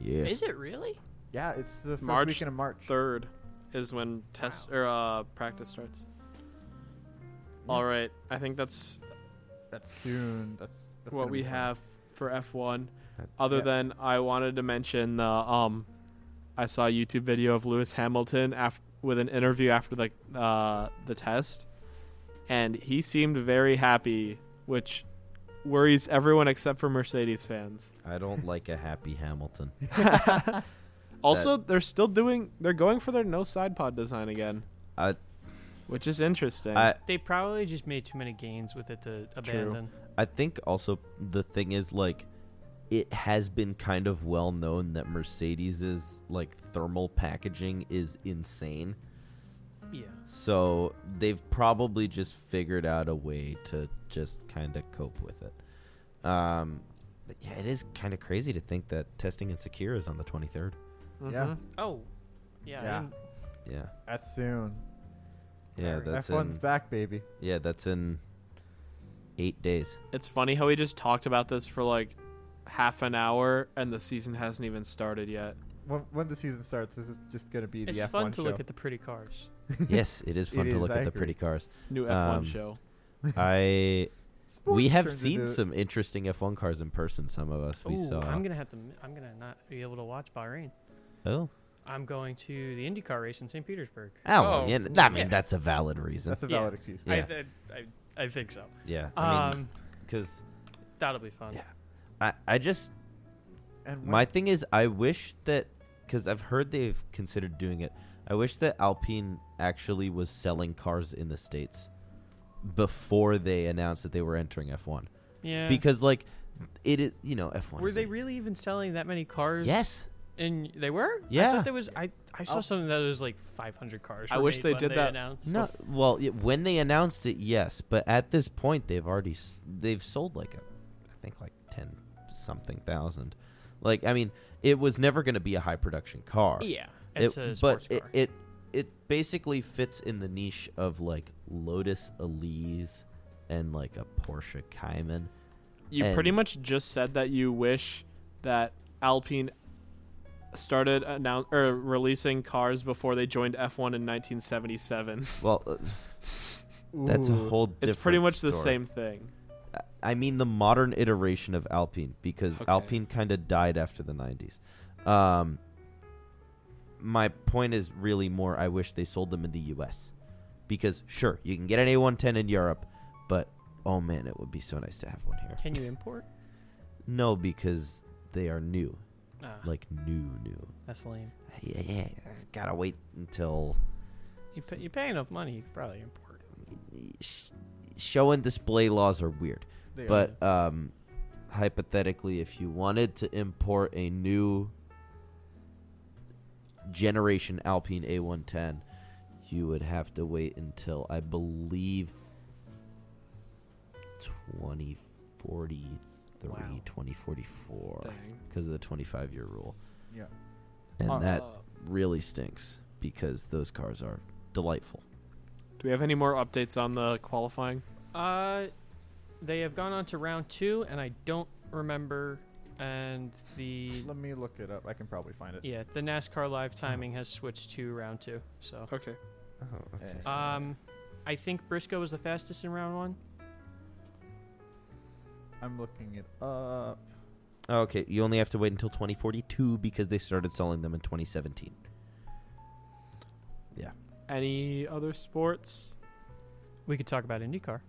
B: yes.
H: Is it really?
C: Yeah, it's the first
G: March
C: weekend of March.
G: Third is when test or uh, practice starts.
C: Hmm.
G: All right. I think that's
C: That's soon. That's, that's
G: what
C: gonna
G: we
C: be fun.
G: have for F1.
B: Uh,
G: Other
C: Yeah.
G: than I wanted to mention the um, I saw a YouTube video of Lewis Hamilton af- with an interview after the uh, the test, and he seemed very happy, which worries everyone except for Mercedes fans.
B: I don't like a happy Hamilton.
G: Also, they're still doing they're going for their no side pod design again,
B: I
G: which is interesting.
B: I
H: They probably just made too many gains with it to abandon.
B: I think also the thing is like it has been kind of well known that Mercedes's like thermal packaging is insane.
H: Yeah.
B: So they've probably just figured out a way to just kind of cope with it. Um but yeah, it is kind of crazy to think that testing in Sakura is on the 23rd.
C: yeah.
G: Mhm.
H: Oh. Yeah. I
C: Yeah.
H: didn't-
B: Yeah.
C: That's soon.
B: Yeah,
H: Very-
B: that's
C: F1's
B: in
C: back, baby.
B: Yeah, that's in 8 days.
G: It's funny how we just talked about this for like half an hour and the season hasn't even started yet.
C: When, when the season starts, this is just gonna be
H: It's
C: the F1
H: fun to
C: show.
H: look at the pretty cars.
B: yes, it is
C: It
B: fun to
C: is,
B: look
C: I
B: at the
C: agree.
B: pretty cars.
G: New F1
B: Um,
G: show.
B: I we
C: Sports
B: have
C: turns
B: seen
C: into-
B: some interesting F1 cars in person. Some of us we
H: Ooh,
B: saw.
H: I'm gonna have to. m- I'm gonna not be able to watch Bahrain.
B: oh,
H: I'm going to the IndyCar race in St. Petersburg.
B: oh, well,
G: Oh,
B: yeah, I mean
H: yeah.
B: that's a valid reason.
C: That's a
H: Yeah.
C: valid excuse.
B: Yeah.
H: I, th- I I think so.
B: yeah, I mean
H: Um,
B: 'cause
H: that'll be fun.
B: Yeah. I, I just
C: And when-
B: my thing is I wish that because I've heard they've considered doing it. I wish that Alpine actually was selling cars in the states before they announced that they were entering F1
H: Yeah.
B: because like it is you know F1
H: were
B: is
H: they
B: a-
H: really even selling that many cars?
B: yes
H: And they were. I
B: Yeah.
H: thought there was. I I saw something that was like 500 cars.
G: I
H: were
G: wish
H: made
G: they
H: when
G: did that-
H: announced the
B: No,
H: f-
B: well, y when they announced it, yes, but at this point, they've already s- they've sold like a, I think like ten something thousand. Like, I mean, it was never going to be a high production car.
H: yeah.
B: It-
H: It's a
B: but
H: sports
B: it,
H: car.
B: it it basically fits in the niche of like Lotus Elise and like a Porsche Cayman.
G: You pretty
B: And-
G: much just said that you wish that Alpine started announce or releasing cars before they joined F1 in 1977.
B: Well, uh, that's a
C: Ooh.
B: whole.
G: It's pretty
B: different
G: much the
B: story.
G: same thing.
B: I- I mean the modern iteration of Alpine because
G: Okay.
B: Alpine kind of died after the 90s. Um, my point is really more I wish they sold them in the US because sure, you can get an A110 in Europe, but oh man, it would be so nice to have one here.
H: Can you import?
B: No, because they are new,
H: Ah,
B: like new new.
H: that's lame.
B: Yeah, yeah, yeah, got to wait until
H: You pay, you pay enough money, you could probably import.
B: sh- show and display laws are weird.
C: They are-
B: But um, hypothetically, if you wanted to import a new generation Alpine A110, you would have to wait until I believe 2043,
H: Wow.
B: 2044,
G: Dang.
B: because of the 25 year rule.
C: Yeah.
B: And
G: Uh,
B: that really stinks because those cars are delightful.
G: do we have any more updates on the qualifying?
H: Uh, they have gone on to round two, and I don't remember. And the
C: Let me look it up. I can probably find it. Oh.
H: yeah, the NASCAR live timing has switched to round two. So,
G: Okay.
B: Oh,
C: okay. Eh.
H: um, I think Briscoe was the fastest in round one.
C: I'm looking it up.
B: Okay, you only have to wait until 2042 because they started selling them in 2017.
G: Any other sports?
H: We could talk about IndyCar.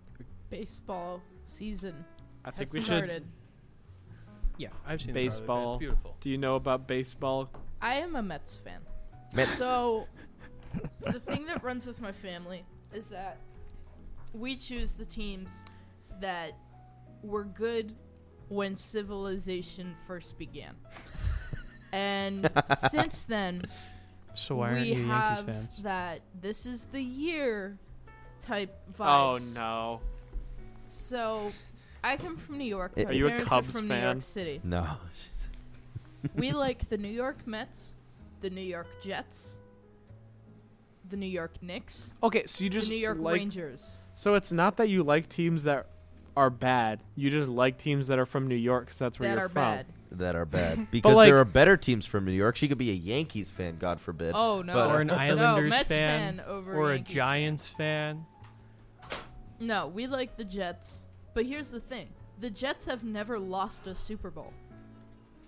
F: Baseball season.
G: I think
F: has
G: we should.
F: started.
H: Yeah, I've seen
G: the car, it's Baseball.
H: beautiful.
G: Do you know about baseball?
F: I am a Mets fan.
B: Mets.
F: So, the thing that runs with my family is that we choose the teams that were good when civilization first began. And since then,
H: So why aren't
F: we
H: you Yankees
F: have
H: fans?
F: that this is the year type
G: Oh
F: vibes.
G: no.
F: So I come from New York.
B: Are
F: My
G: you a
F: parents
G: Cubs
F: are from New
G: fan?
F: York City.
B: No.
F: we like the New York Mets, the New York Jets, the New York Knicks,
G: Okay, so you
F: the
G: just
F: New York
G: like
F: Rangers.
G: so it's not that you like teams that are bad. You just like teams that are from New York because that's where
F: that
G: you're
F: are
G: from.
F: bad.
B: that are bad because
G: like-
B: there are better teams from New York. She could be a Yankees fan, God forbid.
F: Oh no!
B: But- uh,
H: or an
B: No,
H: Islanders
F: no, Mets
H: fan,
F: fan, over
H: or a
F: Yankees
H: Giants fan.
F: Fan. No, we like the Jets. But here's the thing: the Jets have never lost a Super Bowl.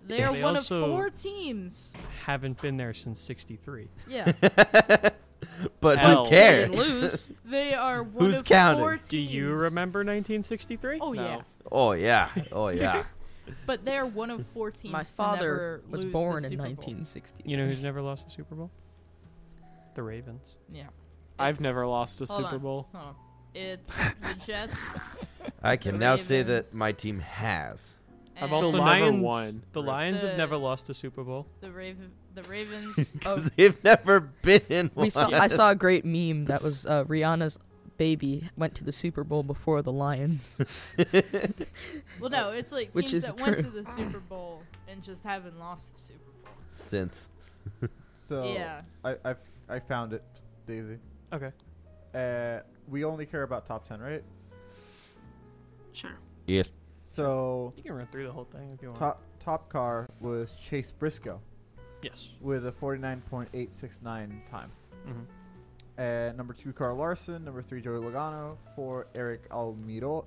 F: They
H: Yeah,
F: are
H: they
F: one
H: also-
F: of four teams.
H: Haven't been there since '63.
F: Yeah,
B: but
G: Hell.
B: who cares?
F: They lose. they are one
B: Who's
F: of
B: counting?
F: four teams.
G: Do you
H: Remember 1963?
F: Oh
G: No.
F: yeah,
B: oh yeah, oh yeah.
F: but they are one of four teams.
D: My
F: to
D: father
F: never
D: was
F: lose the
D: born in
F: Super Bowl.
D: 1960.
H: You know who's never lost a Super Bowl? The Ravens.
F: Yeah.
G: I've
F: It's-
G: never lost a
F: Hold
G: Super
F: on,
G: Bowl.
F: hold on. It's the Jets.
B: I can now say that
F: Ravens.
B: my team has.
G: I've
F: and
G: also
H: the
G: never
H: Lions.
G: won.
H: The Lions have
F: The-
H: never lost a Super Bowl.
F: the Raven, the Ravens.
B: Because
F: of,
B: they've never been in one.
D: We saw, I saw a great meme that was uh, Rihanna's baby went to the Super Bowl before the Lions.
F: well, no, it's like teams
D: Which is
F: that went to
D: true.
F: the Super Bowl and just haven't lost the Super Bowl.
B: since.
C: So
F: yeah,
C: I, I I found it, Daisy.
H: Okay.
C: Uh, we only care about top ten, right?
I: Sure.
B: Yes.
C: So
H: You can run through the whole thing if you want.
C: top top car was Chase Briscoe
H: Yes.
C: with a forty nine point eight six nine time.
H: Mhm.
C: Uh, number two, Carl Larson. Number three, Joey Logano. Four, Eric Almiro,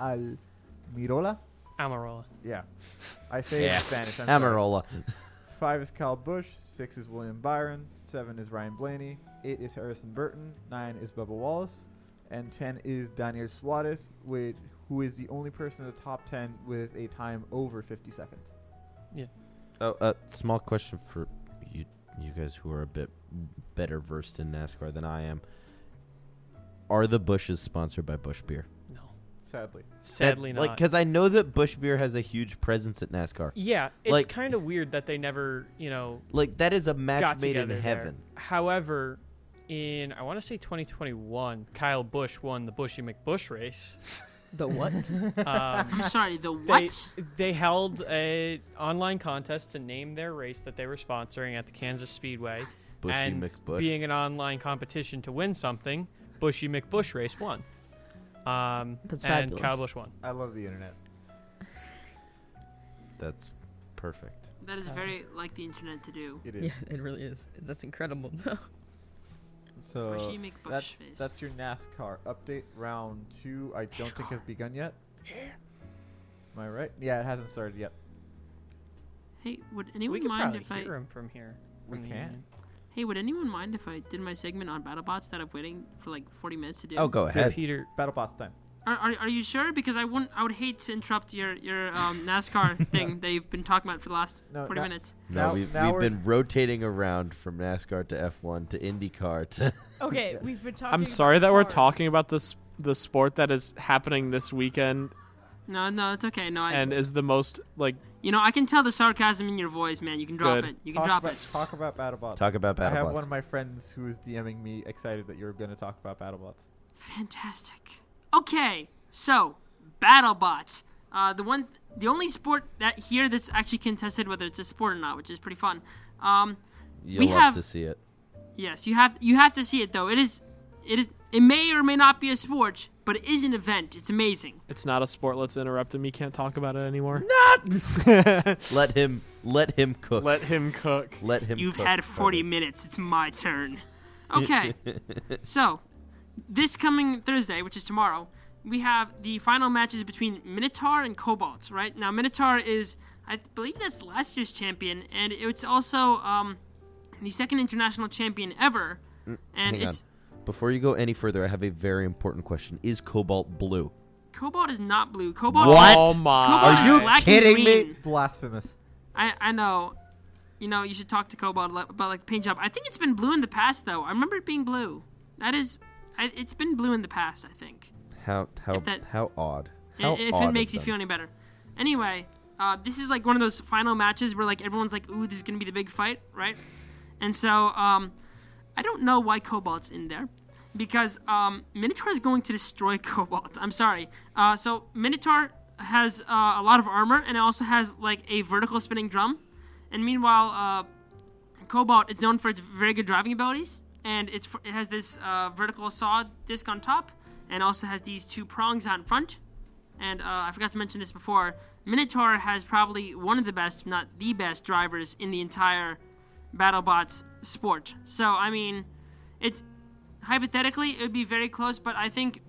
C: Almirola.
H: Amarola.
C: Yeah, I say
B: Yes.
C: it in Spanish. I'm sorry.
B: Amarola.
C: Five is Kyle Bush. Six is William Byron. Seven is Ryan Blaney. Eight is Harrison Burton. Nine is Bubba Wallace. And ten is Daniel Suarez, with, who is the only person in the top ten with a time over 50 seconds.
B: Oh, uh, small question for you, you guys who are a bit better versed in NASCAR than I am. Are the Bushes sponsored by Bush Beer?
H: No.
C: Sadly,
H: Sadly
B: that,
H: not.
B: Like, because I know that Bush Beer has a huge presence at NASCAR.
H: yeah, it's
B: like-
H: kind of weird that they never, you know,
B: Like, that is a match
H: got
B: made in
H: together there.
B: heaven.
H: However, in I want to say 2021, Kyle Bush won the Bushy McBush race.
D: the what?
H: Um,
I: I'm sorry. The what?
H: They, they held a online contest to name their race that they were sponsoring at the Kansas Speedway,
B: Bushy
H: and
B: McBush.
H: being an online competition to win something, Bushy McBush race won. Um,
D: That's
H: and
D: fabulous.
H: Kyle Bush won.
C: I love the internet.
B: That's perfect.
I: That is very like the internet to do.
C: It is.
D: yeah, it really is. That's incredible.
C: So
I: Bushy McBush
C: that's
I: face.
C: that's your NASCAR update round two. I don't think has begun yet. Am I right? Yeah, it hasn't started yet.
I: hey, would
H: we
I: anyone
H: could
I: mind
H: probably
I: if I?
H: hear him from here.
D: Oh,
H: Mm.
C: We
H: from the
C: can.
H: union.
I: Hey, would anyone mind if I did my segment on BattleBots that I've waiting for like 40 minutes to do?
B: Oh, go
H: Dude,
B: ahead.
H: Peter,
C: BattleBots time.
I: Are, are, are you sure? Because I wouldn't. I would hate to interrupt your your um, NASCAR thing that you've been talking about for the last
C: No,
I: 40
C: na-
I: minutes.
B: No,
C: Now-
B: we've,
C: now
B: we've
C: we're-
B: been rotating around from NASCAR to F1 to IndyCar to.
F: okay, we've been talking.
G: I'm sorry that we're
F: cars.
G: talking about this the sport that is happening this weekend
I: No, no, it's okay. No, I,
G: and is the most like
I: you know I can tell the sarcasm in your voice, man. You can drop
G: Good.
I: it. You can
C: Talk
I: drop
C: about,
I: it.
C: talk about BattleBots.
B: Talk about
C: I have
B: BattleBots.
C: one of my friends who is DMing me excited that you're going to talk about BattleBots.
I: Fantastic. Okay, so BattleBots, uh, the one, the only sport that here that's actually contested whether it's a sport or not, which is pretty fun. Um,
B: You'll
I: we
B: love
I: have-
B: to see it.
I: yes, you have you have to see it though. It is, it is, it may or may not be a sport, but it is an event. It's amazing.
G: it's not a sport. Let's interrupt him. He can't talk about it anymore.
B: Let him. Let him cook. Let,
G: Let him cook.
B: him.
I: You've
B: cook.
I: had 40 minutes. It's my turn. Okay. so, this coming Thursday, which is tomorrow, we have the final matches between Minotaur and Cobalt, right? Now, Minotaur is, I th- believe that's last year's champion, and it's also um, the second international champion ever. And
B: Hang on.
I: it's.
B: Before you go any further, I have a very important question. Is cobalt blue?
I: Cobalt is not blue. Cobalt
B: What?
G: Oh
I: Cobalt
G: my!
I: is
B: Are you
I: black and
B: kidding me?
I: green.
C: Blasphemous.
I: I, I know. You know, you should talk to Cobalt le- about like the paint job. I think it's been blue in the past though. I remember it being blue. That is, I, it's been blue in the past. I think.
B: How how
I: If that-
B: how odd.
I: I-
B: How
I: if
B: odd
I: it
B: of
I: makes you
B: them.
I: feel any better. Anyway, uh, this is like one of those final matches where like everyone's like, "Ooh, this is gonna be the big fight," right? And so, um, I don't know why Cobalt's in there. because um, Minotaur is going to destroy Cobalt. I'm sorry. Uh, so Minotaur has uh, a lot of armor and it also has like a vertical spinning drum. And meanwhile, uh, Cobalt is known for its very good driving abilities, and it's it has this uh, vertical saw disc on top, and also has these two prongs on front. And uh, I forgot to mention this before. Minotaur has probably one of the best, if not the best, drivers in the entire BattleBots sport. So I mean, it's hypothetically it would be very close, but I think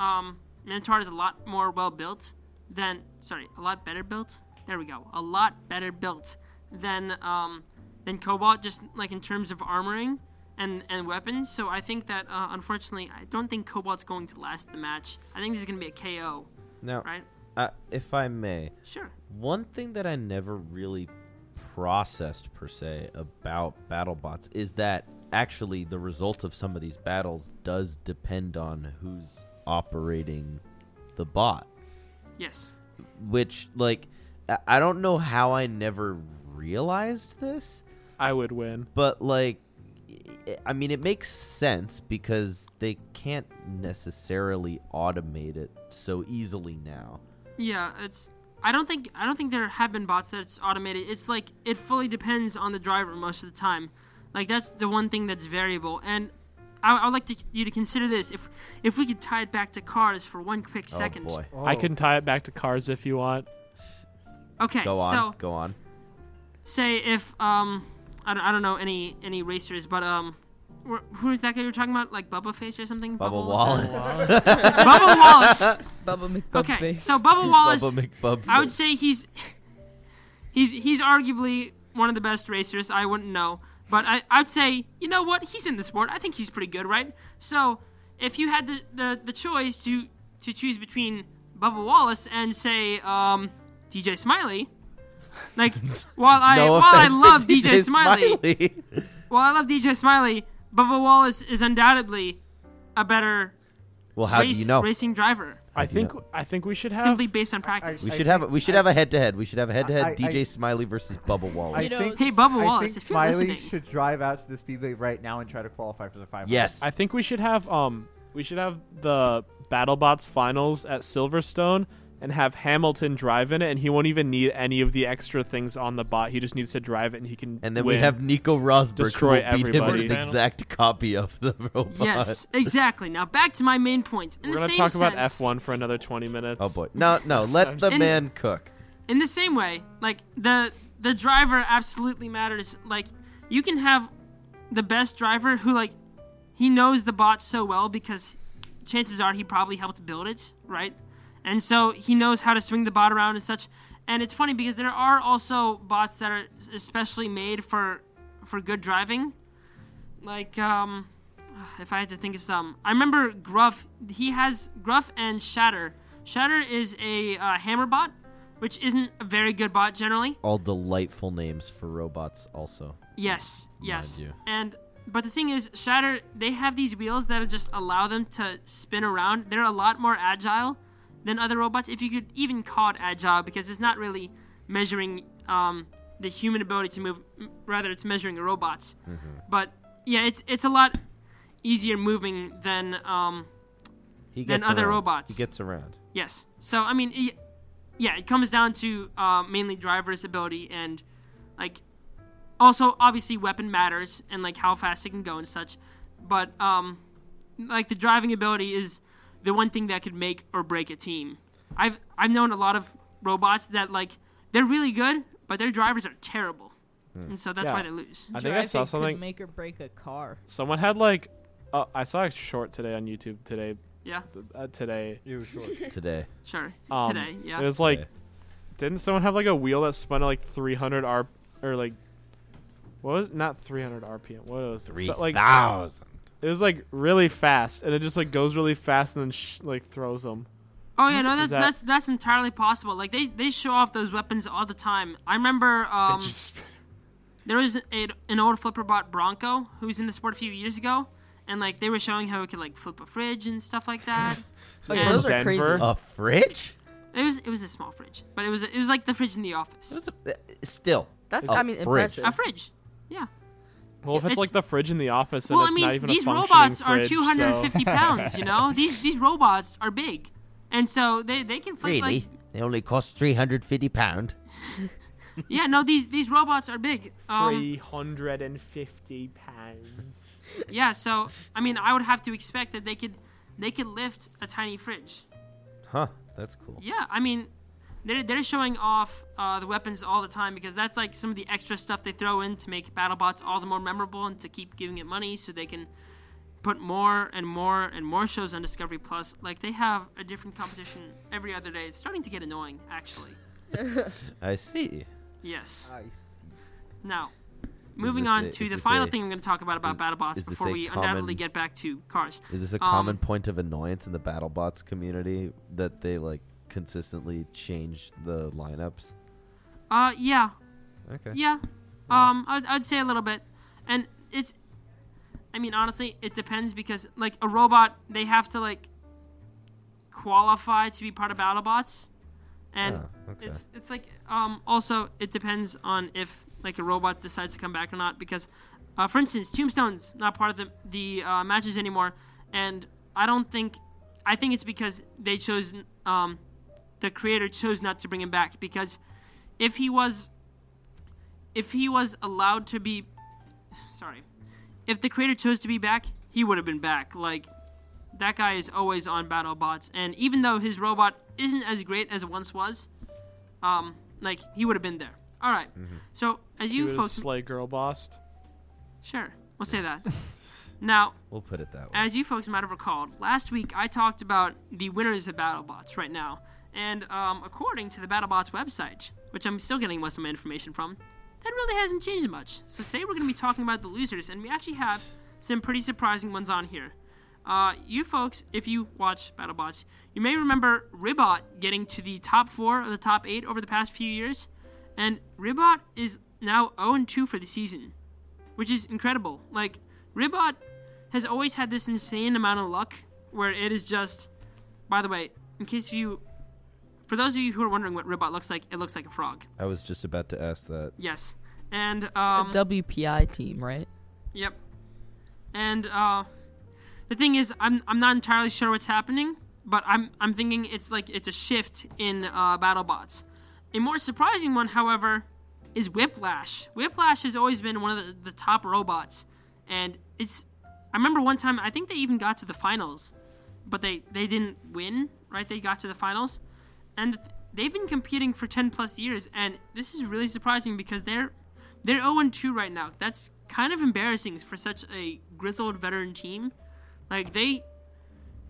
I: um, Minotaur is a lot more well built than sorry, a lot better built. There we go, a lot better built than um, than Cobalt, just like in terms of armoring and and weapons. So I think that uh, unfortunately, I don't think Cobalt's going to last the match. I think this is going to be a KO,
B: Now,
I: right?
B: uh, if I may,
I: Sure.
B: one thing that I never really processed per se about BattleBots is that actually the result of some of these battles does depend on who's operating the bot.
I: Yes.
B: Which, like, I- I don't know how I never realized this,
G: I would win.
B: but like i- i mean it makes sense because they can't necessarily automate it so easily now
I: Yeah, it's. I don't think I don't think there have been bots that's automated. It's like it fully depends on the driver most of the time. Like that's the one thing that's variable. And I, I would like to, you to consider this. If if we could tie it back to cars for one quick second.
B: oh boy
G: I can tie it back to cars if you want.
I: Okay.
B: go on
I: So
B: go on
I: say if um I don't, I don't know any any racers, but um wh- who is that guy you were talking about? Like Bubba Face or something?
B: bubba
I: Wallace.
B: wallace
I: Bubba Wallace.
D: Bubba
I: Okay.
D: McBubface.
I: So Bubba Wallace.
B: bubba mcbub
I: I would say he's he's he's arguably one of the best racers. I wouldn't know, but I I'd say you know what he's in the sport. I think he's pretty good, right? So if you had the the, the choice to to choose between Bubba Wallace and say um, DJ Smiley, like while I
B: No
I: while
B: offense
I: I
B: to
I: love DJ, Smiley,
B: Smiley.
I: while I love DJ Smiley, Bubba Wallace is undoubtedly a better
B: well how
I: race,
B: do you know
I: racing driver
G: I
B: do you
G: think I think we should have
I: simply based on practice.
B: we
C: I
B: should have a,
C: think-
B: we should
C: I-
B: have a head to head. We should have a head to
C: I- I-
B: head DJ Smiley versus Bubba Wallace.
C: I think,
I: hey Bubba
C: I
I: Wallace,
C: think
I: if you're
C: Smiley
I: listening.
C: should drive out to the speedway right now and try to qualify for the 500.
B: yes.
G: I think we should have um we should have the BattleBots finals at Silverstone and have Hamilton drive in it, and he won't even need any of the extra things on the bot. He just needs to drive it, and he can.
B: and then
G: win.
B: we have Nico Rosberg
G: Destroy
B: who will beat him
G: everybody.
B: with an exact copy of the robot.
I: Yes, exactly. Now back to my main point. In
G: We're
I: the
G: gonna
I: same
G: talk about
I: sense-
G: F1 for another 20 minutes.
B: Oh boy. No, no. Let the
I: And-
B: man cook.
I: In the same way, like the the driver absolutely matters. Like you can have the best driver who like he knows the bot so well because chances are he probably helped build it, right? And so he knows how to swing the bot around and such. And it's funny because there are also bots that are especially made for for good driving. Like um if I had to think of some, I remember Gruff. He has Gruff and Shatter. Shatter is a uh, hammer bot, which isn't a very good bot generally.
B: All delightful names for robots. Also,
I: Yes, yes.
B: you.
I: And but the thing is, Shatter they have these wheels that just allow them to spin around. They're a lot more agile than other robots. If you could even call it agile, because it's not really measuring um, the human ability to move. m- Rather, it's measuring a robot's.
B: Mm-hmm.
I: But yeah, it's it's a lot easier moving than um,
B: he
I: Than
B: gets
I: other
B: around.
I: robots.
B: He gets around.
I: Yes. So I mean, y yeah, it comes down to uh, mainly driver's ability and like also obviously weapon matters and like how fast it can go and such. But um, like the driving ability is the one thing that could make or break a team. I've I've known a lot of robots that like they're really good, but their drivers are terrible, and so that's
G: Yeah.
I: why they lose.
G: Hmm. I think I saw
F: Driving could
G: something.
F: make or break a car.
G: Someone had like, uh, I saw a short today on YouTube today.
I: Yeah,
G: Uh, today,
C: You short.
B: today.
I: sure.
G: um,
I: Today,
G: It
I: yeah.
G: was like,
B: Yeah.
G: didn't someone have like a wheel that spun at like 300 r or like, what was not 300 rpm? What was it? So, like it was like really fast, and it just like goes really fast and then sh- like throws them.
I: Oh yeah, no, that's
G: Is that-
I: that's that's entirely possible. Like they they show off those weapons all the time. I remember um, there was a, an old flipper bot Bronco who was in the sport a few years ago, and like they were showing how it could like flip a fridge and stuff like that.
D: Oh,
I: And-
D: yeah, those are crazy.
G: Denver.
B: A fridge?
I: it was it was a small fridge, but it was it was like the fridge in the office.
B: That's a- uh, Still,
D: That's
B: A
D: I mean
B: fridge.
D: impressive.
I: A fridge. Yeah.
G: Well, if
I: Yeah,
G: it's, like
I: it's-
G: the fridge in the office and
I: well, I
G: it's not
I: mean,
G: even
I: these
G: a functioning
I: robots are
G: fridge, so-
I: 250 pounds. You know, these these robots are big, and so they they can flip like
B: They only cost 350 pound.
I: yeah. No, these these robots are big. Um,
G: 350 pounds.
I: yeah. So I mean, I would have to expect that they could they could lift a tiny fridge.
B: Huh, that's cool.
I: Yeah, I mean, they're, they're showing off uh, the weapons all the time because that's like some of the extra stuff they throw in to make BattleBots all the more memorable and to keep giving it money so they can put more and more and more shows on Discovery Plus. Like they have a different competition every other day. It's starting to get annoying, actually.
B: I see.
I: Yes.
C: I see.
I: Now, moving
B: this
I: on
B: a-
I: to
B: is
I: the
B: this
I: final
B: a-
I: thing I'm going to talk about about
B: is-
I: BattleBots
B: is this
I: before
B: a
I: we
B: common-
I: undoubtedly get back to cars.
B: Is this a
I: Um,
B: common point of annoyance in the BattleBots community that they like consistently change the lineups?
I: Uh, yeah,
B: Okay.
I: Yeah. Um, I'd, I'd say a little bit. And it's, I mean, honestly, it depends because, like, a robot, they have to, like, qualify to be part of BattleBots. And
B: Ah, okay.
I: it's, it's like, um, also, it depends on if, like, a robot decides to come back or not because, uh, for instance, Tombstone's not part of the, the uh, matches anymore. And I don't think, I think it's because they chose, um, the creator chose not to bring him back because if he was if he was allowed to be sorry if the creator chose to be back he would have been back like that guy is always on battlebots and even though his robot isn't as great as it once was um like he would have been there all right.
G: Mm-hmm.
I: so as
G: You
I: you
G: would've
I: folks
G: slay girl bossed.
I: sure we'll say that now
B: We'll put it that way.
I: as you folks might have recalled, last week I talked about the winners of BattleBots right now. And um, according to the BattleBots website, which I'm still getting most of my information from, that really hasn't changed much. So today we're going to be talking about the losers, and we actually have some pretty surprising ones on here. Uh, you folks, if you watch BattleBots, you may remember Ribot getting to the top four or the top eight over the past few years, and Ribot is now 0-2 for the season, which is incredible. Like Ribot has always had this insane amount of luck where it is just by the way in case you for those of you who are wondering what ribot looks like it looks like a frog
B: I was just about to ask that.
I: yes and um
D: WPI team, right?
I: yep and uh the thing is i'm i'm not entirely sure what's happening but i'm i'm thinking it's like it's a shift in uh battlebots a more surprising one however is whiplash whiplash has always been one of the, the top robots and it's i remember one time i think they even got to the finals but they they didn't win right they got to the finals and th- they've been competing for 10 plus years and this is really surprising because they're they're 0 2 right now that's kind of embarrassing for such a grizzled veteran team like they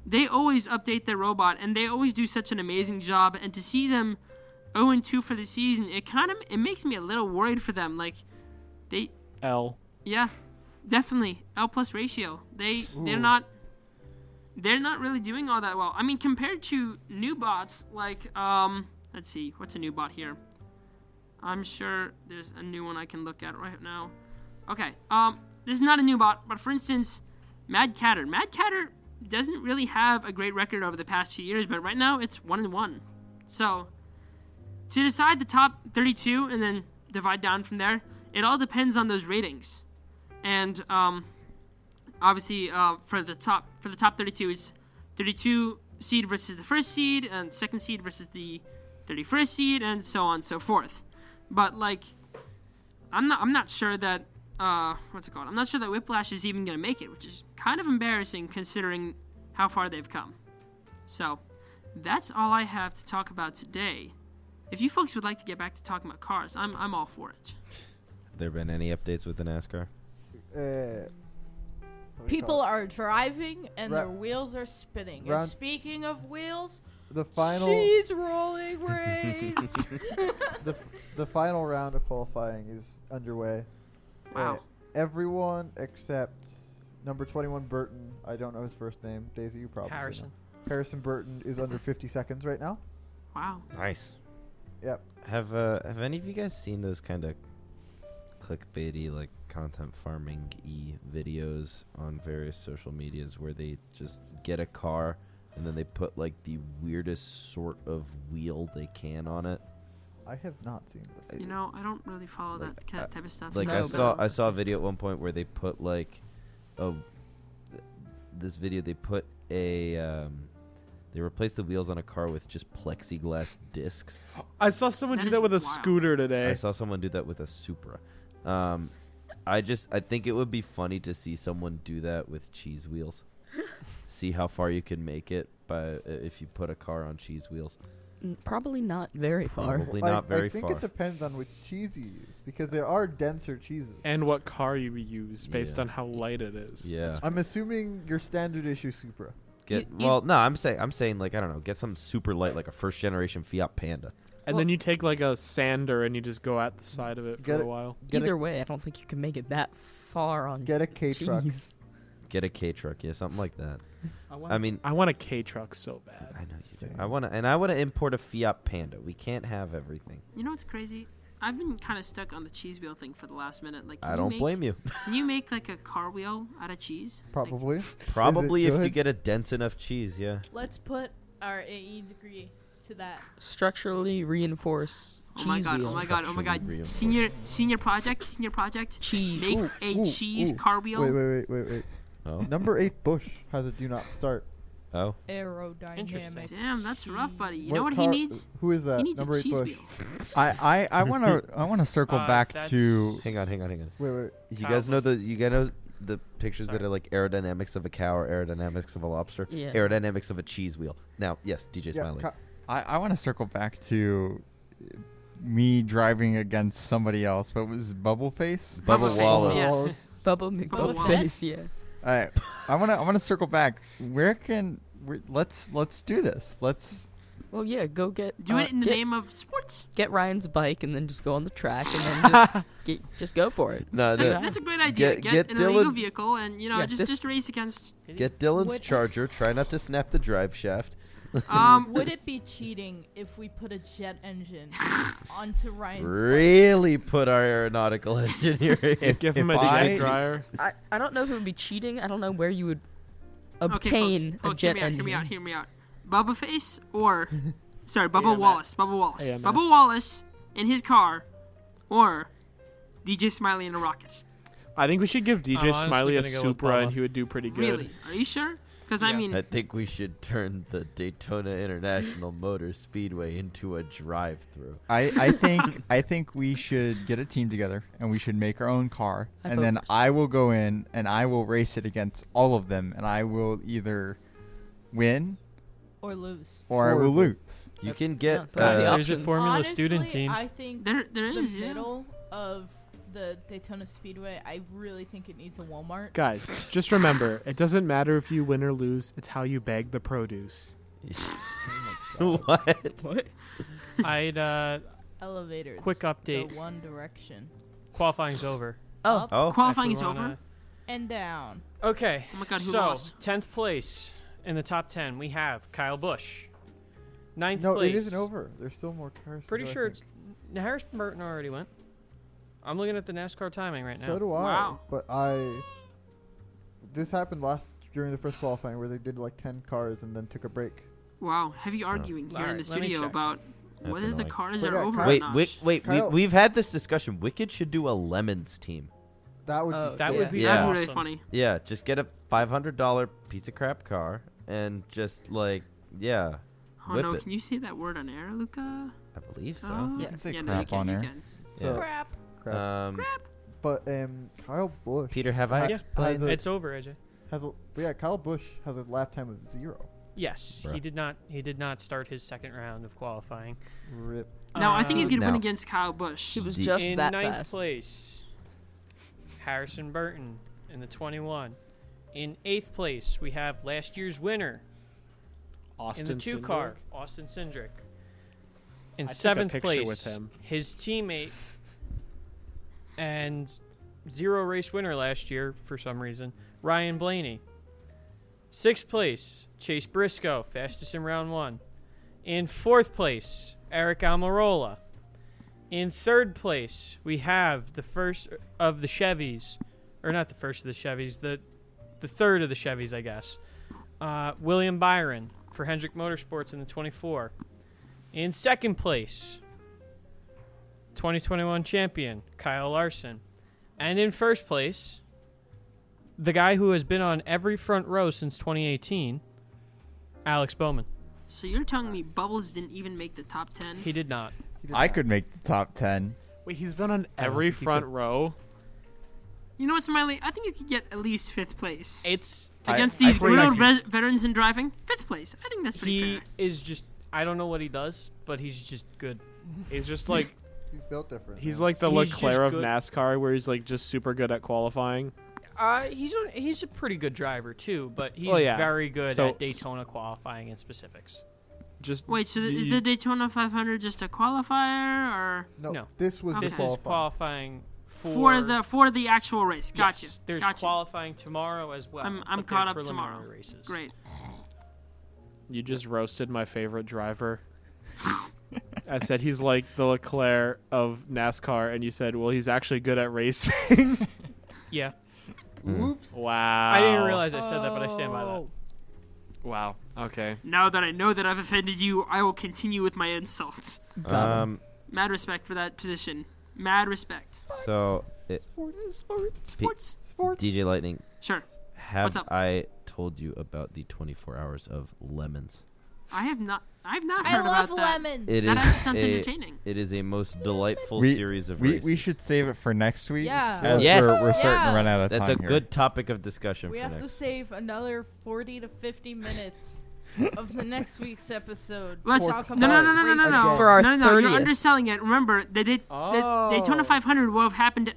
I: they always update their robot and they always do such an amazing job and to see them 0 2 for the season it kind of it makes me a little worried for them like they
G: L.
I: yeah, definitely L plus ratio. They they're not they're not really doing all that well. I mean, compared to new bots like um, let's see, what's a new bot here? I'm sure there's a new one I can look at right now. Okay, um, this is not a new bot, but for instance, Mad Catter. Mad Catter doesn't really have a great record over the past few years, but right now it's one and one. So to decide the top 32 and then divide down from there, it all depends on those ratings. And um, obviously, uh, for the top for the top 32, it's 32 seed versus the first seed, and second seed versus the 31st seed, and so on and so forth. But like, I'm not I'm not sure that uh, what's it called? I'm not sure that Whiplash is even gonna make it, which is kind of embarrassing considering how far they've come. So, that's all I have to talk about today. If you folks would like to get back to talking about cars, I'm I'm all for it.
B: Have there been any updates with the NASCAR?
C: Uh, what do you
F: People
C: call it?
F: are driving and
C: Ra-
F: their wheels are spinning.
C: Ra-
F: and speaking of wheels,
C: the final
F: she's rolling race.
C: the, the final round of qualifying is underway.
I: Wow.
C: everyone except number 21 Burton. I don't know his first name. Daisy, you probably
H: Harrison.
C: Know. Harrison Burton is under 50 seconds right now.
I: Wow.
B: Nice.
C: Yep.
B: Have uh, have any of you guys seen those kind of clickbaity like content farming e videos on various social medias where they just get a car and then they put like the weirdest sort of wheel they can on it
C: I have not seen this.
I: You know, I don't really follow
B: Like,
I: that ki- that
B: I-
I: type of stuff.
B: Like
I: so-
B: I
D: No, but
B: saw,
D: I'm-
B: I saw a video at one point where they put like, a, this video they put a, um, they replaced the wheels on a car with just plexiglass discs.
G: I saw someone
I: That
G: do
I: is
G: that with a
I: wild.
G: scooter today.
B: I saw someone do that with a Supra. Um, I just I think it would be funny to see someone do that with cheese wheels. see how far you can make it by uh, if you put a car on cheese wheels.
F: mm,
D: N- Probably not very far.
B: Probably
C: I,
B: not very
C: I think
B: far.
C: it depends on which cheese you use because there are denser cheeses.
G: and what car you use based
B: Yeah.
G: on how light it is.
B: yeah.
C: I'm assuming your standard issue Supra.
B: Get
I: You- you-
B: well, no, I'm saying I'm saying like I don't know, get some super light like a first generation Fiat Panda.
G: And
F: Well-
G: then you take like a sander and you just go at the side of it for
C: Get
G: a
C: it-
G: while.
C: Get
D: Either
C: a,
D: way, I don't think you can make it that far on.
C: get a K truck.
D: Jeez.
B: Get a K truck, yeah, something like that.
H: want
B: I mean,
G: I want a K truck so bad.
B: I know you do.
C: Same.
B: I want to, and I want to import a Fiat Panda. We can't have everything.
I: You know what's crazy? I've been kind of stuck on the cheese wheel thing for the last minute. Like, can
B: I
I: you
B: don't
I: make,
B: blame you.
I: Can you make like a car wheel out of cheese? Like,
C: Probably.
B: Probably if you
C: good?
B: get a dense enough cheese, yeah.
F: Let's put our AE degree to that.
D: Structurally reinforce
I: oh
D: cheese
I: my god!
D: wheels.
I: Oh my god! Oh my
B: Structurally
I: god! Senior, senior project, senior project.
D: Cheese.
I: Make
C: Ooh,
I: a
C: ooh,
I: cheese
C: ooh.
I: car wheel.
C: Wait, wait, wait, wait, wait.
B: Oh,
C: Number eight bush has a do not start.
B: oh,
F: Aerodynamic.
H: Interesting.
I: Damn, that's rough, buddy. You know what
C: car-
I: he needs?
C: Who is that?
I: He needs
C: Number
I: a
C: eight
I: cheese
C: bush.
I: wheel.
A: I I, I want to I want to circle
H: Uh,
A: back
H: that's-
A: to
B: hang on, hang on, hang on.
C: Wait, wait.
B: You
H: Cow.
B: guys know the you guys know the pictures that
H: Sorry.
B: are like aerodynamics of a cow or aerodynamics of a lobster.
D: Yeah.
B: Aerodynamics of a cheese wheel. Now, yes, DJ
C: Yeah,
B: Smiley.
C: ca-
A: I, I want to circle back to uh, me driving against somebody else. What was Bubble Face?
B: Bubba
I: Bubba Face,
B: Wallace.
I: yes.
D: Bubba McBubba
I: Bubba
D: face, yeah.
A: All right, I want to I want to circle back. Where can where, let's let's do this. Let's
D: Well, yeah, go get.
I: Do
D: uh,
I: it in the
D: get,
I: name of sports.
D: Get Ryan's bike and then just go on the track and then just get, just go for it.
B: No,
I: That's,
B: no.
I: that's a great idea.
B: Get-
I: Get,
B: get
I: an illegal
B: Dylan-
I: vehicle and you know
D: Yeah,
I: just
D: just-
I: just race against.
B: Get Dylan's
F: What- Ah,
B: charger. Try not to snap the drive shaft.
I: Um,
F: Would it be cheating if we put a jet engine onto Ryan's?
B: Really put our aeronautical engineering.
G: Give him a
A: if I-
G: jet dryer.
D: I, I don't know if it would be cheating. I don't know where you would
I: okay,
D: obtain
I: folks, folks,
D: a jet
I: hear me
D: engine.
I: Out, hear me out. Hear me out. Bubba Face or sorry, Bubba
G: AMS.
I: Wallace. Bubba Wallace.
G: AMS.
I: Bubba Wallace in his car, or DJ Smiley in a rocket.
G: I think we should give
H: I'm
G: DJ
H: honestly
G: Smiley a
H: gonna go with
G: Supra and
H: Bubba.
G: he would do pretty good.
I: Really? Are you sure? Because I
H: Yeah.
I: mean,
B: I think we should turn the Daytona International Motor Speedway into a drive-through.
A: I, I think I think we should get a team together and we should make our own car
D: I
A: and
D: vote
A: then
D: for-
A: I will go in and I will race it against all of them and I will either win
F: Or lose.
A: or I will
C: Horrible.
A: lose.
B: You
D: Yep.
B: can get
D: Yeah,
B: uh,
D: the
H: there's
D: options.
H: a formula
F: Honestly,
H: student team.
F: I think
I: there there
F: the
I: is. Yeah.
F: middle of the Daytona Speedway, I really think it needs a Walmart.
G: Guys, just remember, it doesn't matter if you win or lose, it's how you bag the produce.
B: what?
D: What?
H: I'd uh,
F: Elevators.
H: Quick update.
F: The one direction.
H: qualifying's over.
D: Oh,
F: Up
B: Oh,
I: Qualifying
H: If
I: is
H: we
I: over.
H: wanna-
F: and down.
H: Okay.
I: Oh my God, who
H: so,
I: lost?
H: tenth place in the top ten, we have Kyle Bush. Ninth
C: No,
H: place.
C: it isn't over. There's still more cars. to
H: Pretty
C: go, I
H: sure
C: think.
H: it's Harris Burton already went. I'm looking at the NASCAR timing right now.
C: So do I.
I: Wow.
C: But I. This happened last during the first qualifying where they did like ten cars and then took a break.
I: Wow, heavy arguing here in
H: Alright,
I: the
H: let me
I: studio
H: check.
I: about
B: That's
I: whether the
B: annoying.
I: cars
C: But
I: are
C: yeah,
I: over
C: Kyle-
I: or
B: Wait,
I: not.
B: wait, wait. We,
C: Kyle.
B: we've had this discussion. Wicked should do a lemons team.
C: That would
D: Oh,
C: be.
H: that
C: sick.
H: would be
B: Yeah.
I: That'd be
H: awesome.
I: really funny.
B: Yeah, just get a five hundred dollar piece of crap car and just like yeah,
I: Oh
B: Whip
I: no,
B: it.
I: can you say that word on air, Luca?
B: I believe so.
I: Oh.
A: You can say
I: yeah, no, you
A: crap
I: can,
A: on
I: you
A: air.
I: can.
B: Yeah.
C: So,
F: Crap.
C: crap.
B: Um,
C: but um, Kyle Busch
B: Peter, have I
H: Yeah.
C: has
B: explained?
C: a,
H: It's over, AJ.
C: has a but yeah. Kyle Busch has a lap time of zero.
H: Uh, Yes, he
B: Bruh.
H: did not. He did not start his second round of qualifying.
C: Rip.
I: No, I think
H: Uh,
I: you could win
B: No.
I: against Kyle Bush.
D: It was
B: The-
D: just
H: in
D: that
H: ninth
D: fast.
H: place, Harrison Burton in the 21. In eighth place, we have last year's winner
G: Austin
H: in the two
G: Sindor.
H: car, Austin Sindrick. In
G: I took a
H: seventh
G: picture
H: place,
G: with him.
H: his teammate and zero race winner last year for some reason, Ryan Blaney. Sixth place, Chase Briscoe, fastest in round one. In fourth place, Eric Almirola. In third place, we have the first uh, of the Chevys, or not the first of the Chevys, the the third of the Chevys, I guess. Uh, William Byron for Hendrick Motorsports in the 24. In second place, 2021 champion, Kyle Larson. And in first place, the guy who has been on every front row since 2018, Alex Bowman.
I: So you're telling me Bubbles didn't even make the top ten?
H: He did not.
J: I could make the top ten.
G: Wait, he's been on
H: don't
G: every
H: think he
G: front
H: could.
G: row.
I: You know what, Smiley? I think you could get at least fifth place
H: It's
J: I-
I: against
J: I
I: these
J: pretty
I: real
J: much-
I: res- veterans in driving. Fifth place. I think that's pretty
H: he
I: fair.
H: is just I don't know what he does, but he's just good.
G: He's just like
C: He's built different.
G: he's
C: man.
G: like the
H: He's just
G: Leclerc of
H: good.
G: NASCAR, where he's like just super good at qualifying.
H: Uh, he's a, he's a pretty good driver too, but he's
G: Well, Oh, yeah.
H: very good
G: So-
H: at Daytona qualifying and specifics.
G: Just
I: Wait, so th- is
G: you-
I: the Daytona 500 just a qualifier or
C: no,
H: no.
C: This was
I: Okay.
H: This is
C: qualified.
H: qualifying for,
I: for, the for the actual race? Gotcha.
H: Yes, there's
I: gotcha.
H: qualifying tomorrow as well.
I: I'm- I'm
H: but they're
I: caught up
H: preliminary
I: tomorrow.
H: Races.
I: Great.
G: You just roasted my favorite driver. I said he's like the Leclerc of NASCAR, and you said, "Well, he's actually good at racing."
H: Yeah,
C: Whoops.
G: wow.
H: I didn't realize I said that, but I stand by that.
G: Oh. Wow. Okay.
I: Now that I know that I've offended you, I will continue with my insults.
B: Um,
I: Mad respect for that position. Mad respect.
B: so it,
I: Sports.
C: Sports.
B: DJ Lightning,
I: Sure.
B: have
I: What's up?
B: I told you about the 24 hours of lemons?
I: I have not. I've not
F: I
I: heard
F: love
I: about that.
F: lemons.
B: It is
I: Mm. That actually sounds
B: a-
I: entertaining.
B: It is a most delightful
A: We-
B: series of
A: We,
B: races.
A: we should save it for next week.
F: Yeah.
A: As
B: Yes.
A: we're, we're starting
F: Yeah.
A: to run out of
B: That's
A: time.
B: a good topic of discussion
F: We
B: for
F: have
B: next.
F: to save another 40 to 50 minutes of the next week's episode.
I: Let's,
F: to
I: no,
F: talk
I: no, no,
F: about
I: no, no, no,
F: racism.
I: no.
C: For our
I: no, no, no, you're
D: 30th.
I: underselling it. Remember, they did, the Daytona
G: Oh.
I: 500 will have happened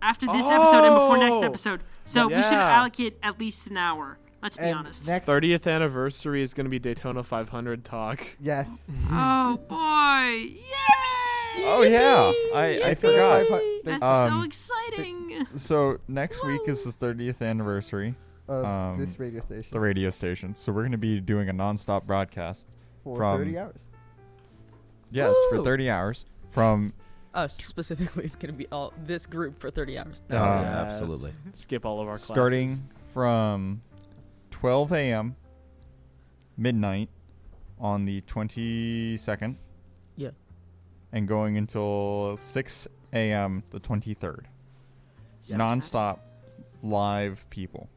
I: after this episode and before next
G: Oh.
I: episode. So we should
G: Yeah.
I: allocate at least an hour. Let's be
C: and
I: honest.
C: Next.
G: 30th anniversary is going to be Daytona 500 talk.
C: Yes.
I: oh, boy. Yay!
A: Oh yeah, I, I forgot.
I: That's so
A: Um,
I: exciting.
A: So next week is the 30th anniversary
C: Of
A: Um,
C: this radio station.
A: the radio station. So we're going to be doing a nonstop broadcast.
C: for
A: from-
C: 30 hours.
A: Yes, for
D: Woo!
A: 30 hours from
D: Us Oh, specifically is gonna be all this group for 30 hours.
A: uh,
B: Oh, yeah, absolutely.
G: Skip all of our classes.
A: starting from 12 a.m. midnight on the 22nd.
D: Yeah.
A: And going until 6 a.m. the 23rd.
I: So exciting.
A: Nonstop, live people.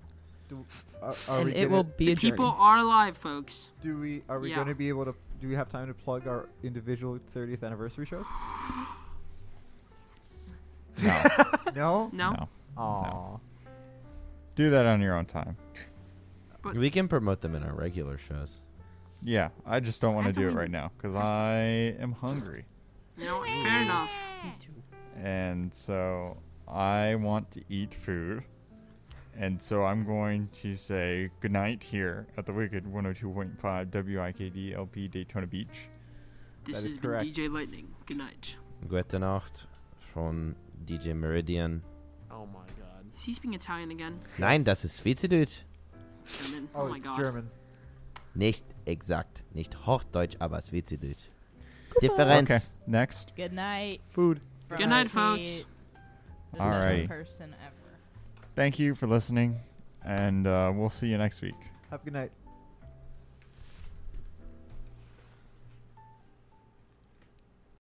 C: Are, uh, are
D: and
C: we
D: it
C: gonna,
D: will be a
I: People
D: journey.
I: are alive, folks.
C: Do we? Are we
I: Yeah.
C: going to be able to? Do we have time to plug our individual 30th anniversary shows?
A: No,
C: No.
I: No?
A: no.
C: Aw.
A: Do that on your own time.
B: We can promote them in our regular shows.
A: Yeah, I just don't want to
I: That's
A: do
I: what
A: it
I: we-
A: right now because I am hungry.
I: You know what? Fair enough.
A: And so I want to eat food. And so I'm going to say goodnight here at the Wicked 102.5 WIKD LP Daytona Beach.
I: This
C: That is
I: has been
C: correct.
I: DJ Lightning. Good night.
B: Gute Nacht from DJ Meridian.
G: Oh my god.
I: Is he speaking Italian again?
B: Nein, das ist Schweizerdeutsch.
I: German.
C: Oh,
I: Oh, my
C: it's
I: god.
C: German.
B: Nicht exakt. Nicht Hochdeutsch, aber Schweizerdeutsch. Differenz.
A: Okay, next.
F: Good night.
G: Food.
F: from
I: Good night,
F: the-
I: folks.
F: the
A: All
F: best
A: right.
F: person ever.
A: Thank you for listening, and uh, we'll see you next week.
C: Have a good night.